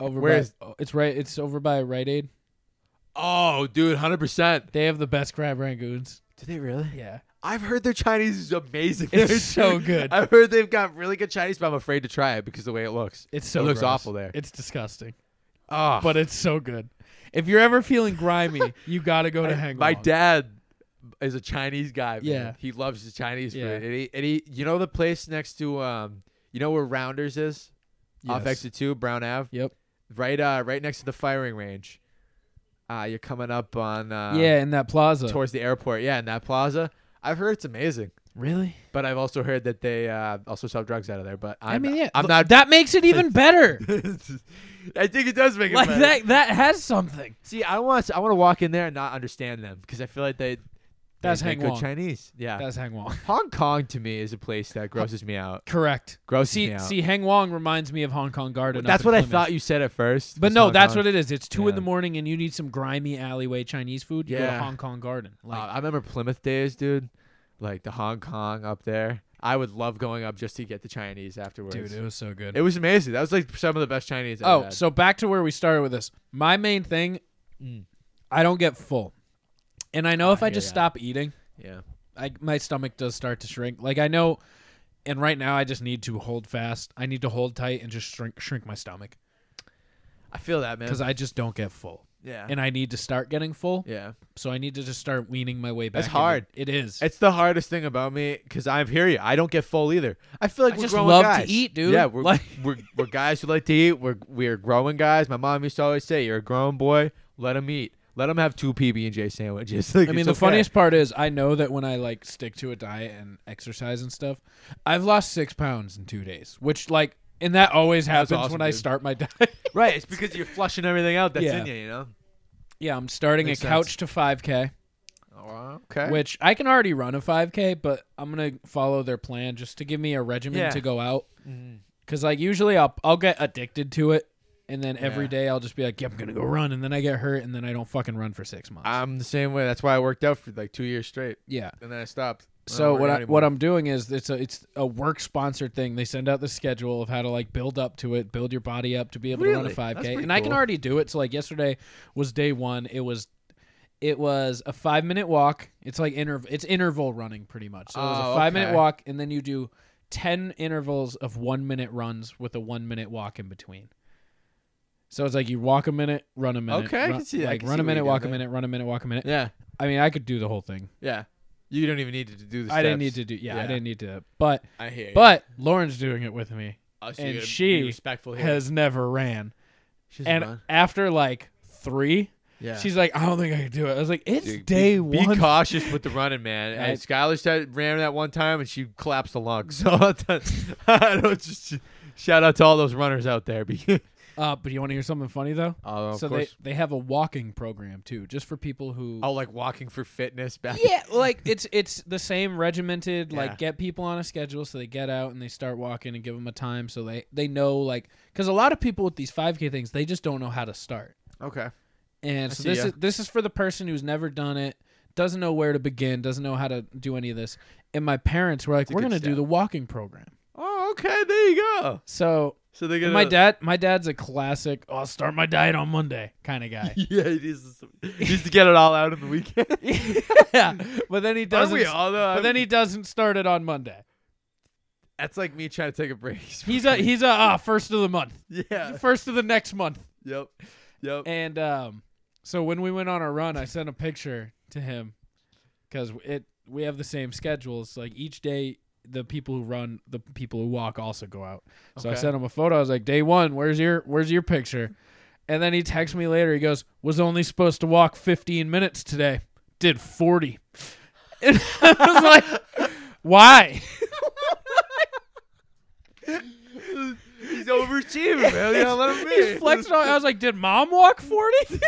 Speaker 5: Over
Speaker 8: Where
Speaker 5: by,
Speaker 8: is-
Speaker 5: oh, it's right. It's over by Rite Aid.
Speaker 8: Oh, dude, 100%.
Speaker 5: They have the best crab rangoons.
Speaker 8: Do they really?
Speaker 5: Yeah.
Speaker 8: I've heard their Chinese is amazing.
Speaker 5: It's
Speaker 8: [LAUGHS] there,
Speaker 5: so
Speaker 8: dude.
Speaker 5: good.
Speaker 8: I've heard they've got really good Chinese, but I'm afraid to try it because of the way it looks.
Speaker 5: It's so
Speaker 8: it looks
Speaker 5: gross.
Speaker 8: awful there.
Speaker 5: It's disgusting.
Speaker 8: Ah.
Speaker 5: But it's so good. If you're ever feeling grimy, you got to go to
Speaker 8: I-
Speaker 5: Hang
Speaker 8: My
Speaker 5: Wong.
Speaker 8: dad is a Chinese guy. Man.
Speaker 5: Yeah.
Speaker 8: he loves the Chinese
Speaker 5: Yeah.
Speaker 8: food. And he, and he, you know, the place next to, um, you know where Rounders is, off
Speaker 5: Yes.
Speaker 8: exit two, Brown Ave.
Speaker 5: Yep.
Speaker 8: Right, uh, right next to the firing range. Uh, you're coming up on. Uh,
Speaker 5: Yeah, in that plaza.
Speaker 8: Towards the airport. Yeah, in that plaza. I've heard it's amazing.
Speaker 5: Really?
Speaker 8: But I've also heard that they uh, also sell drugs out of there. But I'm,
Speaker 5: I mean, yeah.
Speaker 8: I'm
Speaker 5: look,
Speaker 8: not.
Speaker 5: That makes it even better.
Speaker 8: [LAUGHS] I think it does make it
Speaker 5: like
Speaker 8: better.
Speaker 5: that. That has something.
Speaker 8: See, I want I want to walk in there and not understand them because I feel like they
Speaker 5: That's
Speaker 8: they
Speaker 5: Hang
Speaker 8: make good
Speaker 5: Wong.
Speaker 8: Chinese. Yeah,
Speaker 5: That's Hang Wong.
Speaker 8: Hong Kong to me is a place that grosses me out.
Speaker 5: Correct.
Speaker 8: Grosses
Speaker 5: see,
Speaker 8: me out.
Speaker 5: see, Hang Wong reminds me of Hong Kong Garden.
Speaker 8: that's
Speaker 5: up in
Speaker 8: what I
Speaker 5: Plymouth.
Speaker 8: thought you said at first.
Speaker 5: But
Speaker 8: was
Speaker 5: no,
Speaker 8: Hong
Speaker 5: that's
Speaker 8: Kong.
Speaker 5: what it is. It's two in
Speaker 8: Yeah.
Speaker 5: the morning, and you need some grimy alleyway Chinese food. You go
Speaker 8: Yeah.
Speaker 5: to Hong Kong Garden. Like,
Speaker 8: Uh, I remember Plymouth days, dude. Like the Hong Kong up there. I would love going up just to get the Chinese afterwards.
Speaker 5: Dude, it was so good.
Speaker 8: It was amazing. That was like some of the best Chinese. I've
Speaker 5: oh,
Speaker 8: had.
Speaker 5: so back to where we started with this. My main thing, I don't get full, and I know if I
Speaker 8: Oh, hear
Speaker 5: just
Speaker 8: ya.
Speaker 5: stop eating,
Speaker 8: Yeah.
Speaker 5: I, my stomach does start to shrink. Like I know, and right now I just need to hold fast. I need to hold tight and just shrink shrink my stomach
Speaker 8: I feel that man.
Speaker 5: because I just don't get full.
Speaker 8: Yeah.
Speaker 5: and I need to start getting full.
Speaker 8: Yeah,
Speaker 5: so I need to just start weaning my way back.
Speaker 8: That's
Speaker 5: into-
Speaker 8: hard.
Speaker 5: It is.
Speaker 8: It's the hardest thing about me because I hear you. I don't get full either. I feel like
Speaker 5: I
Speaker 8: we're
Speaker 5: just
Speaker 8: growing
Speaker 5: love to
Speaker 8: guys.
Speaker 5: eat, dude.
Speaker 8: Yeah, we're,
Speaker 5: Like-
Speaker 8: we're we're guys who like to eat. We're we're growing guys. My mom used to always say, "You're a grown boy. Let him eat. Let him have two PB and J sandwiches." [LAUGHS] Like,
Speaker 5: I mean,
Speaker 8: it's
Speaker 5: the
Speaker 8: okay.
Speaker 5: funniest part is I know that when I like stick to a diet and exercise and stuff, I've lost six pounds in two days, which like, and that always
Speaker 8: That's
Speaker 5: happens
Speaker 8: awesome,
Speaker 5: when I
Speaker 8: dude.
Speaker 5: start my [LAUGHS] diet.
Speaker 8: right? It's because you're flushing everything out that's
Speaker 5: Yeah.
Speaker 8: in you. You know.
Speaker 5: yeah, I'm starting
Speaker 8: Makes
Speaker 5: a
Speaker 8: sense.
Speaker 5: couch to 5K,
Speaker 8: Oh, okay.
Speaker 5: which I can already run a 5K, but I'm gonna follow their plan just to give me a regimen
Speaker 8: Yeah.
Speaker 5: to go out,
Speaker 8: Mm.
Speaker 5: because like usually I'll I'll get addicted to it, and then every
Speaker 8: Yeah.
Speaker 5: day I'll just be like, yeah, I'm gonna go run, and then I get hurt, and then I don't fucking run for six months.
Speaker 8: I'm the same way. That's why I worked out for like two years straight.
Speaker 5: Yeah.
Speaker 8: and then I stopped. I don't
Speaker 5: So
Speaker 8: work
Speaker 5: what
Speaker 8: out
Speaker 5: I,
Speaker 8: anymore.
Speaker 5: what I'm doing is it's a it's a work sponsored thing. They send out the schedule of how to like build up to it, build your body up to be able to run a
Speaker 8: Really?
Speaker 5: 5K,
Speaker 8: That's
Speaker 5: and
Speaker 8: pretty
Speaker 5: I can
Speaker 8: cool.
Speaker 5: already do it. So like yesterday was day one. It was it was a five minute walk. It's like interv it's interval running pretty much. So it was
Speaker 8: Oh,
Speaker 5: a five minute
Speaker 8: okay.
Speaker 5: walk, and then you do ten intervals of one minute runs with a one minute walk in between. So it's like you walk a minute, run a minute.
Speaker 8: Okay, I
Speaker 5: run,
Speaker 8: can see that. I
Speaker 5: Like
Speaker 8: can
Speaker 5: run
Speaker 8: see
Speaker 5: a
Speaker 8: what
Speaker 5: minute,
Speaker 8: you're
Speaker 5: walk a
Speaker 8: doing there.
Speaker 5: minute, run a minute, walk a minute.
Speaker 8: Yeah.
Speaker 5: I mean, I could do the whole thing.
Speaker 8: Yeah. You don't even need to do the
Speaker 5: I didn't need
Speaker 8: steps.
Speaker 5: to do. Yeah, I
Speaker 8: Yeah.
Speaker 5: didn't need to. But
Speaker 8: I hear ya.
Speaker 5: But Lauren's doing it with me,
Speaker 8: Oh, so you
Speaker 5: and
Speaker 8: gotta be
Speaker 5: she
Speaker 8: respectful here.
Speaker 5: has never ran.
Speaker 8: She doesn't
Speaker 5: and
Speaker 8: run.
Speaker 5: after like three,
Speaker 8: Yeah.
Speaker 5: she's like, I don't think I can do it. I was like, it's
Speaker 8: Dude, be-
Speaker 5: day
Speaker 8: be,
Speaker 5: one.
Speaker 8: cautious with the
Speaker 5: [LAUGHS]
Speaker 8: running, man.
Speaker 5: I-
Speaker 8: And Skylar started, ran that one time and she collapsed the lung. [LAUGHS] So I don't- [LAUGHS] I don't just shout out to all those runners out there. Be- [LAUGHS]
Speaker 5: Uh, but you want to hear something funny though?
Speaker 8: Oh, of
Speaker 5: so
Speaker 8: course.
Speaker 5: they they have a walking program too, just for people who
Speaker 8: oh, like walking for fitness back.
Speaker 5: [LAUGHS]
Speaker 8: [LAUGHS]
Speaker 5: yeah, like it's it's the same regimented.
Speaker 8: Yeah.
Speaker 5: Like get people on a schedule so they get out and they start walking and give them a time so they they know like because a lot of people with these five k things they just don't know how to start.
Speaker 8: Okay.
Speaker 5: And
Speaker 8: I
Speaker 5: so
Speaker 8: see
Speaker 5: this
Speaker 8: ya.
Speaker 5: is this is for the person who's never done it, doesn't know where to begin, doesn't know how to do any of this. And my parents were like,
Speaker 8: a
Speaker 5: "We're
Speaker 8: good
Speaker 5: gonna do
Speaker 8: step.
Speaker 5: the walking program."
Speaker 8: Oh, okay. There you go.
Speaker 5: So
Speaker 8: So they
Speaker 5: and
Speaker 8: gonna
Speaker 5: my dad my dad's a classic. Oh, I'll start my diet on Monday kind of
Speaker 8: [LAUGHS]
Speaker 5: guy.
Speaker 8: Yeah, he needs, to, he needs to get it all out in the [LAUGHS] weekend.
Speaker 5: yeah, [LAUGHS] but then he doesn't.
Speaker 8: we all, though?
Speaker 5: but then he doesn't start it on Monday.
Speaker 8: That's like me trying to take a break.
Speaker 5: He's a he's a ah, first of the month.
Speaker 8: [LAUGHS] Yeah.
Speaker 5: first of the next month.
Speaker 8: Yep. [LAUGHS] Yep.
Speaker 5: And um, so when we went on our run, I sent a picture to him because it we have the same schedules. Like each day, the people who run, the people who walk, also go out. So I
Speaker 8: Okay.
Speaker 5: sent him a photo. I was like, "Day one, where's your where's your picture?" And then he texts me later. He goes, "Was only supposed to walk 15 minutes today. Did 40." [LAUGHS] And I was like, "Why?" [LAUGHS]
Speaker 8: He's overachieving, man. You gotta let [LAUGHS] him be.
Speaker 5: He's flexing on. I was like, "Did mom walk 40?" [LAUGHS]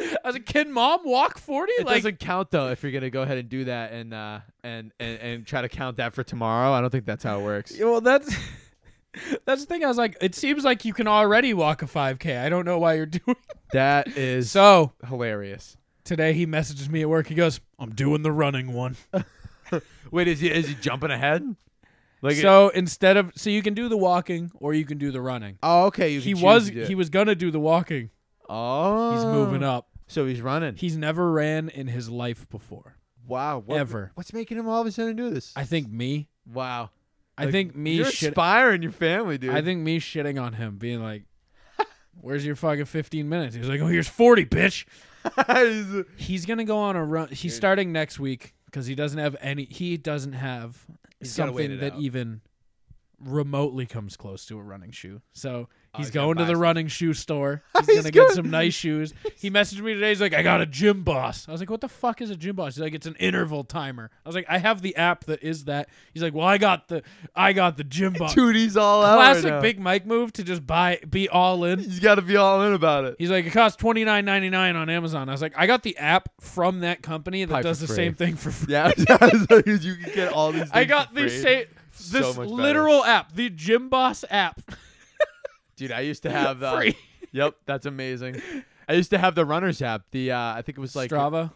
Speaker 5: I was like, "Can mom walk 40?"
Speaker 8: It
Speaker 5: Like,
Speaker 8: doesn't count though if you're gonna go ahead and do that and uh and, and and try to count that for tomorrow. I don't think that's how it works.
Speaker 5: Yeah, well, that's [LAUGHS] that's the thing. I was like, it seems like you can already walk a 5K. I don't know why you're [LAUGHS] doing.
Speaker 8: [LAUGHS] That is
Speaker 5: So
Speaker 8: hilarious.
Speaker 5: today he messages me at work. He goes, "I'm doing the running one."
Speaker 8: Wait, is he is he jumping ahead? Like
Speaker 5: so instead of so you can do the walking or you can do the running.
Speaker 8: oh, okay. You can
Speaker 5: he
Speaker 8: choose
Speaker 5: was
Speaker 8: to do it.
Speaker 5: he was gonna do the walking.
Speaker 8: Oh,
Speaker 5: He's moving up.
Speaker 8: So he's running.
Speaker 5: He's never ran in his life before.
Speaker 8: Wow. What,
Speaker 5: Ever.
Speaker 8: What's making him all of a sudden do this?
Speaker 5: I think me.
Speaker 8: Wow.
Speaker 5: I
Speaker 8: Like,
Speaker 5: think me
Speaker 8: You're
Speaker 5: should.
Speaker 8: inspiring your family, dude.
Speaker 5: I think me shitting on him, being like, [LAUGHS] "Where's your fucking 15 minutes?" He's like, "Oh, here's 40, bitch."
Speaker 8: [LAUGHS] He's-
Speaker 5: He's gonna go on a run. He's starting next week because he doesn't have any. He doesn't have
Speaker 8: He's gotta wait
Speaker 5: something
Speaker 8: it
Speaker 5: that
Speaker 8: out.
Speaker 5: even remotely comes close to a running shoe. So
Speaker 8: Oh,
Speaker 5: he's
Speaker 8: he's gonna
Speaker 5: going to
Speaker 8: buy
Speaker 5: the
Speaker 8: some.
Speaker 5: running shoe
Speaker 8: [LAUGHS]
Speaker 5: store. He's,
Speaker 8: He's
Speaker 5: gonna get
Speaker 8: gonna-
Speaker 5: some nice shoes. He messaged me today. He's like, "I got a gym boss." I was like, "What the fuck is a gym boss?" He's like, "It's an interval timer." I was like, "I have the app that is that." He's like, "Well, I got the I got the
Speaker 8: [LAUGHS]
Speaker 5: gym boss."
Speaker 8: dude, he's all out. right
Speaker 5: Classic
Speaker 8: now.
Speaker 5: Big Mike move to just buy be all in.
Speaker 8: He's got to be all in about it.
Speaker 5: [LAUGHS] He's like, it costs twenty nine ninety nine on Amazon. I was like, I got the app from that company that
Speaker 8: Probably for
Speaker 5: does the
Speaker 8: free.
Speaker 5: same thing for free.
Speaker 8: Yeah, [LAUGHS] you can get all these.
Speaker 5: [LAUGHS] I
Speaker 8: things
Speaker 5: got
Speaker 8: for
Speaker 5: the
Speaker 8: free.
Speaker 5: same
Speaker 8: So
Speaker 5: this
Speaker 8: much better.
Speaker 5: literal app, the Gym Boss app.
Speaker 8: Dude, I used to have uh,
Speaker 5: [LAUGHS]
Speaker 8: the.
Speaker 5: Free.
Speaker 8: yep, that's amazing.
Speaker 5: [LAUGHS]
Speaker 8: I used to have the runners app. The uh, I think it was like
Speaker 5: Strava,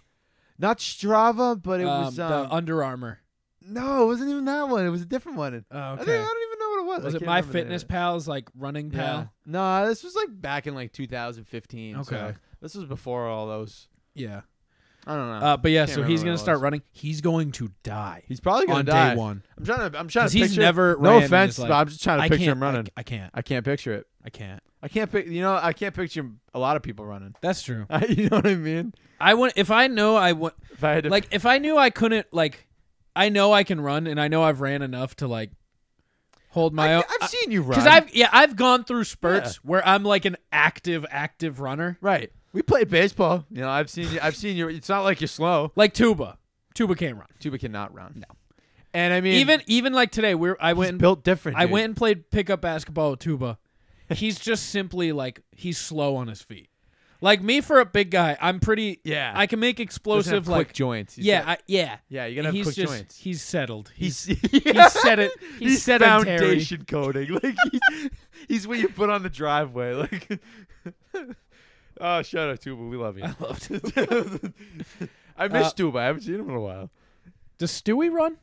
Speaker 8: not Strava, but it
Speaker 5: um,
Speaker 8: was um,
Speaker 5: the Under Armour.
Speaker 8: no, it wasn't even that one. It was a different one.
Speaker 5: Oh,
Speaker 8: I, think,
Speaker 5: okay.
Speaker 8: I don't even know what it was.
Speaker 5: Was
Speaker 8: I
Speaker 5: it
Speaker 8: can't
Speaker 5: My
Speaker 8: remember the name
Speaker 5: Fitness
Speaker 8: of it.
Speaker 5: Pal's like Running
Speaker 8: Yeah.
Speaker 5: Pal?
Speaker 8: No, this was like back in like 2015. so
Speaker 5: Okay.
Speaker 8: this was before all those.
Speaker 5: Yeah.
Speaker 8: I don't know.
Speaker 5: Uh, but yeah,
Speaker 8: Can't
Speaker 5: so he's
Speaker 8: remember what
Speaker 5: gonna
Speaker 8: it
Speaker 5: start
Speaker 8: was.
Speaker 5: running. He's going to die.
Speaker 8: He's probably gonna
Speaker 5: on
Speaker 8: die.
Speaker 5: day one.
Speaker 8: I'm trying to. I'm trying
Speaker 5: 'Cause
Speaker 8: to.
Speaker 5: he's
Speaker 8: picture-
Speaker 5: never ran in
Speaker 8: No
Speaker 5: his
Speaker 8: offense,
Speaker 5: life.
Speaker 8: but I'm just trying to
Speaker 5: I
Speaker 8: picture
Speaker 5: can't-
Speaker 8: him running.
Speaker 5: I, I can't.
Speaker 8: I can't picture it.
Speaker 5: I can't.
Speaker 8: I can't pic. You know, I can't picture a lot of people running. [LAUGHS]
Speaker 5: That's true.
Speaker 8: you know what I mean?
Speaker 5: I want if I know I want
Speaker 8: If I had to,
Speaker 5: like if I knew I couldn't like I know I can run and I know I've ran enough to like hold my
Speaker 8: I,
Speaker 5: own
Speaker 8: I've seen you run.
Speaker 5: because I've yeah I've gone through spurts where I'm like an active active runner
Speaker 8: right. We played baseball. You know, I've seen you. I've seen you. It's not like you're slow.
Speaker 5: like Tuba Tuba can't run
Speaker 8: Tuba cannot run. No. And I mean,
Speaker 5: even even like today we're I
Speaker 8: he's
Speaker 5: went and,
Speaker 8: built different.
Speaker 5: I
Speaker 8: dude.
Speaker 5: went and played pickup basketball with
Speaker 8: [LAUGHS]
Speaker 5: Tuba he's just simply like he's slow on his feet like me for a big guy I'm pretty
Speaker 8: Yeah.
Speaker 5: I can make
Speaker 8: Doesn't have
Speaker 5: explosive
Speaker 8: quick
Speaker 5: like
Speaker 8: joints. He's
Speaker 5: yeah
Speaker 8: got-
Speaker 5: I, yeah
Speaker 8: yeah. You're gonna have
Speaker 5: he's
Speaker 8: quick
Speaker 5: just
Speaker 8: joints.
Speaker 5: he's settled he's
Speaker 8: [LAUGHS] he's
Speaker 5: he said it- he
Speaker 8: he's
Speaker 5: said it, Terry.
Speaker 8: foundation coding. [LAUGHS] Like he's, he's what you put on the driveway. Like, [LAUGHS] oh, shout out Tuba. We love you.
Speaker 5: I
Speaker 8: [LAUGHS]
Speaker 5: love Tuba.
Speaker 8: I miss
Speaker 5: Uh,
Speaker 8: Tuba. I haven't seen him in a while.
Speaker 5: does Stewie run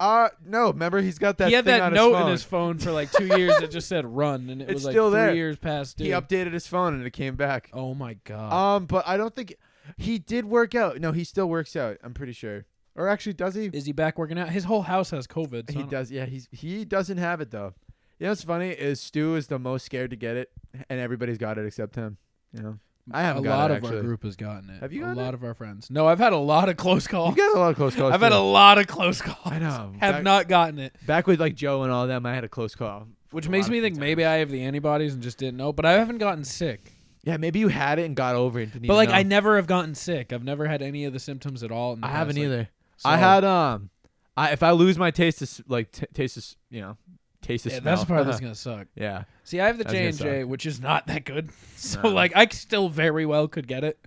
Speaker 8: Uh no. Remember, he's got that.
Speaker 5: he had
Speaker 8: thing
Speaker 5: that
Speaker 8: on
Speaker 5: note
Speaker 8: his
Speaker 5: in
Speaker 8: phone.
Speaker 5: his phone for like two years that just said run, and it
Speaker 8: It's
Speaker 5: was like
Speaker 8: still
Speaker 5: three
Speaker 8: there.
Speaker 5: years past due.
Speaker 8: He Um, updated his phone and it came back.
Speaker 5: oh my god!
Speaker 8: Um, but I don't think he did work out. No, he still works out. I'm pretty sure. Or actually, does he?
Speaker 5: Is he back working out? His whole house has COVID. so I
Speaker 8: he
Speaker 5: don't-
Speaker 8: does. Yeah, he's he doesn't have it though. You know what's funny is Stu is the most scared to get it, and everybody's got it except him. You know, I
Speaker 5: A
Speaker 8: haven't. got
Speaker 5: lot
Speaker 8: it,
Speaker 5: of our
Speaker 8: actually.
Speaker 5: group has gotten it.
Speaker 8: Have you?
Speaker 5: A
Speaker 8: gotten
Speaker 5: lot
Speaker 8: it?
Speaker 5: of our friends. No, I've had a lot of close calls.
Speaker 8: You guys had a lot of close calls.
Speaker 5: I've had
Speaker 8: too.
Speaker 5: a lot of close calls.
Speaker 8: I know.
Speaker 5: [LAUGHS] Have
Speaker 8: Back-
Speaker 5: not gotten it.
Speaker 8: Back with like Joe and all them, I had a close call.
Speaker 5: Which
Speaker 8: A
Speaker 5: makes
Speaker 8: lot
Speaker 5: me
Speaker 8: of
Speaker 5: think maybe I have the antibodies and just didn't know, but I haven't gotten sick.
Speaker 8: Yeah, maybe you had it and got over it. and didn't
Speaker 5: But
Speaker 8: even
Speaker 5: like
Speaker 8: know.
Speaker 5: I never have gotten sick. I've never had any of the symptoms at all. In the
Speaker 8: I
Speaker 5: past,
Speaker 8: haven't
Speaker 5: like-
Speaker 8: either.
Speaker 5: So-
Speaker 8: I had um, I if I lose my taste of s- like t- taste of s- you know taste of
Speaker 5: Yeah,
Speaker 8: smell.
Speaker 5: that's the
Speaker 8: [LAUGHS]
Speaker 5: part that's gonna suck.
Speaker 8: Yeah.
Speaker 5: See, I have the
Speaker 8: That's
Speaker 5: J
Speaker 8: gonna
Speaker 5: and
Speaker 8: suck.
Speaker 5: J, which is not that good. [LAUGHS] So
Speaker 8: No.
Speaker 5: like I still very well could get it.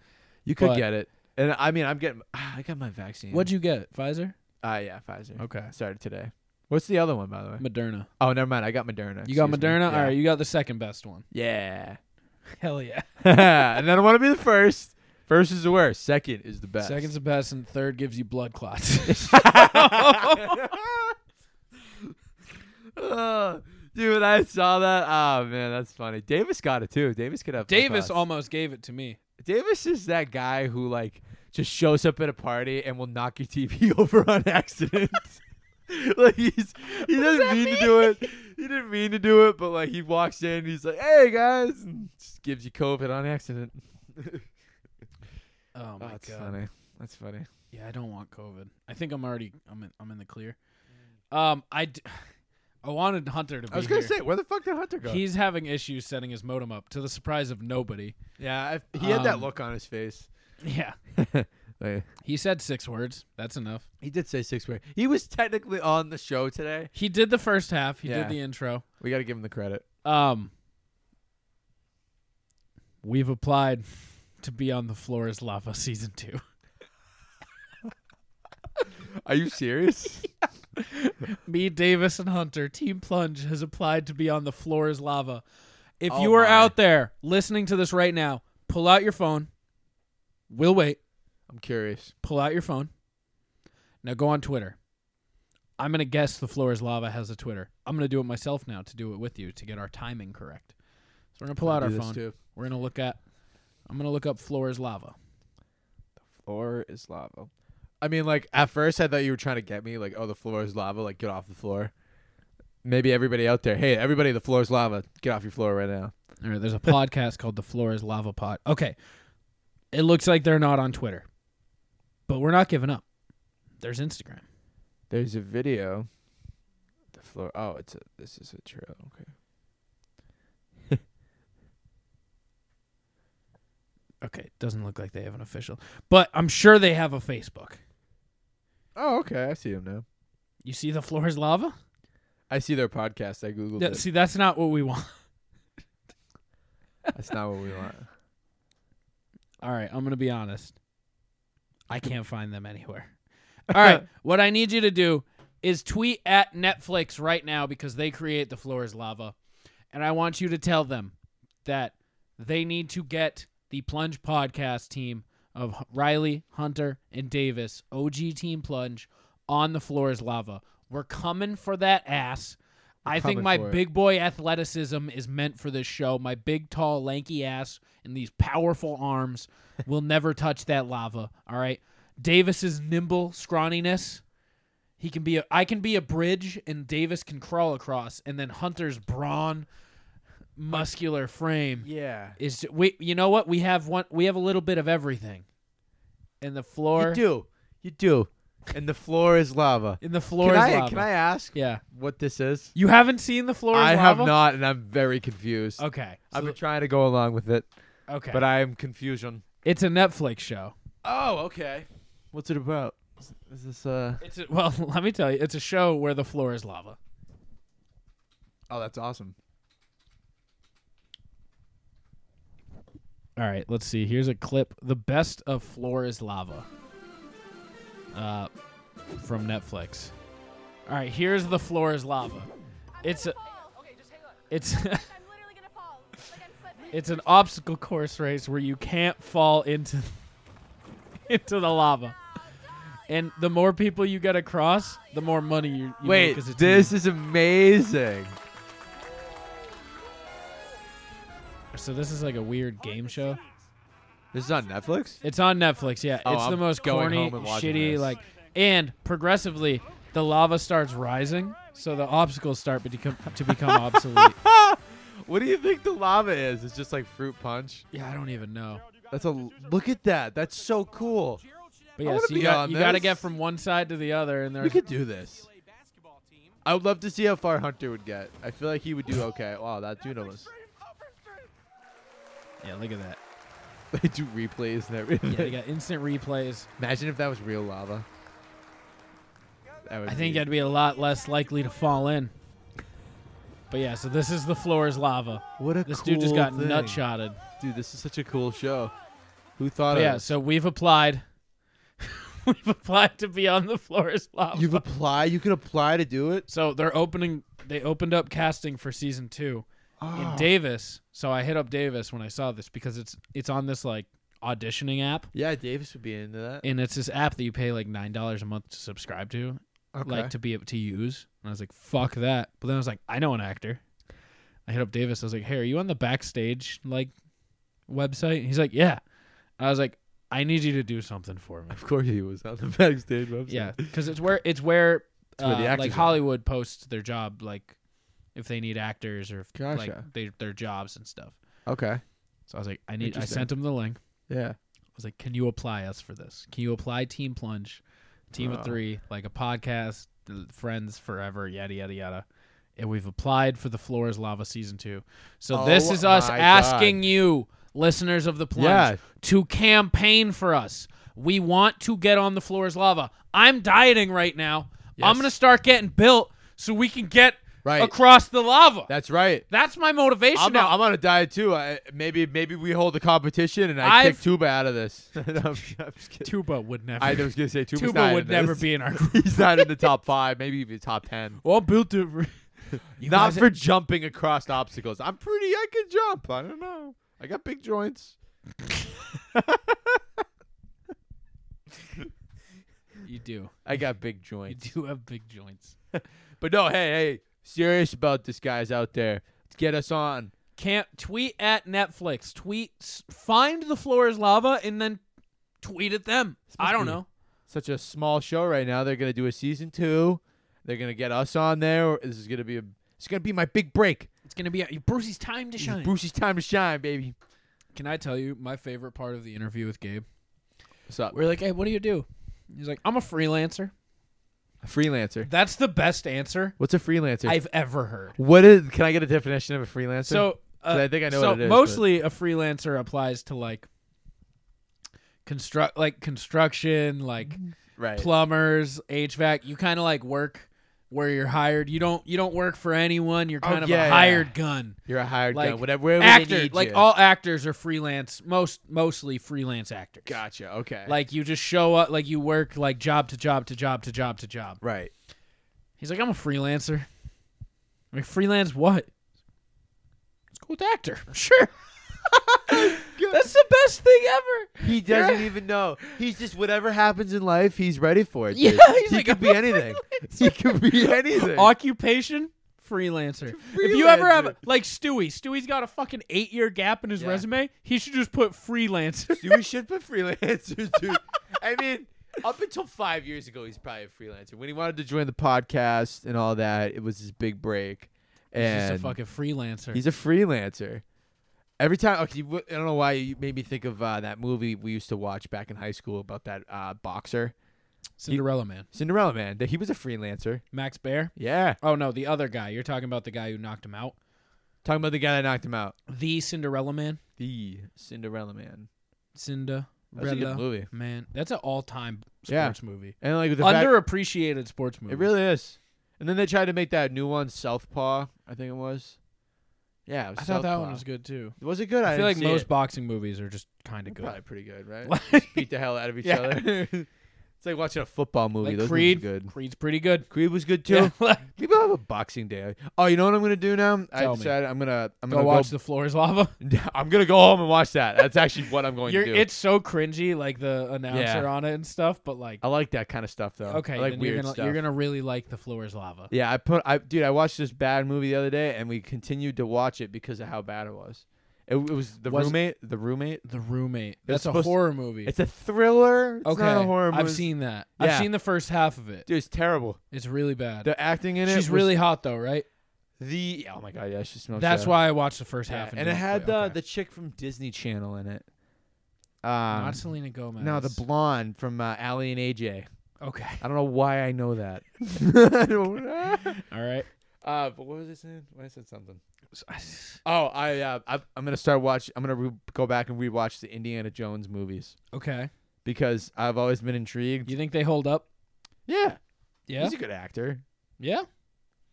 Speaker 8: You could
Speaker 5: but-
Speaker 8: get it, and I mean I'm getting [SIGHS] I got my vaccine.
Speaker 5: What'd you get? Pfizer?
Speaker 8: Uh, yeah, Pfizer.
Speaker 5: Okay.
Speaker 8: Started today. What's the other one by the way?
Speaker 5: Moderna.
Speaker 8: Oh, never mind. I got Moderna.
Speaker 5: You got
Speaker 8: Excuse me.
Speaker 5: Moderna?
Speaker 8: Yeah.
Speaker 5: All right, you got the second best one.
Speaker 8: [LAUGHS] Yeah.
Speaker 5: [LAUGHS] Hell yeah.
Speaker 8: and I don't want to be the first. First is the worst. Second is the best. [LAUGHS]
Speaker 5: Second's the best, and third gives you blood [LAUGHS] clots.
Speaker 8: [LAUGHS] Ugh. Uh, Dude, I saw that. Oh man, that's funny. Davis got it too. Davis could have.
Speaker 5: Davis
Speaker 8: all-
Speaker 5: almost gave it to me.
Speaker 8: Davis is that guy who like just shows up at a party and will knock your TV [LAUGHS] over on accident. [LAUGHS] like he's he doesn't mean to do it. He didn't mean to do it, but like he walks in, he's like, "Hey guys," and just gives you COVID on accident. [LAUGHS]
Speaker 5: Oh my
Speaker 8: that's
Speaker 5: god.
Speaker 8: funny. That's funny.
Speaker 5: Yeah, I don't want COVID. I think I'm already I'm in, I'm in the clear. Um, I, d- [SIGHS] I wanted Hunter to. Be
Speaker 8: Mm. I was gonna
Speaker 5: here.
Speaker 8: say, where the fuck did Hunter go?
Speaker 5: He's having issues setting his modem up to the surprise of nobody.
Speaker 8: Yeah, I, he had that
Speaker 5: Um,
Speaker 8: look on his face.
Speaker 5: [LAUGHS] Yeah,
Speaker 8: [LAUGHS] Like,
Speaker 5: he said six words. That's enough.
Speaker 8: he did say six words. He was technically on the show today.
Speaker 5: He did the first half. He
Speaker 8: Yeah.
Speaker 5: did the intro.
Speaker 8: We got to give him the credit.
Speaker 5: Um, we've applied to be on the floor as lava [LAUGHS] season two.
Speaker 8: Are you [LAUGHS] serious?
Speaker 5: Me, Davis, and Hunter, Team Plunge has applied to be on the floor is lava. If
Speaker 8: Oh
Speaker 5: you are
Speaker 8: my.
Speaker 5: out there listening to this right now, pull out your phone. We'll wait.
Speaker 8: I'm curious.
Speaker 5: Pull out your phone. Now go on Twitter. I'm gonna guess the floor is lava has a Twitter. I'm gonna do it myself now to do it with you to get our timing correct. So we're gonna pull
Speaker 8: I'll
Speaker 5: out our
Speaker 8: do this
Speaker 5: phone.
Speaker 8: too.
Speaker 5: We're gonna look at. I'm gonna look up floor is lava.
Speaker 8: Floor is lava. I mean, like at first I thought you were trying to get me, like, oh, the floor is lava. Like, get off the floor. Maybe everybody out there, hey, everybody, the floor is lava. Get off your floor right now.
Speaker 5: All right, there's a podcast [LAUGHS] called The Floor is Lava Pod. Okay. It looks like they're not on Twitter. But we're not giving up. There's Instagram.
Speaker 8: There's a video. The floor. Oh, it's a. This is a trail. Okay.
Speaker 5: Okay, it doesn't look like they have an official. But I'm sure they have a Facebook.
Speaker 8: Oh, okay. I see him now.
Speaker 5: You see The Floor is Lava?
Speaker 8: I see their podcast. I googled
Speaker 5: Yeah,
Speaker 8: it.
Speaker 5: see, that's not what we want.
Speaker 8: [LAUGHS] That's not what we want.
Speaker 5: All right, I'm going to be honest. I can't find them anywhere. All right, what I need you to do is tweet at Netflix right now because they create The Floor is Lava. And I want you to tell them that they need to get the Plunge podcast team of H- Riley, Hunter, and Davis, OG Team Plunge, on The Floor is Lava. We're coming for that ass. I think
Speaker 8: coming
Speaker 5: my
Speaker 8: for it.
Speaker 5: big big boy athleticism is meant for this show. My big, tall, lanky ass and these powerful
Speaker 8: [LAUGHS]
Speaker 5: arms will never touch that lava. All right. Davis's nimble scrawniness. He can be a I can be a bridge and Davis can crawl across and then Hunter's brawn muscular frame.
Speaker 8: Yeah.
Speaker 5: Is we you know what? We have one we have a little bit of everything. And the floor
Speaker 8: You do. You do. And the floor is lava.
Speaker 5: and the floor
Speaker 8: can
Speaker 5: is
Speaker 8: I,
Speaker 5: lava.
Speaker 8: Can I ask
Speaker 5: Yeah.
Speaker 8: what this is?
Speaker 5: You haven't seen the floor is
Speaker 8: I
Speaker 5: lava?
Speaker 8: have not, and I'm very confused.
Speaker 5: Okay,
Speaker 8: I've
Speaker 5: so-
Speaker 8: been trying to go along with it.
Speaker 5: Okay.
Speaker 8: But I am confusion.
Speaker 5: It's a Netflix show.
Speaker 8: Oh, okay. What's it about? Is- Is this uh?
Speaker 5: It's a, [LAUGHS] well, let me tell you, it's a show where the floor is lava.
Speaker 8: Oh, that's awesome.
Speaker 5: All right, let's see. Here's a clip: the best of floor is lava, uh, from Netflix. All right, here's the floor is lava. It's a, it's. [LAUGHS] It's an obstacle course race where you can't fall into [LAUGHS] into the lava. And the more people you get across, the more money you, you
Speaker 8: Wait,
Speaker 5: make as a team.
Speaker 8: this is amazing.
Speaker 5: So this is like a weird game show.
Speaker 8: This is on Netflix.
Speaker 5: It's on Netflix. Yeah,
Speaker 8: Oh,
Speaker 5: it's the
Speaker 8: I'm
Speaker 5: most
Speaker 8: going
Speaker 5: corny,
Speaker 8: home and watching
Speaker 5: shitty.
Speaker 8: this.
Speaker 5: Like and progressively the lava starts rising, so the obstacles start to become to
Speaker 8: [LAUGHS]
Speaker 5: become obsolete.
Speaker 8: What do you think the lava is? It's just like fruit punch.
Speaker 5: Yeah, I don't even know.
Speaker 8: That's a look at that. That's so cool.
Speaker 5: But
Speaker 8: I
Speaker 5: yeah,
Speaker 8: wanna
Speaker 5: so you
Speaker 8: be
Speaker 5: got
Speaker 8: on
Speaker 5: you got to
Speaker 8: this.
Speaker 5: get from one side to the other, and
Speaker 8: We
Speaker 5: there's
Speaker 8: could do this. I would love to see how far Hunter would get. I feel like he would do okay. Wow, that dude almost. [LAUGHS]
Speaker 5: Yeah, look at that.
Speaker 8: They do replays and everything.
Speaker 5: yeah, you got instant
Speaker 8: [LAUGHS]
Speaker 5: replays.
Speaker 8: Imagine if that was real lava. That would
Speaker 5: I think
Speaker 8: be-
Speaker 5: I'd be a lot less likely to fall in. But yeah, so this is the floor is lava.
Speaker 8: What a
Speaker 5: this dude just
Speaker 8: cool
Speaker 5: got
Speaker 8: thing.
Speaker 5: nut shotted.
Speaker 8: Dude, this is such a cool show. Who thought
Speaker 5: But
Speaker 8: of
Speaker 5: yeah,
Speaker 8: this?
Speaker 5: so we've applied. [LAUGHS] we've applied to be on the floor is lava.
Speaker 8: You've applied. You can apply to do it.
Speaker 5: So they're opening. They opened up casting for season two
Speaker 8: Ah.
Speaker 5: in Davis. So I hit up Davis when I saw this because it's it's on this like auditioning app,
Speaker 8: Yeah, Davis would be into that.
Speaker 5: and it's this app that you pay like nine dollars a month to subscribe to,
Speaker 8: Okay.
Speaker 5: like to be able to use. And I was like, fuck that. But then I was like, I know an actor. I hit up Davis. I was like, hey, are you on the backstage like website? And he's like, yeah. I was like, I need you to do something for me.
Speaker 8: Of course, he was on the backstage website.
Speaker 5: Yeah, because it's where it's where,
Speaker 8: It's where the
Speaker 5: uh,
Speaker 8: actors
Speaker 5: like
Speaker 8: are.
Speaker 5: Hollywood posts their job, like if they need actors or if,
Speaker 8: Gotcha.
Speaker 5: like they, their jobs and stuff.
Speaker 8: Okay.
Speaker 5: So I was like, I need. I
Speaker 8: Interesting.
Speaker 5: sent him the link.
Speaker 8: Yeah.
Speaker 5: I was like, Can you apply us for this? Can you apply Team Plunge, Team
Speaker 8: Wow.
Speaker 5: of Three, like a podcast, friends forever, yada yada yada. And we've applied for the Floor is Lava season two. So
Speaker 8: Oh
Speaker 5: this is us
Speaker 8: my
Speaker 5: asking you, listeners of the Plunge,
Speaker 8: Yeah.
Speaker 5: to campaign for us. We want to get on the Floor is Lava. I'm dieting right now. I'm
Speaker 8: Yes.
Speaker 5: gonna start getting built so we can get
Speaker 8: Right.
Speaker 5: across the lava.
Speaker 8: That's right.
Speaker 5: That's my motivation
Speaker 8: I'm,
Speaker 5: now.
Speaker 8: I'm on a diet too. I, maybe maybe we hold a competition and I
Speaker 5: I've-
Speaker 8: kick Tuba out of this. [LAUGHS] No,
Speaker 5: [LAUGHS]
Speaker 8: I'm, I'm just kidding.
Speaker 5: Tuba would never.
Speaker 8: I was gonna say Tuba's
Speaker 5: Tuba
Speaker 8: not
Speaker 5: would
Speaker 8: in
Speaker 5: never
Speaker 8: this.
Speaker 5: be in our
Speaker 8: [LAUGHS] He's not in the top five, maybe even
Speaker 5: [LAUGHS]
Speaker 8: top ten.
Speaker 5: Well, built it.
Speaker 8: not
Speaker 5: guys-
Speaker 8: for jumping across obstacles. I'm pretty. I can jump. I don't know. I got big joints.
Speaker 5: You do.
Speaker 8: I got big
Speaker 5: You
Speaker 8: joints.
Speaker 5: do have big joints.
Speaker 8: But no, hey, hey, serious about this, guys out there. Let's get us on.
Speaker 5: Can't tweet at Netflix. Tweet s- find the floor is lava and then tweet at them. I don't
Speaker 8: be-
Speaker 5: know.
Speaker 8: Such a small show right now. They're gonna do a season two. They're gonna get us on there. This is gonna be a. It's gonna be my big break.
Speaker 5: It's gonna be Brucey's time to
Speaker 8: It's
Speaker 5: shine.
Speaker 8: Brucey's time to shine, baby.
Speaker 5: Can I tell you my favorite part of the interview with Gabe?
Speaker 8: What's up?
Speaker 5: We're like, hey, what do you do? He's like, I'm a freelancer.
Speaker 8: A freelancer.
Speaker 5: That's the best answer
Speaker 8: What's a freelancer?
Speaker 5: I've ever heard.
Speaker 8: What is? Can I get a definition of a freelancer?
Speaker 5: So
Speaker 8: 'Cause
Speaker 5: uh,
Speaker 8: I think I know
Speaker 5: so
Speaker 8: what it is. but-
Speaker 5: Mostly, a freelancer applies to like construct, like construction, like
Speaker 8: Right.
Speaker 5: plumbers, HVAC. You kind of like work where you're hired. You don't you don't work for anyone. You're
Speaker 8: Oh,
Speaker 5: kind of
Speaker 8: yeah,
Speaker 5: a
Speaker 8: yeah.
Speaker 5: hired gun.
Speaker 8: You're a hired
Speaker 5: like,
Speaker 8: gun. Whatever. Wherever
Speaker 5: actor,
Speaker 8: They need
Speaker 5: like
Speaker 8: you.
Speaker 5: all actors are freelance. Most mostly freelance actors.
Speaker 8: Gotcha. Okay.
Speaker 5: Like you just show up. Like you work like job to job to job to job to job.
Speaker 8: Right.
Speaker 5: He's like, I'm a freelancer. I'm like freelance what? Let's go with actor. [LAUGHS] Sure. That's the best thing ever.
Speaker 8: He doesn't even know. He's just whatever happens in life, he's ready for it.
Speaker 5: Yeah,
Speaker 8: dude.
Speaker 5: he's
Speaker 8: he
Speaker 5: like,
Speaker 8: could be anything. He could be anything.
Speaker 5: Occupation? Freelancer. If you ever
Speaker 8: Freelancer.
Speaker 5: have like Stewie, Stewie's got a fucking eight year gap in his
Speaker 8: Yeah.
Speaker 5: resume. He should just put
Speaker 8: [LAUGHS]
Speaker 5: freelancer.
Speaker 8: Dude, we should put freelancers, dude. I mean, up until five years ago, he's probably a freelancer. When he wanted to join the podcast and all that, it was his big break.
Speaker 5: He's just
Speaker 8: And
Speaker 5: a fucking freelancer.
Speaker 8: He's a freelancer. Every time, okay, wh- I don't know why you made me think of uh, that movie we used to watch back in high school about that uh, boxer,
Speaker 5: Cinderella man.
Speaker 8: Cinderella Man. That he was a freelancer.
Speaker 5: Max Bear.
Speaker 8: Yeah,
Speaker 5: Oh no, the other guy. You're talking about the guy who knocked him out.
Speaker 8: talking about the guy that knocked him out,
Speaker 5: The Cinderella man.
Speaker 8: the Cinderella Man.
Speaker 5: Cinderella
Speaker 8: That's a good movie.
Speaker 5: man. That's an all time
Speaker 8: Yeah.
Speaker 5: sports movie.
Speaker 8: And like the fact-
Speaker 5: Underappreciated sports movie.
Speaker 8: It really is. And then they tried to make that new one, Southpaw. I think it was. Yeah, it was
Speaker 5: I thought that
Speaker 8: Southpaw.
Speaker 5: one was good too.
Speaker 8: Was it good? I,
Speaker 5: I, feel like
Speaker 8: didn't see
Speaker 5: most
Speaker 8: it.
Speaker 5: boxing movies are just kind of good.
Speaker 8: [LAUGHS] probably pretty good, right?
Speaker 5: Like-
Speaker 8: Just beat the hell out of each
Speaker 5: Yeah. [LAUGHS]
Speaker 8: other. it's like watching a football movie.
Speaker 5: Like
Speaker 8: Those
Speaker 5: Creed,
Speaker 8: movies are good.
Speaker 5: Creed's pretty good.
Speaker 8: Creed was good too.
Speaker 5: Yeah, [LAUGHS] like-
Speaker 8: Maybe I'll have a boxing day. Oh, you know what I'm gonna do now? I
Speaker 5: Tell me.
Speaker 8: decided I'm gonna I'm
Speaker 5: Go
Speaker 8: gonna
Speaker 5: watch
Speaker 8: go,
Speaker 5: the floor is lava.
Speaker 8: [LAUGHS] I'm gonna go home and watch that. That's actually what I'm going
Speaker 5: You're,
Speaker 8: to do.
Speaker 5: it's so cringy, like the announcer on it and stuff. But like,
Speaker 8: I like that kind of stuff though.
Speaker 5: okay,
Speaker 8: I like
Speaker 5: then
Speaker 8: weird
Speaker 5: you're gonna
Speaker 8: stuff.
Speaker 5: you're gonna really like the floor is lava.
Speaker 8: Yeah, I put I dude, I watched this bad movie the other day and we continued to watch it because of how bad it was. It, it was the
Speaker 5: Was-
Speaker 8: roommate. The roommate.
Speaker 5: The roommate.
Speaker 8: It's
Speaker 5: That's a
Speaker 8: supposed-
Speaker 5: horror movie.
Speaker 8: It's a thriller. It's
Speaker 5: okay,
Speaker 8: not a horror movie.
Speaker 5: I've seen that. I've
Speaker 8: Yeah.
Speaker 5: seen the first half of it.
Speaker 8: Dude, it's terrible.
Speaker 5: It's really bad.
Speaker 8: The acting in it.
Speaker 5: She's
Speaker 8: was-
Speaker 5: really hot though, right?
Speaker 8: The oh my god, yeah, she smokes.
Speaker 5: That's
Speaker 8: yeah.
Speaker 5: why I watched the first
Speaker 8: Yeah,
Speaker 5: half and
Speaker 8: and it
Speaker 5: didn't
Speaker 8: had
Speaker 5: play,
Speaker 8: the the chick from Disney Channel in it. Um, Not
Speaker 5: Selena Gomez.
Speaker 8: No, the blonde from uh, Ally and AJ.
Speaker 5: Okay. [LAUGHS]
Speaker 8: I don't know why I know [LAUGHS] that.
Speaker 5: All right.
Speaker 8: Uh, but what was I saying? Why I said something. Oh, I uh, I, I'm gonna start watch. I'm gonna re- go back and rewatch the Indiana Jones movies.
Speaker 5: Okay.
Speaker 8: Because I've always been intrigued.
Speaker 5: You think they hold up?
Speaker 8: Yeah.
Speaker 5: Yeah.
Speaker 8: He's a good actor.
Speaker 5: Yeah.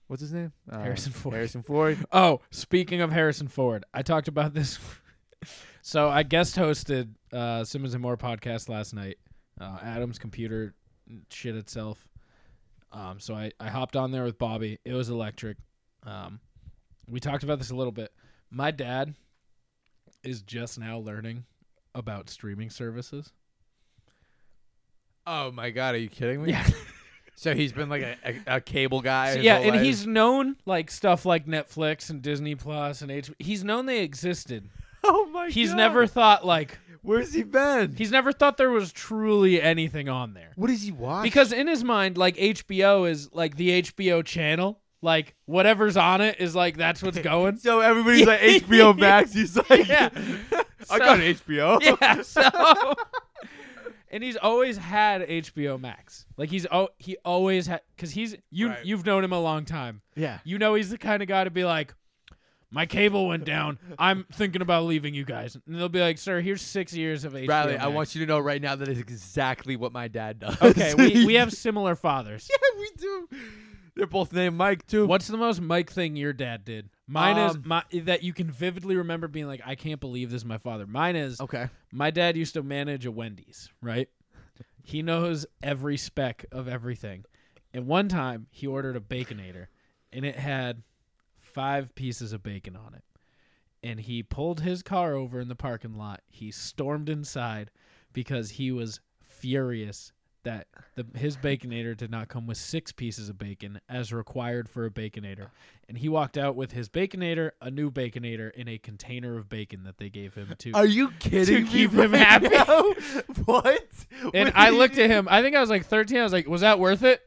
Speaker 8: What's his name? Uh,
Speaker 5: Harrison Ford.
Speaker 8: Harrison Ford.
Speaker 5: [LAUGHS] Oh, speaking of Harrison Ford, I talked about this. [LAUGHS] so I guest hosted uh, Simmons and More podcast last night. Uh, Adam's computer shit itself. Um, so I, I hopped on there with Bobby. It was electric. Um, we talked about this a little bit. My dad is just now learning about streaming services.
Speaker 8: Oh my god, are you kidding me? [LAUGHS] so he's been like a, a, a cable guy.
Speaker 5: So,
Speaker 8: his
Speaker 5: yeah,
Speaker 8: whole
Speaker 5: and
Speaker 8: life?
Speaker 5: he's known like stuff like Netflix and Disney Plus and HBO. He's known they existed.
Speaker 8: [LAUGHS] Oh my
Speaker 5: He's
Speaker 8: God.
Speaker 5: never thought like
Speaker 8: Where's he been?
Speaker 5: He's never thought there was truly anything on there.
Speaker 8: What does he watch?
Speaker 5: Because in his mind like HBO is like the HBO channel. Like whatever's on it is like that's what's going. [LAUGHS]
Speaker 8: so everybody's like HBO Max. He's like,
Speaker 5: Yeah.
Speaker 8: [LAUGHS] I
Speaker 5: So-
Speaker 8: got HBO.
Speaker 5: [LAUGHS] Yeah. So [LAUGHS] and he's always had HBO Max. Like he's oh he always had because he's you you've known him a long time.
Speaker 8: Yeah.
Speaker 5: you know he's the kind of guy to be like, my cable went down. I'm thinking about leaving you guys, and they'll be like, sir, here's six years of HBO.
Speaker 8: Riley, I
Speaker 5: Max."
Speaker 8: want you to know right now that is exactly what my dad does. [LAUGHS]
Speaker 5: Okay, we, we have similar fathers.
Speaker 8: Yeah, we do. They're both named Mike too.
Speaker 5: What's the most Mike thing your dad did? Mine
Speaker 8: Um,
Speaker 5: is my, that you can vividly remember being like, I can't believe this is my father. Mine is
Speaker 8: okay.
Speaker 5: My dad used to manage a Wendy's, right? He knows every speck of everything. And one time he ordered a baconator and it had five pieces of bacon on it. And he pulled his car over in the parking lot. He stormed inside because he was furious that the, his baconator did not come with six pieces of bacon as required for a baconator. And he walked out with his baconator, a new baconator, and a container of bacon that they gave him to
Speaker 8: Are you kidding
Speaker 5: to
Speaker 8: me
Speaker 5: keep him
Speaker 8: right
Speaker 5: happy.
Speaker 8: now? [LAUGHS] What?
Speaker 5: And
Speaker 8: What
Speaker 5: I
Speaker 8: did
Speaker 5: looked
Speaker 8: you
Speaker 5: at him. I think I was like 13. I was like, "Was that worth it?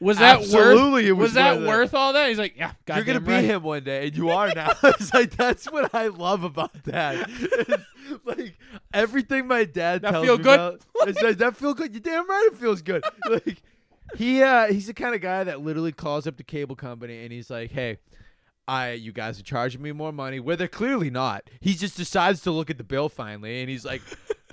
Speaker 5: Was that worth?
Speaker 8: Absolutely it was
Speaker 5: that
Speaker 8: worth it.
Speaker 5: worth all that?" He's like, "Yeah, God
Speaker 8: You're gonna be
Speaker 5: right.
Speaker 8: him one day, and you are now. [LAUGHS] it's like that's what I love about that. [LAUGHS] It's like everything my dad
Speaker 5: That
Speaker 8: tells
Speaker 5: feel
Speaker 8: me
Speaker 5: good?
Speaker 8: about- it's like, that feel good. You damn right it feels good. [LAUGHS] like he uh, he's the kind of guy that literally calls up the cable company and he's like, hey. I you guys are charging me more money where they're clearly not. He just decides to look at the bill finally
Speaker 5: [LAUGHS]
Speaker 8: and he's like,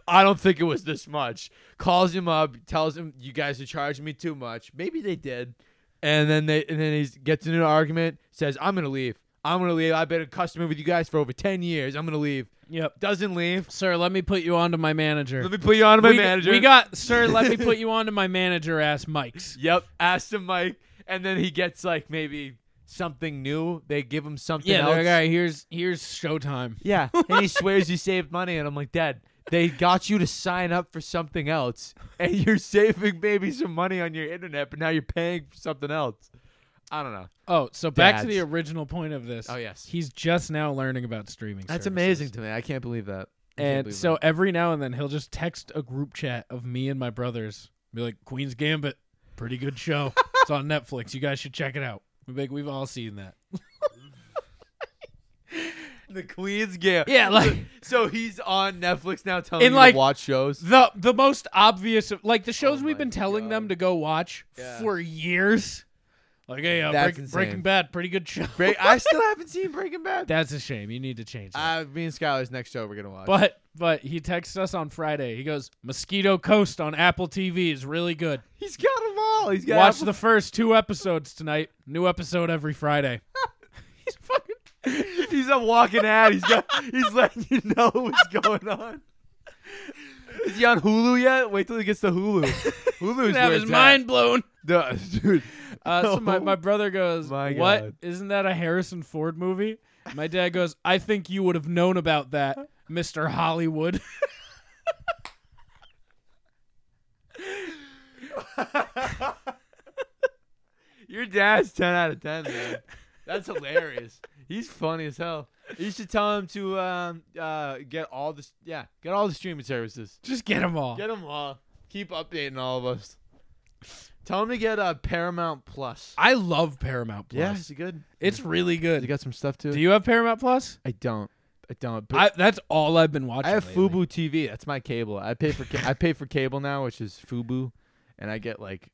Speaker 8: I don't think it was this much. Calls him up, tells him you guys are charging me too much. Maybe they did. And then they and then he gets into an argument, says, I'm gonna leave. I'm gonna leave. I've been a customer with you guys for over ten years. I'm gonna leave.
Speaker 5: Yep.
Speaker 8: Doesn't leave.
Speaker 5: Sir, let me put you on to my manager.
Speaker 8: Let me put you on to my
Speaker 5: We-
Speaker 8: manager.
Speaker 5: We got, sir. Let me put you on to my manager. Ass Mike's.
Speaker 8: Yep. Asked him Mike. And then he gets like maybe something new. They give him [LAUGHS] something
Speaker 5: Yeah,
Speaker 8: else.
Speaker 5: they're like, all right, here's here's Showtime.
Speaker 8: Yeah,
Speaker 5: [LAUGHS]
Speaker 8: and he swears he saved money, and I'm like, Dad, they got you to sign up for something else, and [LAUGHS] you're saving maybe some money on your internet, but now you're paying for something else. I don't know.
Speaker 5: Oh, so back to
Speaker 8: Dads.
Speaker 5: the original point of this.
Speaker 8: Oh, yes.
Speaker 5: he's just now learning about streaming.
Speaker 8: That's
Speaker 5: services.
Speaker 8: amazing to me. I can't believe that. I can't
Speaker 5: And
Speaker 8: believe
Speaker 5: so
Speaker 8: that.
Speaker 5: every now and then he'll just text a group chat of me and my brothers, be like, "Queen's Gambit, pretty good show. it's on Netflix. You guys should check it out." We like we've all seen that.
Speaker 8: [LAUGHS] the Queen's Gambit.
Speaker 5: Yeah, like-
Speaker 8: so he's on Netflix now, telling
Speaker 5: And,
Speaker 8: you
Speaker 5: like,
Speaker 8: to watch shows.
Speaker 5: The the most obvious, of, like
Speaker 8: Oh
Speaker 5: the shows we've been telling them to go watch for years. Like, hey, uh,
Speaker 8: That's
Speaker 5: Break-
Speaker 8: insane.
Speaker 5: Breaking Bad, pretty good show. [LAUGHS]
Speaker 8: Break- I still haven't seen Breaking Bad.
Speaker 5: That's a shame. You need to change that.
Speaker 8: uh, me and Skylar's next show we're gonna watch.
Speaker 5: but but he texts us on Friday. He goes, "Mosquito Coast on Apple TV is really good."
Speaker 8: he's got them all. He's got
Speaker 5: Watch
Speaker 8: Apple-
Speaker 5: the first two episodes tonight. New episode every Friday. [LAUGHS] He's fucking.
Speaker 8: [LAUGHS] He's a walking ad. He's got. He's letting you know what's going on. Is he on Hulu yet? Wait till he gets
Speaker 5: [LAUGHS]
Speaker 8: to Hulu. Hulu's
Speaker 5: Gonna have
Speaker 8: where
Speaker 5: his
Speaker 8: it's
Speaker 5: mind
Speaker 8: [LAUGHS] at.
Speaker 5: blown.
Speaker 8: Duh, dude.
Speaker 5: [LAUGHS] Uh, so my, my
Speaker 8: [LAUGHS] Oh,
Speaker 5: brother goes,
Speaker 8: my
Speaker 5: "What?
Speaker 8: God.
Speaker 5: Isn't that a Harrison Ford movie?" My dad goes, "I think you would have known about
Speaker 8: [LAUGHS]
Speaker 5: that, Mister Hollywood." [LAUGHS]
Speaker 8: Your dad's ten out of ten, man. That's hilarious. He's funny as hell. You should tell him to um, uh, get all the yeah, get all the streaming services.
Speaker 5: Just get 'em all.
Speaker 8: Get them all. Keep updating all of us. Tell him to get uh, Paramount Plus.
Speaker 5: I love Paramount Plus.
Speaker 8: Yeah, it's good.
Speaker 5: It's really good.
Speaker 8: You got some stuff too.
Speaker 5: Do you have Paramount Plus?
Speaker 8: I don't. I don't.
Speaker 5: I, that's all I've been watching.
Speaker 8: I have
Speaker 5: lately.
Speaker 8: Fubu TV. That's my cable. I pay for ca- I pay for cable now, which is Fubu, and I get like,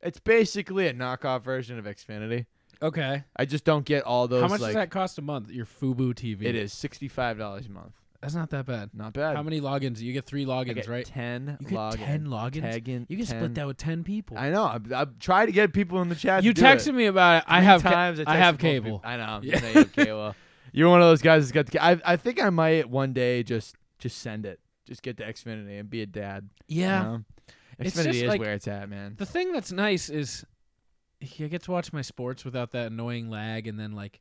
Speaker 8: it's basically a knockoff version of Xfinity.
Speaker 5: Okay.
Speaker 8: I just don't get all those.
Speaker 5: How much
Speaker 8: like,
Speaker 5: does that cost a month? Your Fubu TV.
Speaker 8: It is sixty five dollars a month.
Speaker 5: That's not that bad.
Speaker 8: Not bad.
Speaker 5: How many logins? You get three logins,
Speaker 8: I get
Speaker 5: right?
Speaker 8: Ten.
Speaker 5: You get
Speaker 8: login-
Speaker 5: 10 logins?
Speaker 8: tagging-
Speaker 5: You can split
Speaker 8: 10.
Speaker 5: that with 10 people.
Speaker 8: I know. I've, I've tried to get people in the chat.
Speaker 5: You
Speaker 8: to do it.
Speaker 5: texted me about it. I
Speaker 8: Three
Speaker 5: have ca-
Speaker 8: times.
Speaker 5: I
Speaker 8: texted
Speaker 5: have
Speaker 8: both people.
Speaker 5: cable.
Speaker 8: I know. I'm
Speaker 5: Yeah.
Speaker 8: saying, okay, well, [LAUGHS] you're one of those guys that's got the. ca- I I think I might one day just just send it. Just get to Xfinity and be a dad. you
Speaker 5: Yeah.
Speaker 8: know?
Speaker 5: It's
Speaker 8: Xfinity
Speaker 5: just
Speaker 8: is
Speaker 5: like-
Speaker 8: where it's at, man.
Speaker 5: The thing that's nice is I get to watch my sports without that annoying lag, and then like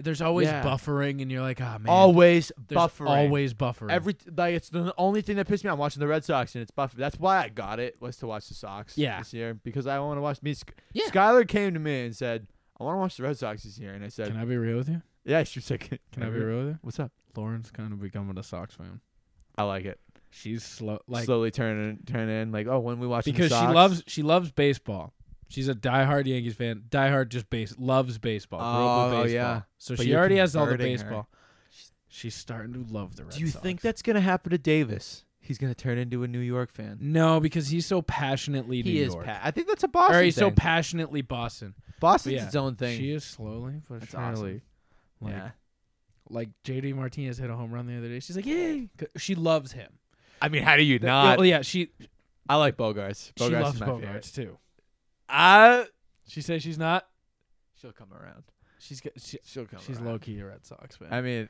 Speaker 5: there's always
Speaker 8: Yeah.
Speaker 5: buffering, and you're like, oh man,
Speaker 8: always
Speaker 5: There's
Speaker 8: buffering.
Speaker 5: always buffering.
Speaker 8: Every like it's the only thing that pissed me. off watching the Red Sox and it's buffering. That's why I got it was to watch the Sox.
Speaker 5: Yeah.
Speaker 8: this year because I want to watch. Me, Sk- Skyler came to me and said, "I want to watch the Red Sox this year," and I said,
Speaker 5: Can I be real with you?
Speaker 8: "Yeah." She was like,
Speaker 5: Can I be real with you?
Speaker 8: What's up?
Speaker 5: Lauren's kind of becoming a Sox fan.
Speaker 8: I like it.
Speaker 5: She's slow, like
Speaker 8: Slowly turning, turning in like, oh, when we watch
Speaker 5: because
Speaker 8: the
Speaker 5: she
Speaker 8: Sox?
Speaker 5: loves she loves baseball. She's a diehard Yankees fan. Diehard just base loves baseball. grew up
Speaker 8: Oh,
Speaker 5: with baseball.
Speaker 8: yeah.
Speaker 5: So
Speaker 8: But
Speaker 5: she
Speaker 8: you're
Speaker 5: already has all the
Speaker 8: converting her.
Speaker 5: baseball. She's starting to love the Red
Speaker 8: Do you
Speaker 5: Sox.
Speaker 8: think that's gonna happen to Davis? He's gonna turn into a New York fan.
Speaker 5: No, because he's so passionately
Speaker 8: He
Speaker 5: New
Speaker 8: is
Speaker 5: York.
Speaker 8: pa- I think that's a Boston
Speaker 5: Or he's so
Speaker 8: thing.
Speaker 5: passionately Boston.
Speaker 8: Boston's
Speaker 5: But yeah,
Speaker 8: its own thing.
Speaker 5: She is slowly but
Speaker 8: That's awesome.
Speaker 5: surely. Like,
Speaker 8: Yeah.
Speaker 5: Like JD Martinez hit a home run the other day. She's like, yay! 'Cause She loves him.
Speaker 8: I mean, how do you
Speaker 5: That-
Speaker 8: not?
Speaker 5: Oh yeah, she.
Speaker 8: I like Bogarts. Bogarts
Speaker 5: she loves
Speaker 8: is my
Speaker 5: Bogarts
Speaker 8: favorite.
Speaker 5: too.
Speaker 8: I.
Speaker 5: She says she's not.
Speaker 8: She'll come around.
Speaker 5: She's got. She,
Speaker 8: She'll come.
Speaker 5: she's
Speaker 8: around.
Speaker 5: low key a Red Sox fan.
Speaker 8: I mean,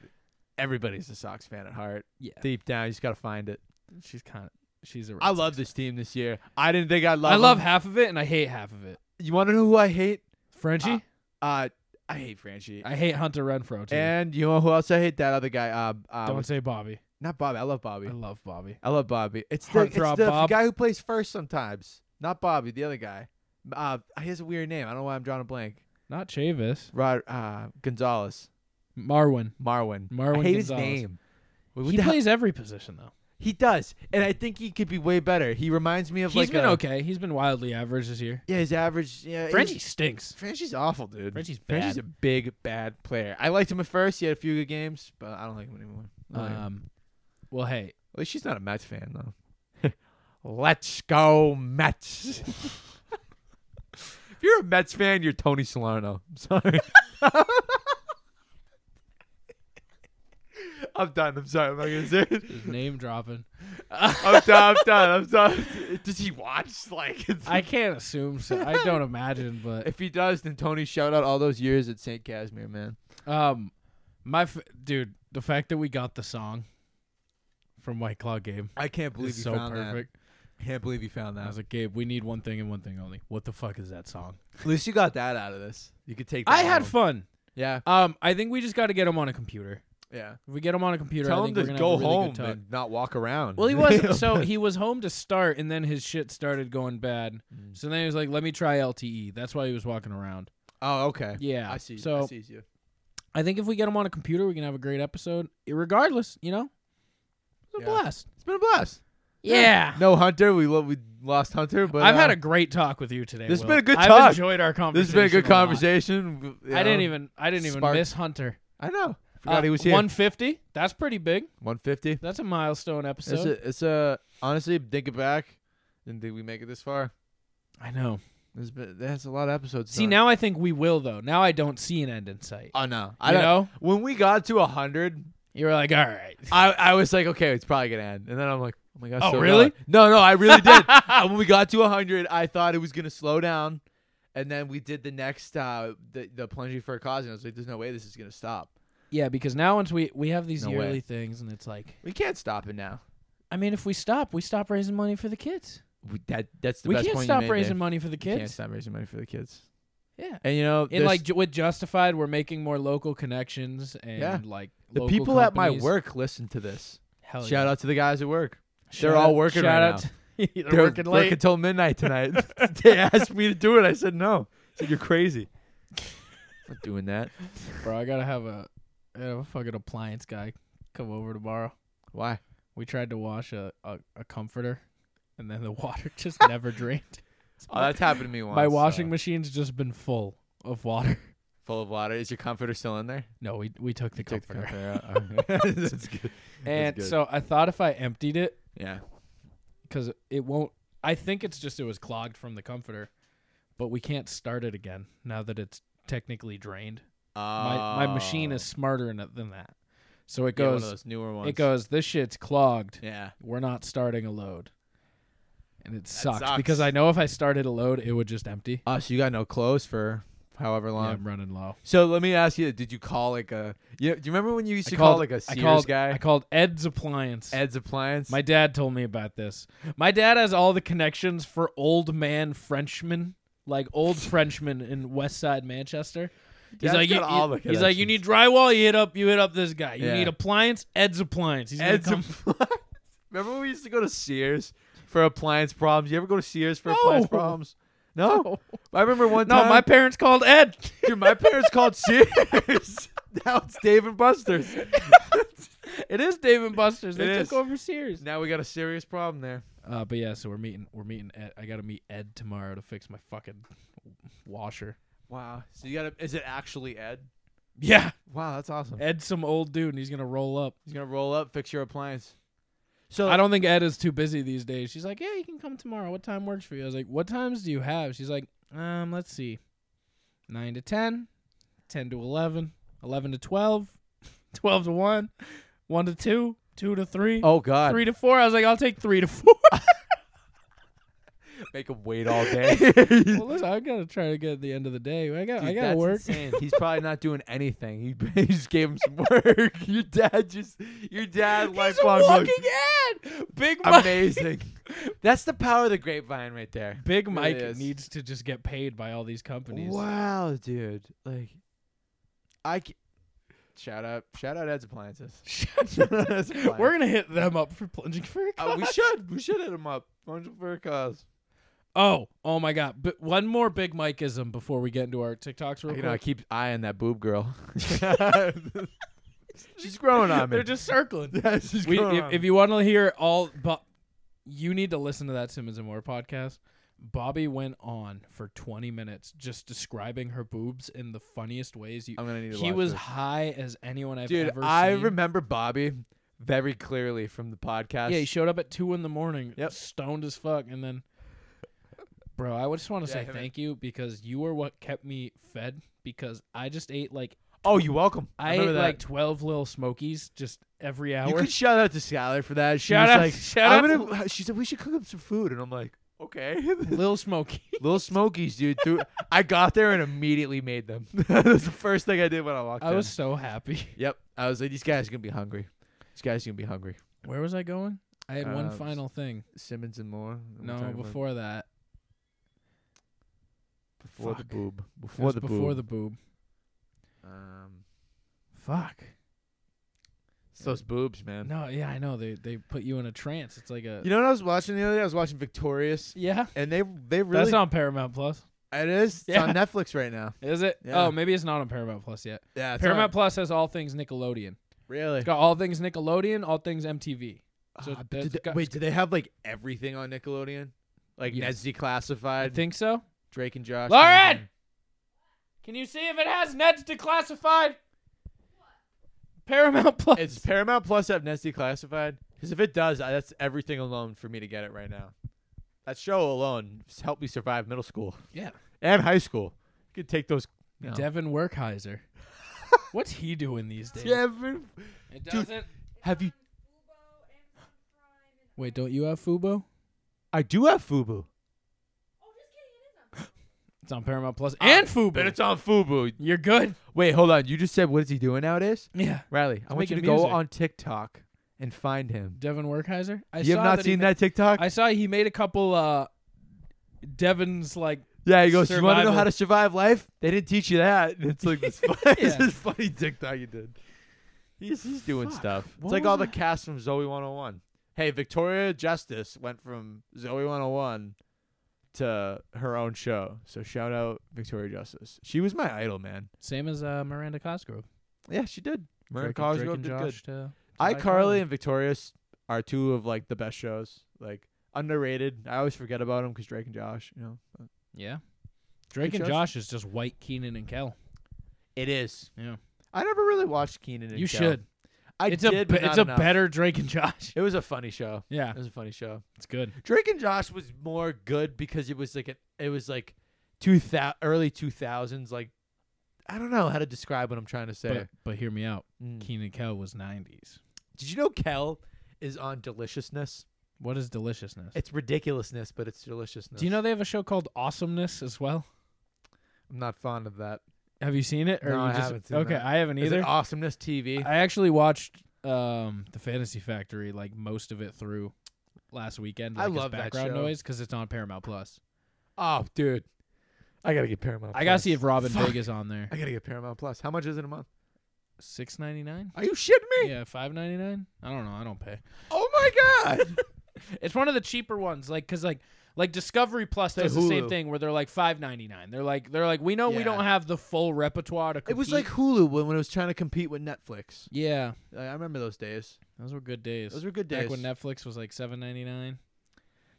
Speaker 8: everybody's a Sox fan at heart.
Speaker 5: Yeah.
Speaker 8: Deep down, you just gotta find it.
Speaker 5: she's kind of. She's a. Red
Speaker 8: I love this team this year. I didn't think I'd love.
Speaker 5: I love
Speaker 8: them.
Speaker 5: half of it and I hate half of it.
Speaker 8: You want to know who I hate?
Speaker 5: Frenchie.
Speaker 8: Uh, uh, I hate Franchi.
Speaker 5: I hate Hunter Renfro too.
Speaker 8: And you know who else I hate? That other guy. Uh, uh,
Speaker 5: Don't
Speaker 8: what's-
Speaker 5: say Bobby.
Speaker 8: not Bobby. I love Bobby.
Speaker 5: I love Bobby.
Speaker 8: I love Bobby. It's the, it's
Speaker 5: Heartthrob
Speaker 8: the
Speaker 5: Bob.
Speaker 8: guy who plays first sometimes. Not Bobby, the other guy. Uh, he has a weird name. I don't know why I'm drawing a blank.
Speaker 5: Not Chavis.
Speaker 8: Rod uh, Gonzalez,
Speaker 5: Marwin.
Speaker 8: Marwin.
Speaker 5: Marwin
Speaker 8: I hate
Speaker 5: Gonzalez.
Speaker 8: his name. Wait, what
Speaker 5: He
Speaker 8: the hell-
Speaker 5: plays every position though.
Speaker 8: He does, and I think he could be way better. He reminds me of
Speaker 5: He's
Speaker 8: like
Speaker 5: been
Speaker 8: a-
Speaker 5: okay. He's been wildly average this year.
Speaker 8: Yeah, his average. Yeah, he's-
Speaker 5: Frenchie stinks.
Speaker 8: Frenchie's awful, dude.
Speaker 5: Frenchie's
Speaker 8: Frenchie's
Speaker 5: bad.
Speaker 8: a big bad player. I liked him at first. He had a few good games, but I don't like him anymore. I don't like him.
Speaker 5: Um, well, hey,
Speaker 8: At least she's not a Mets fan [LAUGHS] though. Let's go [LAUGHS] Mets. if you're a Mets fan, you're Tony Solano. I'm sorry. [LAUGHS] I'm done. I'm sorry. I'm not gonna say [LAUGHS] it.
Speaker 5: name dropping.
Speaker 8: I'm done. I'm done. I'm done. Does he watch? Like, it's,
Speaker 5: I can't assume so. I don't imagine, but
Speaker 8: if he does, then Tony shout out all those years at St. Casimir, man.
Speaker 5: um, my f- dude, the fact that we got the song from White Claw Gabe
Speaker 8: I can't believe
Speaker 5: is
Speaker 8: you
Speaker 5: so
Speaker 8: found
Speaker 5: perfect.
Speaker 8: that. Can't believe you found
Speaker 5: I
Speaker 8: that.
Speaker 5: was like, Gabe, we need one thing and one thing only. What the fuck is that song?
Speaker 8: At least you got that out of this. You could take. That
Speaker 5: I had
Speaker 8: home.
Speaker 5: fun.
Speaker 8: Yeah.
Speaker 5: Um, I think we just got to get him on a computer.
Speaker 8: Yeah.
Speaker 5: If we get him on a computer,
Speaker 8: Tell
Speaker 5: I
Speaker 8: him
Speaker 5: think
Speaker 8: to
Speaker 5: we're gonna
Speaker 8: go
Speaker 5: have a really
Speaker 8: home
Speaker 5: good talk.
Speaker 8: and not walk around.
Speaker 5: Well, he wasn't.
Speaker 8: [LAUGHS]
Speaker 5: so he was home to start, and then his shit started going bad.
Speaker 8: Mm.
Speaker 5: So then he was like, "Let me try LTE." That's why he was walking around.
Speaker 8: Oh, okay.
Speaker 5: Yeah,
Speaker 8: I see. I
Speaker 5: so-
Speaker 8: see you.
Speaker 5: I think if we get him on a computer, we can have a great episode. Regardless, you know, it's a
Speaker 8: Yeah.
Speaker 5: blast.
Speaker 8: It's been a blast.
Speaker 5: Yeah.
Speaker 8: No Hunter. We lo- we lost Hunter, but
Speaker 5: I've
Speaker 8: uh,
Speaker 5: had a great talk with you today.
Speaker 8: This has
Speaker 5: Will.
Speaker 8: been a good
Speaker 5: I've
Speaker 8: talk.
Speaker 5: enjoyed our
Speaker 8: This
Speaker 5: conversation.
Speaker 8: has been a good
Speaker 5: lot.
Speaker 8: conversation. you
Speaker 5: I didn't
Speaker 8: know.
Speaker 5: even. I didn't even
Speaker 8: sparked-
Speaker 5: miss Hunter. Uh,
Speaker 8: I know. Forgot he was here.
Speaker 5: One fifty. That's pretty big.
Speaker 8: One fifty.
Speaker 5: That's a milestone
Speaker 8: It's
Speaker 5: episode.
Speaker 8: a. It's a. Honestly, think it back. And did we make it this far?
Speaker 5: I know.
Speaker 8: There's been. That's a lot of episodes.
Speaker 5: See,
Speaker 8: done.
Speaker 5: now I think we will though. Now I don't see an end in sight.
Speaker 8: Oh no. I
Speaker 5: You
Speaker 8: don't
Speaker 5: know?
Speaker 8: When we got to hundred,
Speaker 5: You were like, all right. [LAUGHS]
Speaker 8: I, I was like, okay, it's probably gonna end, and then I'm like, oh my god,
Speaker 5: Oh,
Speaker 8: so
Speaker 5: really?
Speaker 8: gone. No, no, I really [LAUGHS] did. And when we got to 100, I thought it was gonna slow down, and then we did the next uh the the plunging for a cause, and I was like, there's no way this is gonna stop.
Speaker 5: Yeah, because now once we we have these
Speaker 8: No
Speaker 5: yearly
Speaker 8: way.
Speaker 5: things, and it's like,
Speaker 8: We can't stop it now.
Speaker 5: I mean, if we stop, we stop raising money for the kids.
Speaker 8: We, that that's the
Speaker 5: we
Speaker 8: best
Speaker 5: can't
Speaker 8: point
Speaker 5: stop
Speaker 8: you made,
Speaker 5: raising
Speaker 8: Dave.
Speaker 5: money for the
Speaker 8: You can't
Speaker 5: kids.
Speaker 8: stop raising money for the kids.
Speaker 5: Yeah.
Speaker 8: And you know,
Speaker 5: And
Speaker 8: there's-
Speaker 5: like ju- with Justified, we're making more local connections and
Speaker 8: Yeah.
Speaker 5: like
Speaker 8: the
Speaker 5: local
Speaker 8: people at my
Speaker 5: companies.
Speaker 8: work listen to this.
Speaker 5: Hell
Speaker 8: Shout
Speaker 5: yeah.
Speaker 8: out to the guys at work.
Speaker 5: Shout
Speaker 8: They're all
Speaker 5: out-
Speaker 8: working
Speaker 5: shout
Speaker 8: right
Speaker 5: out [LAUGHS]
Speaker 8: now.
Speaker 5: to- They're,
Speaker 8: They're
Speaker 5: working late.
Speaker 8: until midnight tonight. [LAUGHS] they asked me to do it. I [LAUGHS] said no. I said you're crazy. I'm not doing that.
Speaker 5: Bro, I gotta have a I have a fucking appliance guy come over tomorrow.
Speaker 8: Why?
Speaker 5: We tried to wash a, a, a comforter, and then the [LAUGHS] water just never drained.
Speaker 8: [LAUGHS] Oh, that's happened [LAUGHS] to me
Speaker 5: My
Speaker 8: once, uh,
Speaker 5: washing machine's just been full of water. [LAUGHS]
Speaker 8: Full of water. Is your comforter still in there?
Speaker 5: No, we we took the
Speaker 8: took the
Speaker 5: comforter.
Speaker 8: [LAUGHS] comforter out. Okay. That's good. That's
Speaker 5: And
Speaker 8: good.
Speaker 5: so I thought if I emptied it,
Speaker 8: Yeah.
Speaker 5: because it won't. I think it's just it was clogged from the comforter, but we can't start it again now that it's technically drained. My my machine is smarter in it than that, so it
Speaker 8: Oh. Yeah, uh, one
Speaker 5: goes
Speaker 8: of those newer
Speaker 5: It
Speaker 8: ones.
Speaker 5: goes. This shit's clogged.
Speaker 8: Yeah.
Speaker 5: we're not starting a load, and it sucks,
Speaker 8: sucks.
Speaker 5: because I know if I started a load, it would just empty.
Speaker 8: Oh, so you got no clothes for however long?
Speaker 5: I'm running low.
Speaker 8: So let me ask you: Did you call like a? You, do you remember when you used
Speaker 5: I
Speaker 8: to call
Speaker 5: called-
Speaker 8: like
Speaker 5: I
Speaker 8: a Sears
Speaker 5: called-
Speaker 8: guy?
Speaker 5: I called Ed's Appliance.
Speaker 8: Ed's
Speaker 5: [LAUGHS]
Speaker 8: Appliance.
Speaker 5: My dad told me about this. My dad has all the connections for old man Frenchmen, like old
Speaker 8: [LAUGHS]
Speaker 5: Frenchmen in West Side Manchester. He's
Speaker 8: Dad's
Speaker 5: like, you,
Speaker 8: got all the
Speaker 5: he's like, you need drywall, you hit up, you hit up this guy. You
Speaker 8: Yeah.
Speaker 5: need appliance, Ed's appliance. He's
Speaker 8: Ed's [LAUGHS]
Speaker 5: gonna come.
Speaker 8: Remember when we used to go to Sears for appliance problems? You ever go to Sears for appliance
Speaker 5: No.
Speaker 8: problems? No. I remember one
Speaker 5: No,
Speaker 8: time.
Speaker 5: my parents called Ed.
Speaker 8: [LAUGHS] Dude, my parents called Sears. [LAUGHS] now it's Dave and Buster's.
Speaker 5: [LAUGHS] it is Dave and Buster's. They
Speaker 8: It
Speaker 5: took
Speaker 8: is.
Speaker 5: over Sears.
Speaker 8: Now we got a serious problem there.
Speaker 5: Uh, but yeah, so we're meeting. We're meeting. Ed. I gotta meet Ed tomorrow to fix my fucking washer. [LAUGHS]
Speaker 8: Wow. So you got to Is it actually Ed?
Speaker 5: Yeah.
Speaker 8: Wow, that's awesome.
Speaker 5: Ed's some old dude, and he's gonna roll up.
Speaker 8: He's gonna roll up, fix your appliance. So
Speaker 5: I don't think Ed is too busy these days. She's like, "Yeah, you can come tomorrow. What time works for you?" I was like, "What times do you have?" She's like, "Um, let's see, nine to ten, ten to eleven, eleven to twelve, [LAUGHS] twelve to one, one to two, two to three,
Speaker 8: Oh, God.
Speaker 5: three to four. I was like, "I'll take three to [LAUGHS] four.
Speaker 8: [LAUGHS] make him wait all day.
Speaker 5: [LAUGHS]
Speaker 8: [LAUGHS]
Speaker 5: well, listen, I gotta try to get at the end of the day. I got, I
Speaker 8: Dude,
Speaker 5: gotta
Speaker 8: that's
Speaker 5: work. [LAUGHS]
Speaker 8: insane. He's probably not doing anything. He, [LAUGHS] he just gave him some work. [LAUGHS] Your dad just, your dad,
Speaker 5: He's a
Speaker 8: lifelong
Speaker 5: walking
Speaker 8: look.
Speaker 5: ad. Big Mike.
Speaker 8: [LAUGHS] Amazing. That's the power of the grapevine right there.
Speaker 5: Big
Speaker 8: Really
Speaker 5: Mike
Speaker 8: is.
Speaker 5: needs to just get paid by all these companies.
Speaker 8: Wow, dude. Like, I. c- Shout out, shout out Ed's appliances. [LAUGHS] Shout out Ed's
Speaker 5: [LAUGHS]
Speaker 8: appliances.
Speaker 5: We're gonna hit them up for plunging for a
Speaker 8: Uh, we
Speaker 5: cause.
Speaker 8: should, we should hit him up. Bunch for a cause.
Speaker 5: Oh, oh my God! But one more Big Mikeism before we get into our TikToks. Real
Speaker 8: You
Speaker 5: quick.
Speaker 8: know, I keep eyeing that boob [LAUGHS] girl. she's
Speaker 5: [LAUGHS]
Speaker 8: growing on me.
Speaker 5: They're just circling.
Speaker 8: [LAUGHS] Yeah, she's
Speaker 5: We-
Speaker 8: growing on
Speaker 5: if,
Speaker 8: me.
Speaker 5: if you want to hear all, but you need to listen to that Simmons and Moore podcast. Bobby went on for 20 minutes just describing her boobs in the funniest ways. You,
Speaker 8: I'm gonna need to
Speaker 5: he
Speaker 8: watch
Speaker 5: was
Speaker 8: this.
Speaker 5: high as anyone I've
Speaker 8: Dude,
Speaker 5: ever
Speaker 8: I
Speaker 5: seen.
Speaker 8: remember Bobby very clearly from the podcast.
Speaker 5: Yeah, he showed up at two in the morning,
Speaker 8: Yep.
Speaker 5: stoned as fuck, and then, bro, I just want to
Speaker 8: Yeah,
Speaker 5: say
Speaker 8: him and-
Speaker 5: thank you because you were what kept me fed because I just ate like
Speaker 8: oh, you welcome.
Speaker 5: I, ate
Speaker 8: remember that.
Speaker 5: like twelve little smokies just every hour.
Speaker 8: you
Speaker 5: [LAUGHS]
Speaker 8: could shout out to Skylar for that. She
Speaker 5: Shout
Speaker 8: was
Speaker 5: out-
Speaker 8: like,
Speaker 5: shout
Speaker 8: I'm
Speaker 5: out
Speaker 8: gonna, She said we should cook up some food, and I'm like, okay. [LAUGHS]
Speaker 5: Little Smoky.
Speaker 8: Little Smokies, dude. Threw, I got there and immediately made them. [LAUGHS] that was the first thing I did when I walked
Speaker 5: I
Speaker 8: in.
Speaker 5: was so happy.
Speaker 8: Yep. I was like, these guys are gonna be hungry. These guys are gonna be hungry.
Speaker 5: Where was I going? I had one
Speaker 8: Uh,
Speaker 5: final thing.
Speaker 8: Simmons and more.
Speaker 5: No, before that.
Speaker 8: before the
Speaker 5: Fuck.
Speaker 8: boob.
Speaker 5: It
Speaker 8: Before
Speaker 5: was
Speaker 8: the
Speaker 5: before
Speaker 8: boob.
Speaker 5: the boob.
Speaker 8: um,
Speaker 5: Fuck.
Speaker 8: it's those boobs, man.
Speaker 5: No, yeah, I know they they put you in a trance. It's like a
Speaker 8: You know what I was watching the other day? I was watching Victorious,
Speaker 5: yeah.
Speaker 8: and they they really
Speaker 5: That's on Paramount Plus.
Speaker 8: It is. It's
Speaker 5: Yeah.
Speaker 8: on Netflix
Speaker 5: [LAUGHS]
Speaker 8: right now.
Speaker 5: Is it?
Speaker 8: Yeah.
Speaker 5: Oh, maybe it's not on Paramount Plus yet.
Speaker 8: Yeah, it's
Speaker 5: Paramount
Speaker 8: on-
Speaker 5: Plus has all things Nickelodeon.
Speaker 8: Really?
Speaker 5: It's got all things Nickelodeon, all things MTV. So
Speaker 8: Ah, but
Speaker 5: that's
Speaker 8: did they-
Speaker 5: got-
Speaker 8: wait, do they have like everything on Nickelodeon? Like
Speaker 5: Yeah.
Speaker 8: Ned's Declassified,
Speaker 5: I think so.
Speaker 8: Drake and Josh.
Speaker 5: Lauren! Can you see if it has Ned's Declassified? Paramount Plus. [LAUGHS]
Speaker 8: It's Paramount Plus have Ned's Declassified? Because if it does, I, that's everything alone for me to get it right now. That show alone s- helped me survive middle school
Speaker 5: yeah.
Speaker 8: and high school. You could take those. No.
Speaker 5: Devin Werkheiser. [LAUGHS] What's he doing these days?
Speaker 8: Devin.
Speaker 5: It
Speaker 8: Dude.
Speaker 5: doesn't.
Speaker 8: Have you?
Speaker 5: Wait, don't you have Fubo?
Speaker 8: I do have Fubu.
Speaker 5: It's on Paramount Plus and Fubo.
Speaker 8: But it's on Fubu.
Speaker 5: You're good.
Speaker 8: Wait, hold on. You just said what is he doing nowadays?
Speaker 5: Yeah.
Speaker 8: Riley, I want you to
Speaker 5: making
Speaker 8: go
Speaker 5: music.
Speaker 8: on TikTok and find him.
Speaker 5: Devin Werkheiser. I
Speaker 8: you
Speaker 5: saw
Speaker 8: have not
Speaker 5: he
Speaker 8: seen
Speaker 5: ma-
Speaker 8: that TikTok?
Speaker 5: I saw he made a couple. uh Devin's like.
Speaker 8: yeah, he goes, "You want to know
Speaker 5: survival-
Speaker 8: how to survive life? They didn't teach you that." [LAUGHS] And it's
Speaker 5: [LAUGHS]
Speaker 8: like this, funny,
Speaker 5: Yeah.
Speaker 8: this funny TikTok you did. He's, he's doing
Speaker 5: Fuck.
Speaker 8: stuff.
Speaker 5: What
Speaker 8: it's like all
Speaker 5: was
Speaker 8: the
Speaker 5: I-
Speaker 8: cast from Zoe 101. Hey, Victoria Justice went from Zoe 101 to her own show. So shout out Victoria Justice. She was my idol, man.
Speaker 5: Same as uh, Miranda Cosgrove.
Speaker 8: Yeah, she did. Marin
Speaker 5: Drake and- Drake
Speaker 8: Cosgrove
Speaker 5: and
Speaker 8: did
Speaker 5: Josh uh,
Speaker 8: good.
Speaker 5: to- to
Speaker 8: iCarly
Speaker 5: iCarly.
Speaker 8: and Victorious are two of like the best shows. Like underrated. I always forget about them because Drake and Josh. You know. but-
Speaker 5: Yeah. Drake
Speaker 8: Good
Speaker 5: and
Speaker 8: shows.
Speaker 5: Josh is just white Keenan and Kel.
Speaker 8: It is.
Speaker 5: Yeah.
Speaker 8: I never really watched Keenan. and
Speaker 5: You
Speaker 8: Kel.
Speaker 5: should.
Speaker 8: I
Speaker 5: It's a
Speaker 8: did.
Speaker 5: be-
Speaker 8: but
Speaker 5: it's
Speaker 8: not
Speaker 5: a
Speaker 8: enough.
Speaker 5: better Drake and [LAUGHS] Josh.
Speaker 8: It was a funny show.
Speaker 5: Yeah.
Speaker 8: It was a funny show.
Speaker 5: It's good.
Speaker 8: Drake and Josh was more good because it was like an it was like two thousand early two thousands like I don't know how to describe what I'm trying to say. Mm.
Speaker 5: But, but hear me out.
Speaker 8: Hmm.
Speaker 5: Keenan and Kel was 90s.
Speaker 8: Did you know Kel is on Deliciousness?
Speaker 5: What is Deliciousness?
Speaker 8: It's ridiculousness, but it's deliciousness.
Speaker 5: Do you know they have a show called Awesomeness as well?
Speaker 8: I'm not fond of that.
Speaker 5: Have you seen it? Or
Speaker 8: No,
Speaker 5: you
Speaker 8: I
Speaker 5: just,
Speaker 8: haven't seen
Speaker 5: Okay,
Speaker 8: that.
Speaker 5: I haven't
Speaker 8: Is
Speaker 5: either.
Speaker 8: it Awesomeness TV?
Speaker 5: I actually watched um, the Fantasy Factory like most of it through last weekend.
Speaker 8: I
Speaker 5: Like, as
Speaker 8: love that
Speaker 5: background
Speaker 8: show.
Speaker 5: noise because it's on Paramount Plus.
Speaker 8: Oh, dude. I gotta get Paramount.
Speaker 5: I gotta
Speaker 8: Plus.
Speaker 5: see if Robin
Speaker 8: Fuck.
Speaker 5: Big is on there.
Speaker 8: I gotta get Paramount Plus. How much is it a month?
Speaker 5: Six ninety nine.
Speaker 8: Are you shitting me?
Speaker 5: Yeah, five ninety nine. I don't know. I don't pay.
Speaker 8: Oh my god.
Speaker 5: [LAUGHS] It's one of the cheaper ones, like because like like Discovery Plus
Speaker 8: The
Speaker 5: does the same
Speaker 8: Hulu.
Speaker 5: thing where they're like five ninety nine. They're like they're like we know we
Speaker 8: Yeah.
Speaker 5: don't have the full repertoire to. Compete.
Speaker 8: [LAUGHS] It was like Hulu when, when it was trying to compete with Netflix.
Speaker 5: yeah,
Speaker 8: I I remember those days.
Speaker 5: those were good days.
Speaker 8: Those were good
Speaker 5: Back
Speaker 8: days.
Speaker 5: when Netflix was like seven ninety nine.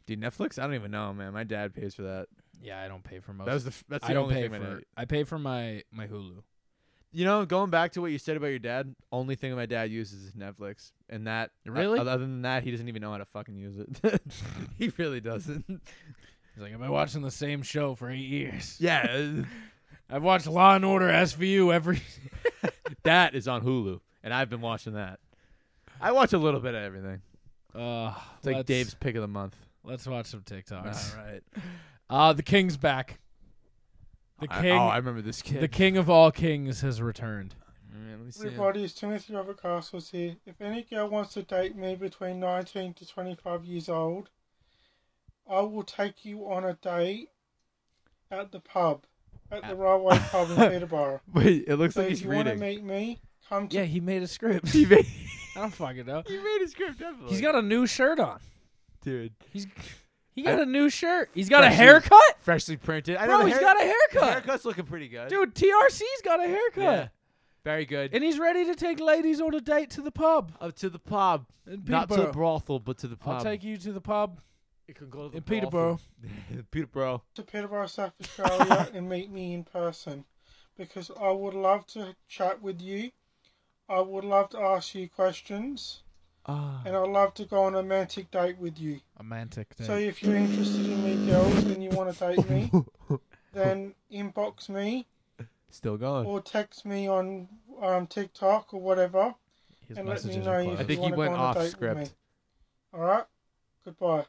Speaker 8: Dude, Netflix? I don't even know, man. My dad pays for that.
Speaker 5: Yeah, I don't pay for most.
Speaker 8: was the f- that's the
Speaker 5: I don't
Speaker 8: only
Speaker 5: pay
Speaker 8: thing I
Speaker 5: for.
Speaker 8: did.
Speaker 5: I pay for my my Hulu.
Speaker 8: You know, going back to what you said about your dad, only thing my dad uses is Netflix, and that
Speaker 5: Really?
Speaker 8: o- other than that, he doesn't even know how to fucking use it. [LAUGHS] he really doesn't. [LAUGHS]
Speaker 5: He's like, I've been watching the same show for eight years.
Speaker 8: Yeah,
Speaker 5: I've watched Law and Order SVU every. [LAUGHS]
Speaker 8: that is on Hulu, and I've been watching that. I watch a little bit of everything.
Speaker 5: Uh,
Speaker 8: It's like
Speaker 5: let's-
Speaker 8: Dave's pick of the month.
Speaker 5: Let's watch some TikToks.
Speaker 8: All [LAUGHS] right.
Speaker 5: Uh, the king's back. The
Speaker 8: I-
Speaker 5: king.
Speaker 8: oh, I remember this kid.
Speaker 5: The king of all kings has
Speaker 8: [LAUGHS]
Speaker 5: returned.
Speaker 8: let me
Speaker 13: Everybody, it's Timothy Robert Castles here. If any girl wants to date me between 19 to 25 years old, I will take you on a date at the pub, at the railway
Speaker 5: [LAUGHS]
Speaker 13: pub in Peterborough.
Speaker 8: Wait, it looks
Speaker 13: so
Speaker 8: like
Speaker 13: if
Speaker 8: he's
Speaker 13: you
Speaker 8: reading.
Speaker 13: want to meet me, come to
Speaker 5: Yeah, he made a script.
Speaker 8: [LAUGHS]
Speaker 5: [LAUGHS]
Speaker 8: He made-
Speaker 5: I don't fucking know.
Speaker 8: He made a script, definitely.
Speaker 5: He's got a new shirt on.
Speaker 8: Dude.
Speaker 5: He's he got a new shirt. He's got
Speaker 8: got
Speaker 5: a haircut.
Speaker 8: Freshly printed. I
Speaker 5: Bro,
Speaker 8: know the
Speaker 5: he's
Speaker 8: hair-
Speaker 5: got a haircut.
Speaker 8: The haircut's looking pretty good.
Speaker 5: Dude, TRC's got a haircut.
Speaker 8: Yeah. Very good.
Speaker 5: And he's ready to take ladies on a date to the pub.
Speaker 8: Up to the pub.
Speaker 5: In
Speaker 8: Not to
Speaker 5: Peterborough.
Speaker 8: brothel, but to the pub.
Speaker 5: I'll take you to the pub.
Speaker 8: It can go to
Speaker 5: in Peterborough.
Speaker 8: [LAUGHS] Peterborough.
Speaker 13: to Peterborough, South Australia, [LAUGHS] and meet me in person because I would love to chat with you. I would love to ask you questions,
Speaker 8: Ah.
Speaker 13: and I'd love to go on a romantic date with you.
Speaker 5: Romantic
Speaker 13: So if you're interested in me, girls, and you want to date
Speaker 8: [LAUGHS]
Speaker 13: me, then inbox me
Speaker 8: Still going.
Speaker 13: or text me on um, TikTok or whatever,
Speaker 5: His
Speaker 13: and let me
Speaker 5: messages
Speaker 13: know
Speaker 5: are
Speaker 13: if you
Speaker 5: closed.
Speaker 8: I think he
Speaker 13: want to
Speaker 8: went
Speaker 13: go on
Speaker 8: off
Speaker 13: a date
Speaker 8: script.
Speaker 13: with me. All right,
Speaker 8: [LAUGHS]
Speaker 13: goodbye.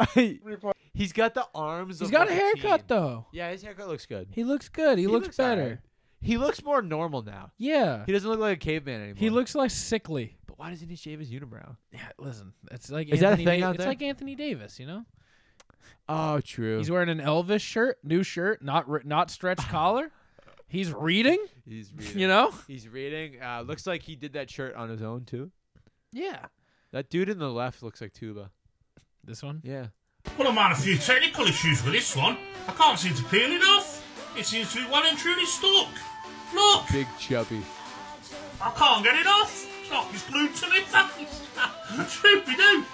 Speaker 13: Everybody-
Speaker 8: he's got the arms.
Speaker 5: He's
Speaker 8: of,
Speaker 5: got
Speaker 8: like,
Speaker 5: a haircut
Speaker 8: teen.
Speaker 5: though.
Speaker 8: Yeah, his haircut looks good.
Speaker 5: He looks good. He, looks, better.
Speaker 8: alright. He looks more normal now.
Speaker 5: Yeah.
Speaker 8: He doesn't look like a caveman anymore.
Speaker 5: He looks like sickly.
Speaker 8: But why doesn't he shave his unibrow?
Speaker 5: Yeah, listen, it's like
Speaker 8: Is that a
Speaker 5: Anthony
Speaker 8: thing
Speaker 5: Da-
Speaker 8: out
Speaker 5: It's
Speaker 8: there?
Speaker 5: like Anthony Davis, you know.
Speaker 8: Oh, true.
Speaker 5: He's wearing an Elvis shirt, new shirt, not ri- not stretch [SIGHS] collar. He's reading.
Speaker 8: He's
Speaker 5: You know.
Speaker 8: He's reading. Uh, looks like he did that shirt on his own too.
Speaker 5: Yeah.
Speaker 8: That dude in the left looks like Tuba.
Speaker 5: This one.
Speaker 8: Yeah.
Speaker 14: Well, I'm on a few technical issues with this one. I can't seem to peel it off. It seems to be well and truly stuck. Look,
Speaker 8: Big chubby.
Speaker 14: I can't get it off. It's like it's glued to my face. [LAUGHS] Stupid do.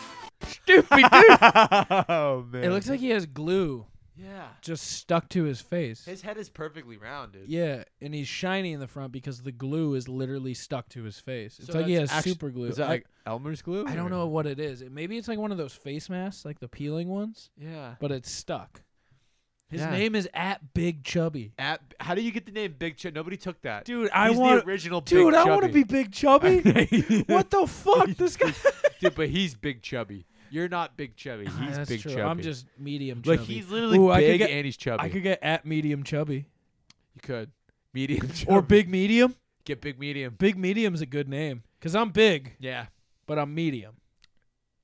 Speaker 5: Stupid [LAUGHS]
Speaker 8: oh man.
Speaker 5: It looks like he has glue
Speaker 8: Yeah.
Speaker 5: just stuck to his face.
Speaker 8: His head is perfectly round, dude.
Speaker 5: Yeah, and he's shiny in the front because the glue is literally stuck to his face. It's
Speaker 8: So
Speaker 5: like he has
Speaker 8: that's actu-
Speaker 5: super glue.
Speaker 8: Is that
Speaker 5: I-
Speaker 8: like Elmer's glue?
Speaker 5: I don't
Speaker 8: or-
Speaker 5: know what it is. It, maybe it's like one of those face masks, like the peeling ones.
Speaker 8: Yeah.
Speaker 5: But it's stuck. His
Speaker 8: Yeah.
Speaker 5: name is at Big Chubby.
Speaker 8: At, how do you get the name Big Chubby? Nobody took that.
Speaker 5: Dude, I
Speaker 8: He's
Speaker 5: want
Speaker 8: the original
Speaker 5: Dude,
Speaker 8: Oh, Big
Speaker 5: I want to
Speaker 8: Chubby.
Speaker 5: be Big Chubby. [LAUGHS] what the fuck? This guy.
Speaker 8: [LAUGHS] dude, but he's Big Chubby. You're not Big Chubby. He's
Speaker 5: That's
Speaker 8: Big
Speaker 5: true.
Speaker 8: Chubby.
Speaker 5: I'm just medium chubby.
Speaker 8: Like, he's literally
Speaker 5: Ooh, I could
Speaker 8: big
Speaker 5: get-
Speaker 8: and he's chubby.
Speaker 5: I could get at medium chubby
Speaker 8: you could [LAUGHS] medium
Speaker 5: or
Speaker 8: chubby.
Speaker 5: [LAUGHS] big medium.
Speaker 8: Get big medium.
Speaker 5: Big medium's a good name cuz I'm big,
Speaker 8: Yeah,
Speaker 5: but I'm medium.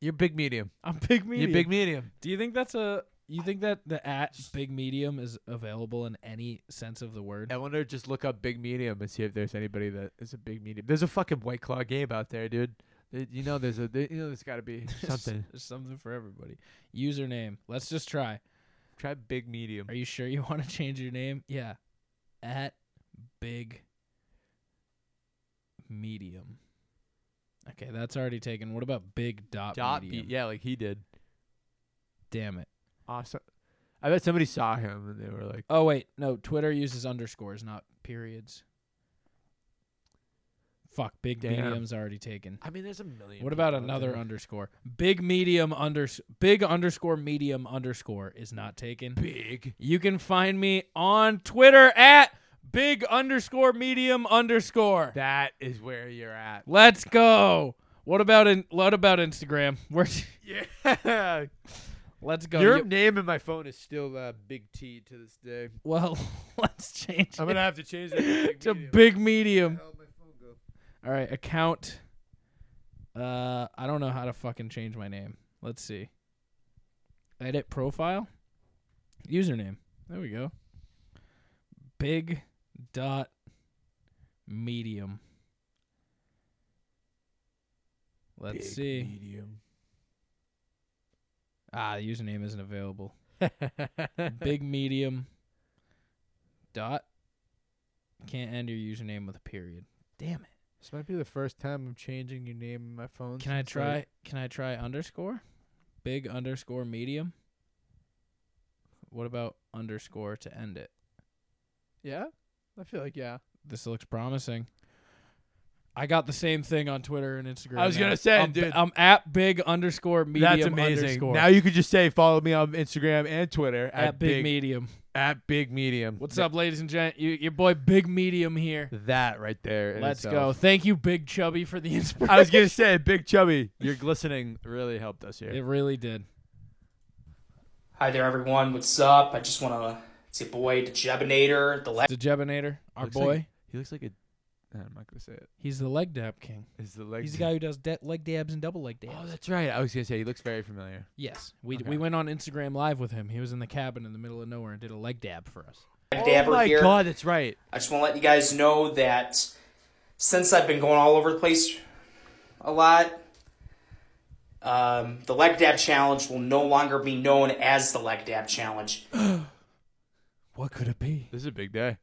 Speaker 8: you're big medium.
Speaker 5: I'm big medium.
Speaker 8: You're big medium.
Speaker 5: Do you think that's a you think that the at big medium is available in any sense of the word?
Speaker 8: I wonder. Just look up big medium and see if there's anybody that is a big medium. There's a fucking white claw game out there, dude. There- You know, there's a. there- You know, there's got to [LAUGHS] be something.
Speaker 5: There's something for everybody. Username. Let's just try.
Speaker 8: Try big medium.
Speaker 5: [LAUGHS] Are you sure you want to change your name? Yeah. At big medium. Okay, that's already taken. What about big dot,
Speaker 8: Dot
Speaker 5: medium?
Speaker 8: be- yeah, like he did.
Speaker 5: Damn it.
Speaker 8: Awesome. I bet somebody saw him and they were like,
Speaker 5: Oh wait, no. Twitter uses underscores, not periods. Fuck, big
Speaker 8: Damn.
Speaker 5: medium's already taken.
Speaker 8: I mean, there's a million
Speaker 5: What about
Speaker 8: people out
Speaker 5: another
Speaker 8: there.
Speaker 5: underscore? Big medium under big underscore medium underscore is not taken.
Speaker 8: Big.
Speaker 5: You can find me on Twitter at big underscore medium underscore.
Speaker 8: [LAUGHS] That is where you're at.
Speaker 5: Let's go. What about in, what about Instagram? [LAUGHS] Where
Speaker 8: Yeah. [LAUGHS]
Speaker 5: Let's go.
Speaker 8: Your
Speaker 5: You-
Speaker 8: name in my phone is still uh, Big T to this day.
Speaker 5: Well, [LAUGHS] let's change.
Speaker 8: I'm gonna
Speaker 5: it
Speaker 8: have to change that to big
Speaker 5: to
Speaker 8: medium.
Speaker 5: big medium. All right, account. Uh, I don't know how to fucking change my name. Let's see. Edit profile, username. There we go. Big dot medium. Let's
Speaker 8: Big
Speaker 5: see. [LAUGHS]
Speaker 8: Medium.
Speaker 5: Ah, the username isn't available. [LAUGHS] Big medium dot can't end your username with a period. Damn it.
Speaker 8: This might be the first time I'm changing your name in my phone.
Speaker 5: Can I
Speaker 8: since,
Speaker 5: try
Speaker 8: like-
Speaker 5: can I try underscore? Big underscore medium. What about underscore to end it?
Speaker 8: yeah, I feel like yeah.
Speaker 5: This looks promising. I got the same thing on Twitter and Instagram.
Speaker 8: I was
Speaker 5: now.
Speaker 8: gonna say,
Speaker 5: I'm,
Speaker 8: dude.
Speaker 5: I'm at big underscore medium
Speaker 8: That's amazing.
Speaker 5: underscore.
Speaker 8: Now you could just say follow me on Instagram and Twitter
Speaker 5: at, big, medium.
Speaker 8: At big medium.
Speaker 5: What's up, ladies and gent? You, your boy Big Medium here.
Speaker 8: That right there. in
Speaker 5: Let's go.
Speaker 8: itself.
Speaker 5: Thank you, Big Chubby, for the [LAUGHS] inspiration.
Speaker 8: [LAUGHS] I was gonna say, Big Chubby, your glistening really helped us here.
Speaker 5: It really did.
Speaker 15: Hi there, everyone. What's up? I just want to. It's your boy, Dejebinator, the last.
Speaker 5: Dejebinator, our
Speaker 8: Looks like-
Speaker 5: boy.
Speaker 8: he looks like a. I'm not gonna say it.
Speaker 5: He's the leg dab king.
Speaker 8: He's the leg.
Speaker 5: He's the guy who does de- leg dabs and double leg dabs.
Speaker 8: Oh, that's right. I was gonna say he looks very familiar.
Speaker 5: Yes, we
Speaker 8: Okay.
Speaker 5: we went on Instagram live with him. He was in the cabin in the middle of nowhere and did a leg dab for us.
Speaker 15: Dabber here.
Speaker 8: Oh that's right.
Speaker 15: I just want to let you guys know that since I've been going all over the place a lot, um, the Leg Dab Challenge will no longer be known as the Leg Dab Challenge.
Speaker 5: What could it be?
Speaker 8: This is a big day.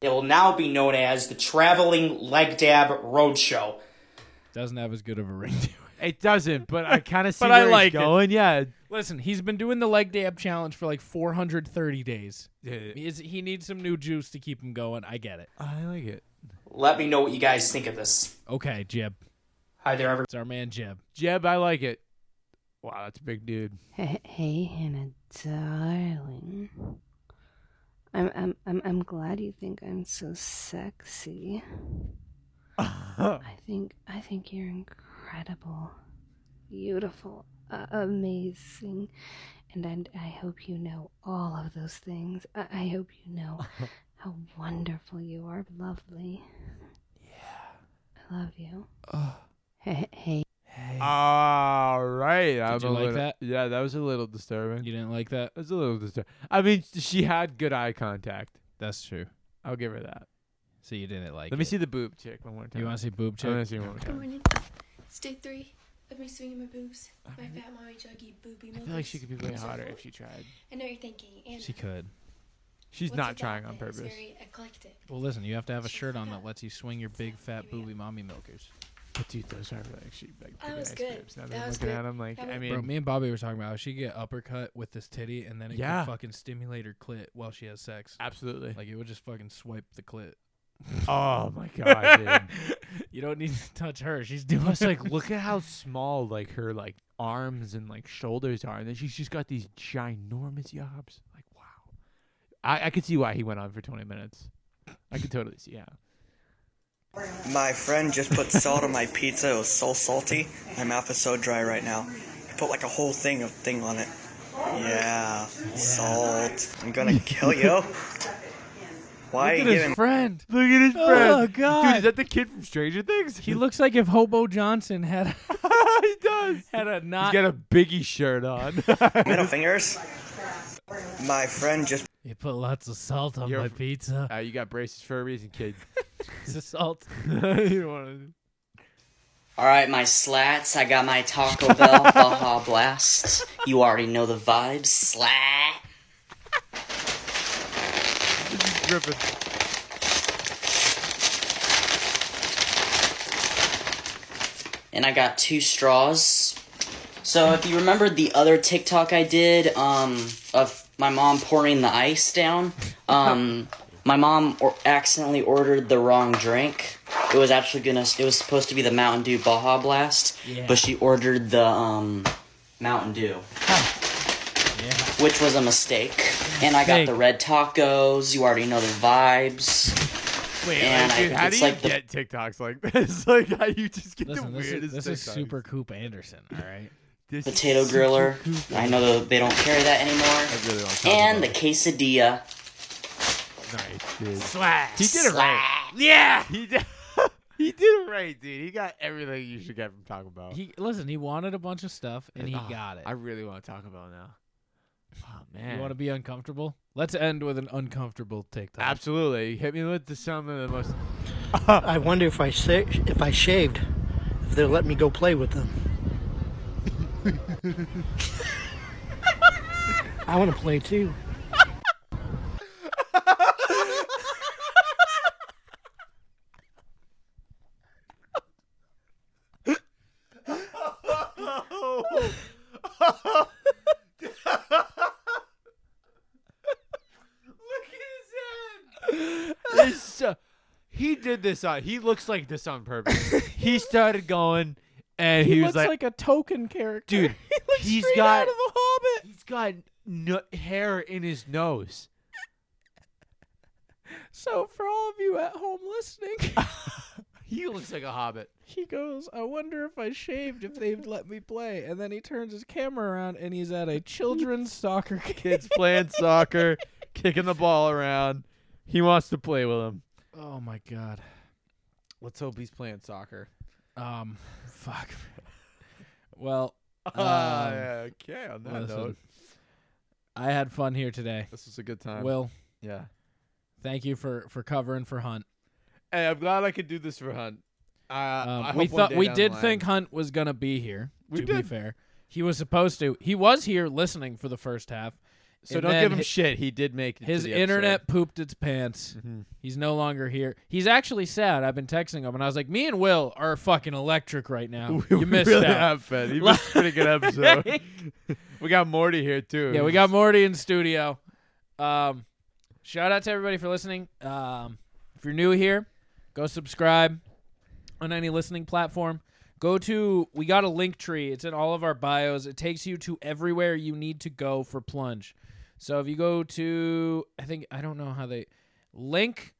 Speaker 15: It will now be known as the Traveling Leg Dab Roadshow.
Speaker 5: Doesn't have as good of a ring to it. [LAUGHS]
Speaker 8: It doesn't, but I kind [LAUGHS] of see
Speaker 5: But
Speaker 8: where
Speaker 5: I like
Speaker 8: he's
Speaker 5: it.
Speaker 8: going. Yeah,
Speaker 5: Listen, he's been doing the leg dab challenge for like 430 days.
Speaker 8: Yeah.
Speaker 5: He's- he needs some new juice to keep him going. I get it.
Speaker 8: I like it.
Speaker 15: Let me know what you guys think of this.
Speaker 5: Okay, Jeb.
Speaker 15: Hi there, everyone.
Speaker 5: It's our man Jeb.
Speaker 8: Jeb, I like it. Wow, that's a big dude.
Speaker 16: Hey, Hannah, darling. I'm, I'm, I'm, I'm glad you think I'm so sexy. I think, I think you're incredible, beautiful, uh, amazing, and I, I hope you know all of those things. I, I hope you know how wonderful you are, lovely. Yeah. I love you. Hey, hey.
Speaker 8: All right. I'm
Speaker 5: you
Speaker 8: a
Speaker 5: like
Speaker 8: little-
Speaker 5: that?
Speaker 8: Yeah, that was a little disturbing.
Speaker 5: You didn't like that?
Speaker 8: It was a little disturbing. I mean, she had good eye contact.
Speaker 5: That's true.
Speaker 8: I'll give her that.
Speaker 5: So you didn't like
Speaker 8: Let me
Speaker 5: it.
Speaker 8: see the boob chick one more time.
Speaker 5: You want to see boob
Speaker 8: I
Speaker 5: check?
Speaker 8: want to see one more
Speaker 17: Good
Speaker 8: time.
Speaker 17: morning. It's day three of me swinging my boobs. My fat mommy juggy boobie
Speaker 8: I feel like she could be way hotter if she tried.
Speaker 17: I know you're thinking, Anna.
Speaker 5: She could.
Speaker 8: She's
Speaker 17: what's
Speaker 8: not
Speaker 17: about
Speaker 8: trying on
Speaker 17: this?
Speaker 8: purpose.
Speaker 17: Very eclectic.
Speaker 5: Well, listen, you have to have a shirt on that lets you swing your big fat booby mommy milkers.
Speaker 8: But dude, those are actually like
Speaker 17: That was
Speaker 8: nice
Speaker 17: good.
Speaker 8: boobs. Now
Speaker 17: That
Speaker 8: that I'm
Speaker 17: was
Speaker 8: looking
Speaker 17: good.
Speaker 8: at them, like
Speaker 17: That
Speaker 8: I
Speaker 17: was-
Speaker 8: mean,
Speaker 5: Bro, me and Bobby were talking about how she could get uppercut with this titty, and then it
Speaker 8: Yeah.
Speaker 5: could fucking stimulate her clit while she has sex.
Speaker 8: absolutely.
Speaker 5: Like it would just fucking swipe the clit.
Speaker 8: [LAUGHS]
Speaker 5: [LAUGHS]
Speaker 8: oh my god, dude.
Speaker 5: You don't need to touch her. She's doing
Speaker 8: Plus, like, look at how small like her like arms and like shoulders are, and then she's just got these ginormous yobs. Like, wow. I I could see why he went on for twenty minutes. I could totally see how.
Speaker 18: My friend just put salt on my pizza. It was so salty. My mouth is so dry right now. I put like a whole thing of thing on it. Yeah, salt.
Speaker 8: [LAUGHS]
Speaker 18: I'm gonna kill you. Why are
Speaker 5: Look at
Speaker 18: you
Speaker 5: his
Speaker 18: giving?
Speaker 5: friend.
Speaker 8: Look at his
Speaker 5: Oh,
Speaker 8: friend.
Speaker 5: God.
Speaker 8: dude, is that the kid from Stranger Things?
Speaker 5: He looks like if Hobo Johnson had a,
Speaker 8: [LAUGHS] he does
Speaker 5: had a
Speaker 8: He's
Speaker 5: not.
Speaker 8: got a Biggie
Speaker 5: [LAUGHS]
Speaker 8: shirt on.
Speaker 18: Middle fingers. My friend just.
Speaker 5: He put lots of salt on
Speaker 8: You're-
Speaker 5: my pizza.
Speaker 8: Uh, you got braces for a reason, kid.
Speaker 5: [LAUGHS] It's a salt.
Speaker 8: [LAUGHS] You wanna-
Speaker 19: All right, my slats. I got my Taco Bell Baja Blast. You already know the vibes. Slat.
Speaker 8: This is dripping.
Speaker 19: and I got two straws. So if you remember the other TikTok I did um, of my mom pouring the ice down, um, my mom or- accidentally ordered the wrong drink. It was actually gonna. It was supposed to be the Mountain Dew Baja Blast,
Speaker 15: Yeah.
Speaker 19: but she ordered the um, Mountain Dew, which was a mistake. And I got the red tacos. You already know the vibes.
Speaker 8: Wait,
Speaker 19: and
Speaker 8: like,
Speaker 19: I
Speaker 8: dude,
Speaker 19: think
Speaker 8: how
Speaker 19: it's
Speaker 8: do you
Speaker 19: like the-
Speaker 8: get TikToks like this? [LAUGHS] Like, how you just get
Speaker 5: Listen,
Speaker 8: the
Speaker 5: this is,
Speaker 8: weirdest
Speaker 5: this is
Speaker 8: TikToks?
Speaker 5: Super Coop Anderson, all right?
Speaker 8: [LAUGHS]
Speaker 19: potato griller. I know that they don't carry that anymore. and the quesadilla.
Speaker 8: Nice, dude.
Speaker 19: Slash.
Speaker 8: He did it right. Yeah, he did. [LAUGHS] he did it right, dude. He got everything you should get from Taco Bell.
Speaker 5: He listen. He wanted a bunch of stuff, and he
Speaker 8: Ah,
Speaker 5: got it.
Speaker 8: I really want Taco Bell now. Oh man,
Speaker 5: You want to be uncomfortable? Let's end with an uncomfortable TikTok.
Speaker 8: Absolutely. Hit me with the, some of
Speaker 5: [LAUGHS]
Speaker 8: the most.
Speaker 20: I wonder if I sa- if I shaved, if they'll let me go play with
Speaker 18: [LAUGHS]
Speaker 20: them. I want to play too.
Speaker 8: This, uh, he did this on. He looks like this on
Speaker 5: [LAUGHS]
Speaker 8: purpose. he started going, and he,
Speaker 5: he,
Speaker 8: was
Speaker 5: looks like,
Speaker 8: like,
Speaker 5: a token character,
Speaker 8: dude,
Speaker 5: [LAUGHS] he looks
Speaker 8: he's
Speaker 5: straight
Speaker 8: got
Speaker 5: out of the Hobbit.
Speaker 8: He's got no- hair in his nose.
Speaker 5: So for all of you at home [LAUGHS] listening,
Speaker 8: He looks like a hobbit.
Speaker 5: he goes, "I wonder if I shaved if they'd let me play." And then he turns his camera around, and he's at a [LAUGHS] children's soccer game.
Speaker 8: Kids playing soccer, kicking the ball around. He wants to play with him.
Speaker 5: Oh my god.
Speaker 8: Let's hope he's playing soccer.
Speaker 5: Um, fuck. [LAUGHS] Well,
Speaker 8: Uh,
Speaker 5: um,
Speaker 8: [LAUGHS] yeah, okay, on that
Speaker 5: listen,
Speaker 8: note.
Speaker 5: I had fun here today.
Speaker 8: This was a good time.
Speaker 5: Will,
Speaker 8: Yeah.
Speaker 5: thank you for for covering for Hunt.
Speaker 8: Hey, I'm glad I could do this for Hunt. Uh, I
Speaker 5: Um,
Speaker 8: hope
Speaker 5: we
Speaker 8: one
Speaker 5: thought
Speaker 8: day
Speaker 5: we
Speaker 8: down
Speaker 5: did
Speaker 8: the line-
Speaker 5: think Hunt was gonna be here.
Speaker 8: We
Speaker 5: to be
Speaker 8: did.
Speaker 5: fair, he was supposed to. He was here listening for the first half.
Speaker 8: So
Speaker 5: and
Speaker 8: don't
Speaker 5: then
Speaker 8: give him
Speaker 5: hi-
Speaker 8: shit. He did make it to
Speaker 5: His
Speaker 8: the episode.
Speaker 5: internet pooped its pants.
Speaker 8: Mhm.
Speaker 5: He's no longer here. He's actually sad. I've been texting him, and I was like, "Me and Will are fucking electric right now.
Speaker 8: [LAUGHS] We
Speaker 5: you missed
Speaker 8: really
Speaker 5: out.
Speaker 8: have been. You missed a
Speaker 5: [LAUGHS]
Speaker 8: pretty good episode. [LAUGHS] we got Morty here too.
Speaker 5: Yeah, we got Morty in studio. Um, shout out to everybody for listening. Um, if you're new here, go subscribe on any listening platform. Go to we got a link tree. It's in all of our bios. It takes you to everywhere you need to go for plunge. So if you go to I think I don't know how they link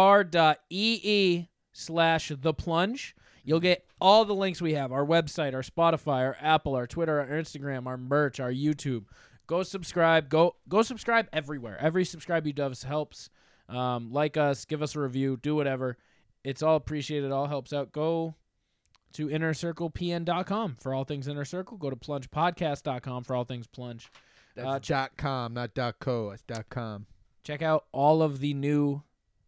Speaker 5: tr.ee E slash the plunge. You'll get all the links we have our website, our Spotify, our Apple, our Twitter, our Instagram, our merch, our YouTube. Go subscribe. Go go subscribe everywhere. Every subscribe you does helps. Um, like us, give us a review, do whatever. It's all appreciated. All helps out. Go to innercirclepn.com for all things inner circle. Go to plungepodcast.com for all things plunge.
Speaker 8: That's
Speaker 5: Uh,
Speaker 8: dot com, not dot co. It's dot com.
Speaker 5: check out all of the new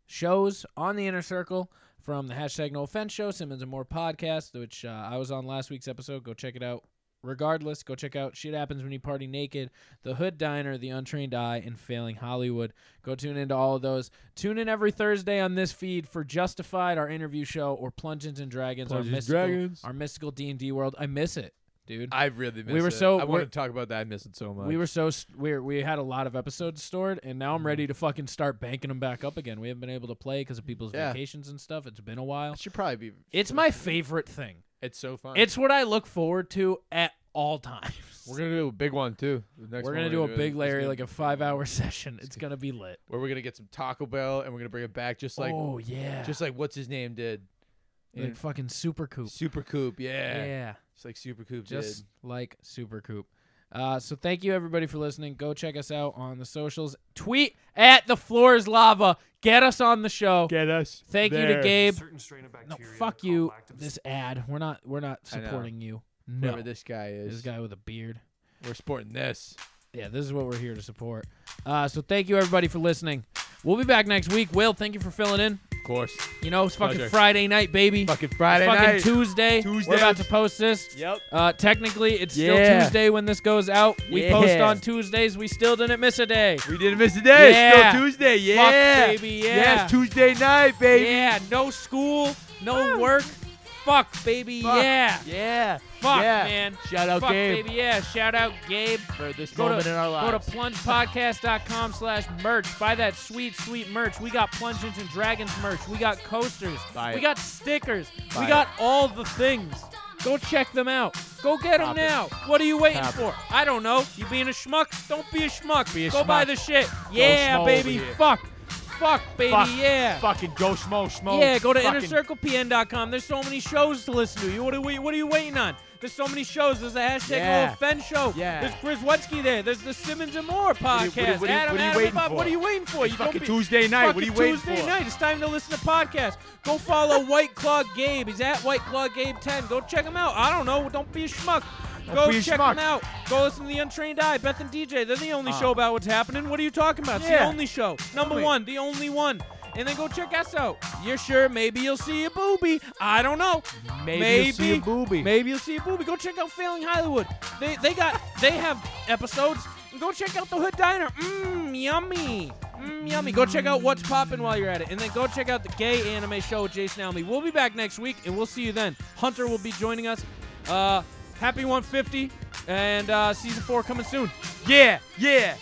Speaker 5: shows on the inner circle from the hashtag no offense show simmons and more podcast which uh, i was on last week's episode go check it out regardless go check out shit happens when you party naked the hood diner the untrained eye and failing hollywood go tune into all of those tune in every thursday on this feed for justified our interview show or plungeons and dragons
Speaker 8: Plungeons
Speaker 5: our
Speaker 8: and
Speaker 5: mystical
Speaker 8: Dragons.
Speaker 5: our mystical d&d world i miss it dude
Speaker 8: I really miss
Speaker 5: we were
Speaker 8: it.
Speaker 5: so
Speaker 8: I
Speaker 5: we're-
Speaker 8: want to talk about that. I miss it so much. Mm-hmm.
Speaker 5: we were so s- we were- we had a lot of episodes stored, and now I'm ready to fucking start banking them back up again. We haven't been able to play because of people's
Speaker 8: Yeah.
Speaker 5: vacations and stuff. It's been a while.
Speaker 8: It should probably be.
Speaker 5: It's my favorite thing.
Speaker 8: It's so fun.
Speaker 5: It's what I look forward to at all times.
Speaker 8: We're gonna do a big one too. The
Speaker 5: [LAUGHS]
Speaker 8: next
Speaker 5: we're
Speaker 8: one
Speaker 5: gonna do a
Speaker 8: doing
Speaker 5: big
Speaker 8: is
Speaker 5: Larry,
Speaker 8: gonna-
Speaker 5: like a five hour [LAUGHS] session. It's gonna be lit.
Speaker 8: where we're gonna get some Taco Bell and we're gonna bring it back, just like
Speaker 5: Oh, yeah.
Speaker 8: just like what's his name did,
Speaker 5: Like
Speaker 8: And-
Speaker 5: fucking Super Coop.
Speaker 8: Super Coop, yeah,
Speaker 5: Yeah.
Speaker 8: it's like Super Coop
Speaker 5: just
Speaker 8: did.
Speaker 5: like Super Coop. Uh, so thank you everybody for listening. Go check us out on the socials. Tweet at the floor is lava. Get us on the show.
Speaker 8: Get us.
Speaker 5: Thank you
Speaker 8: there.
Speaker 5: to Gabe.
Speaker 21: Certain strain of
Speaker 5: no,
Speaker 21: bacteria
Speaker 5: fuck you. This ad. We're not. We're not
Speaker 8: I know.
Speaker 5: supporting you. No.
Speaker 8: Whoever this guy is,
Speaker 5: This guy with a beard.
Speaker 8: we're sporting this.
Speaker 5: Yeah, this is what we're here to support. Uh, so thank you everybody for listening. We'll be back next week. Will, thank you for filling in.
Speaker 8: Of course.
Speaker 5: You know, it's fucking
Speaker 8: Pleasure.
Speaker 5: Friday night, baby. Fucking
Speaker 8: Friday
Speaker 5: fucking
Speaker 8: night.
Speaker 5: Tuesday.
Speaker 8: Tuesday.
Speaker 5: We're about to post this.
Speaker 8: Yep.
Speaker 5: Uh, technically, it's still
Speaker 8: Yeah.
Speaker 5: Tuesday when this goes out. We post
Speaker 8: Yeah.
Speaker 5: on Tuesdays. We still didn't miss a day.
Speaker 8: We didn't miss a day.
Speaker 5: Yeah.
Speaker 8: It's still Tuesday.
Speaker 5: Fuck,
Speaker 8: Yeah.
Speaker 5: baby, yeah.
Speaker 8: Yes, Tuesday night, baby.
Speaker 5: Yeah, no school, no work. Fuck, baby,
Speaker 8: Fuck,
Speaker 5: yeah.
Speaker 8: Yeah.
Speaker 5: Fuck,
Speaker 8: yeah.
Speaker 5: man.
Speaker 8: Shout out
Speaker 5: Fuck,
Speaker 8: Oh, Gabe.
Speaker 5: baby, yeah. Shout out Gabe.
Speaker 8: For this
Speaker 5: go
Speaker 8: moment
Speaker 5: to,
Speaker 8: in our
Speaker 5: Go
Speaker 8: lives.
Speaker 5: to plungepodcast.com slash merch. Buy that sweet, sweet merch. We got Plungeons and Dragons merch. We got coasters.
Speaker 8: Buy
Speaker 5: we
Speaker 8: it.
Speaker 5: got stickers.
Speaker 8: Buy
Speaker 5: we
Speaker 8: it.
Speaker 5: got all the things. Go check them out. Go get them
Speaker 8: Cop it.
Speaker 5: now. What are you waiting
Speaker 8: Cop it.
Speaker 5: for? I don't know. You being a schmuck? Don't be a schmuck.
Speaker 8: Be a
Speaker 5: go buy
Speaker 8: schmuck.
Speaker 5: the shit.
Speaker 8: Go
Speaker 5: Yeah,
Speaker 8: schmo
Speaker 5: baby.
Speaker 8: over here.
Speaker 5: Fuck. Fuck, baby.
Speaker 8: Fuck.
Speaker 5: yeah.
Speaker 8: Fucking go schmo schmo.
Speaker 5: Yeah, go to
Speaker 8: Fucking-
Speaker 5: innercirclepn.com. There's so many shows to listen to. You, what are we? What are you waiting on? There's so many shows. There's a hashtag
Speaker 8: Yeah.
Speaker 5: No Offense show.
Speaker 8: Yeah.
Speaker 5: There's Chris Wetzky there. There's the Simmons and More
Speaker 8: are you-
Speaker 5: podcast.
Speaker 8: what are you- what are you
Speaker 5: Adam, Adam,
Speaker 8: waiting
Speaker 5: and Bob,
Speaker 8: for?
Speaker 5: What are you waiting for?
Speaker 8: It's
Speaker 5: you don't
Speaker 8: fucking
Speaker 5: be-
Speaker 8: Tuesday night. What are
Speaker 5: fucking
Speaker 8: you waiting
Speaker 5: Tuesday
Speaker 8: for?
Speaker 5: night. It's time to listen to podcasts. Go follow White Claw Gabe. He's at White Claw Gabe 10. Go check him out. I don't know. Don't be a schmuck.
Speaker 8: Don't
Speaker 5: Go
Speaker 8: be a
Speaker 5: check
Speaker 8: schmuck.
Speaker 5: him out. Go listen to the Untrained Eye, Beth and DJ. They're the only
Speaker 8: Uh.
Speaker 5: show about what's happening. What are you talking about? It's the
Speaker 8: Yeah.
Speaker 5: only show. Number
Speaker 8: Only.
Speaker 5: one, the only one. And then go check us out. You're sure maybe you'll see a booby. I don't know.
Speaker 8: Maybe you'll see a booby.
Speaker 5: Maybe you'll see a booby. Go check out Failing Hollywood. They they got they have episodes. Go check out the Hood Diner. Mmm, yummy. Mmm, yummy. Go check out What's Poppin' while you're at it. And then go check out the gay anime show with Jason Alme. We'll be back next week and we'll see you then. Hunter will be joining us. Uh happy 150 and uh season four coming soon. Yeah, yeah.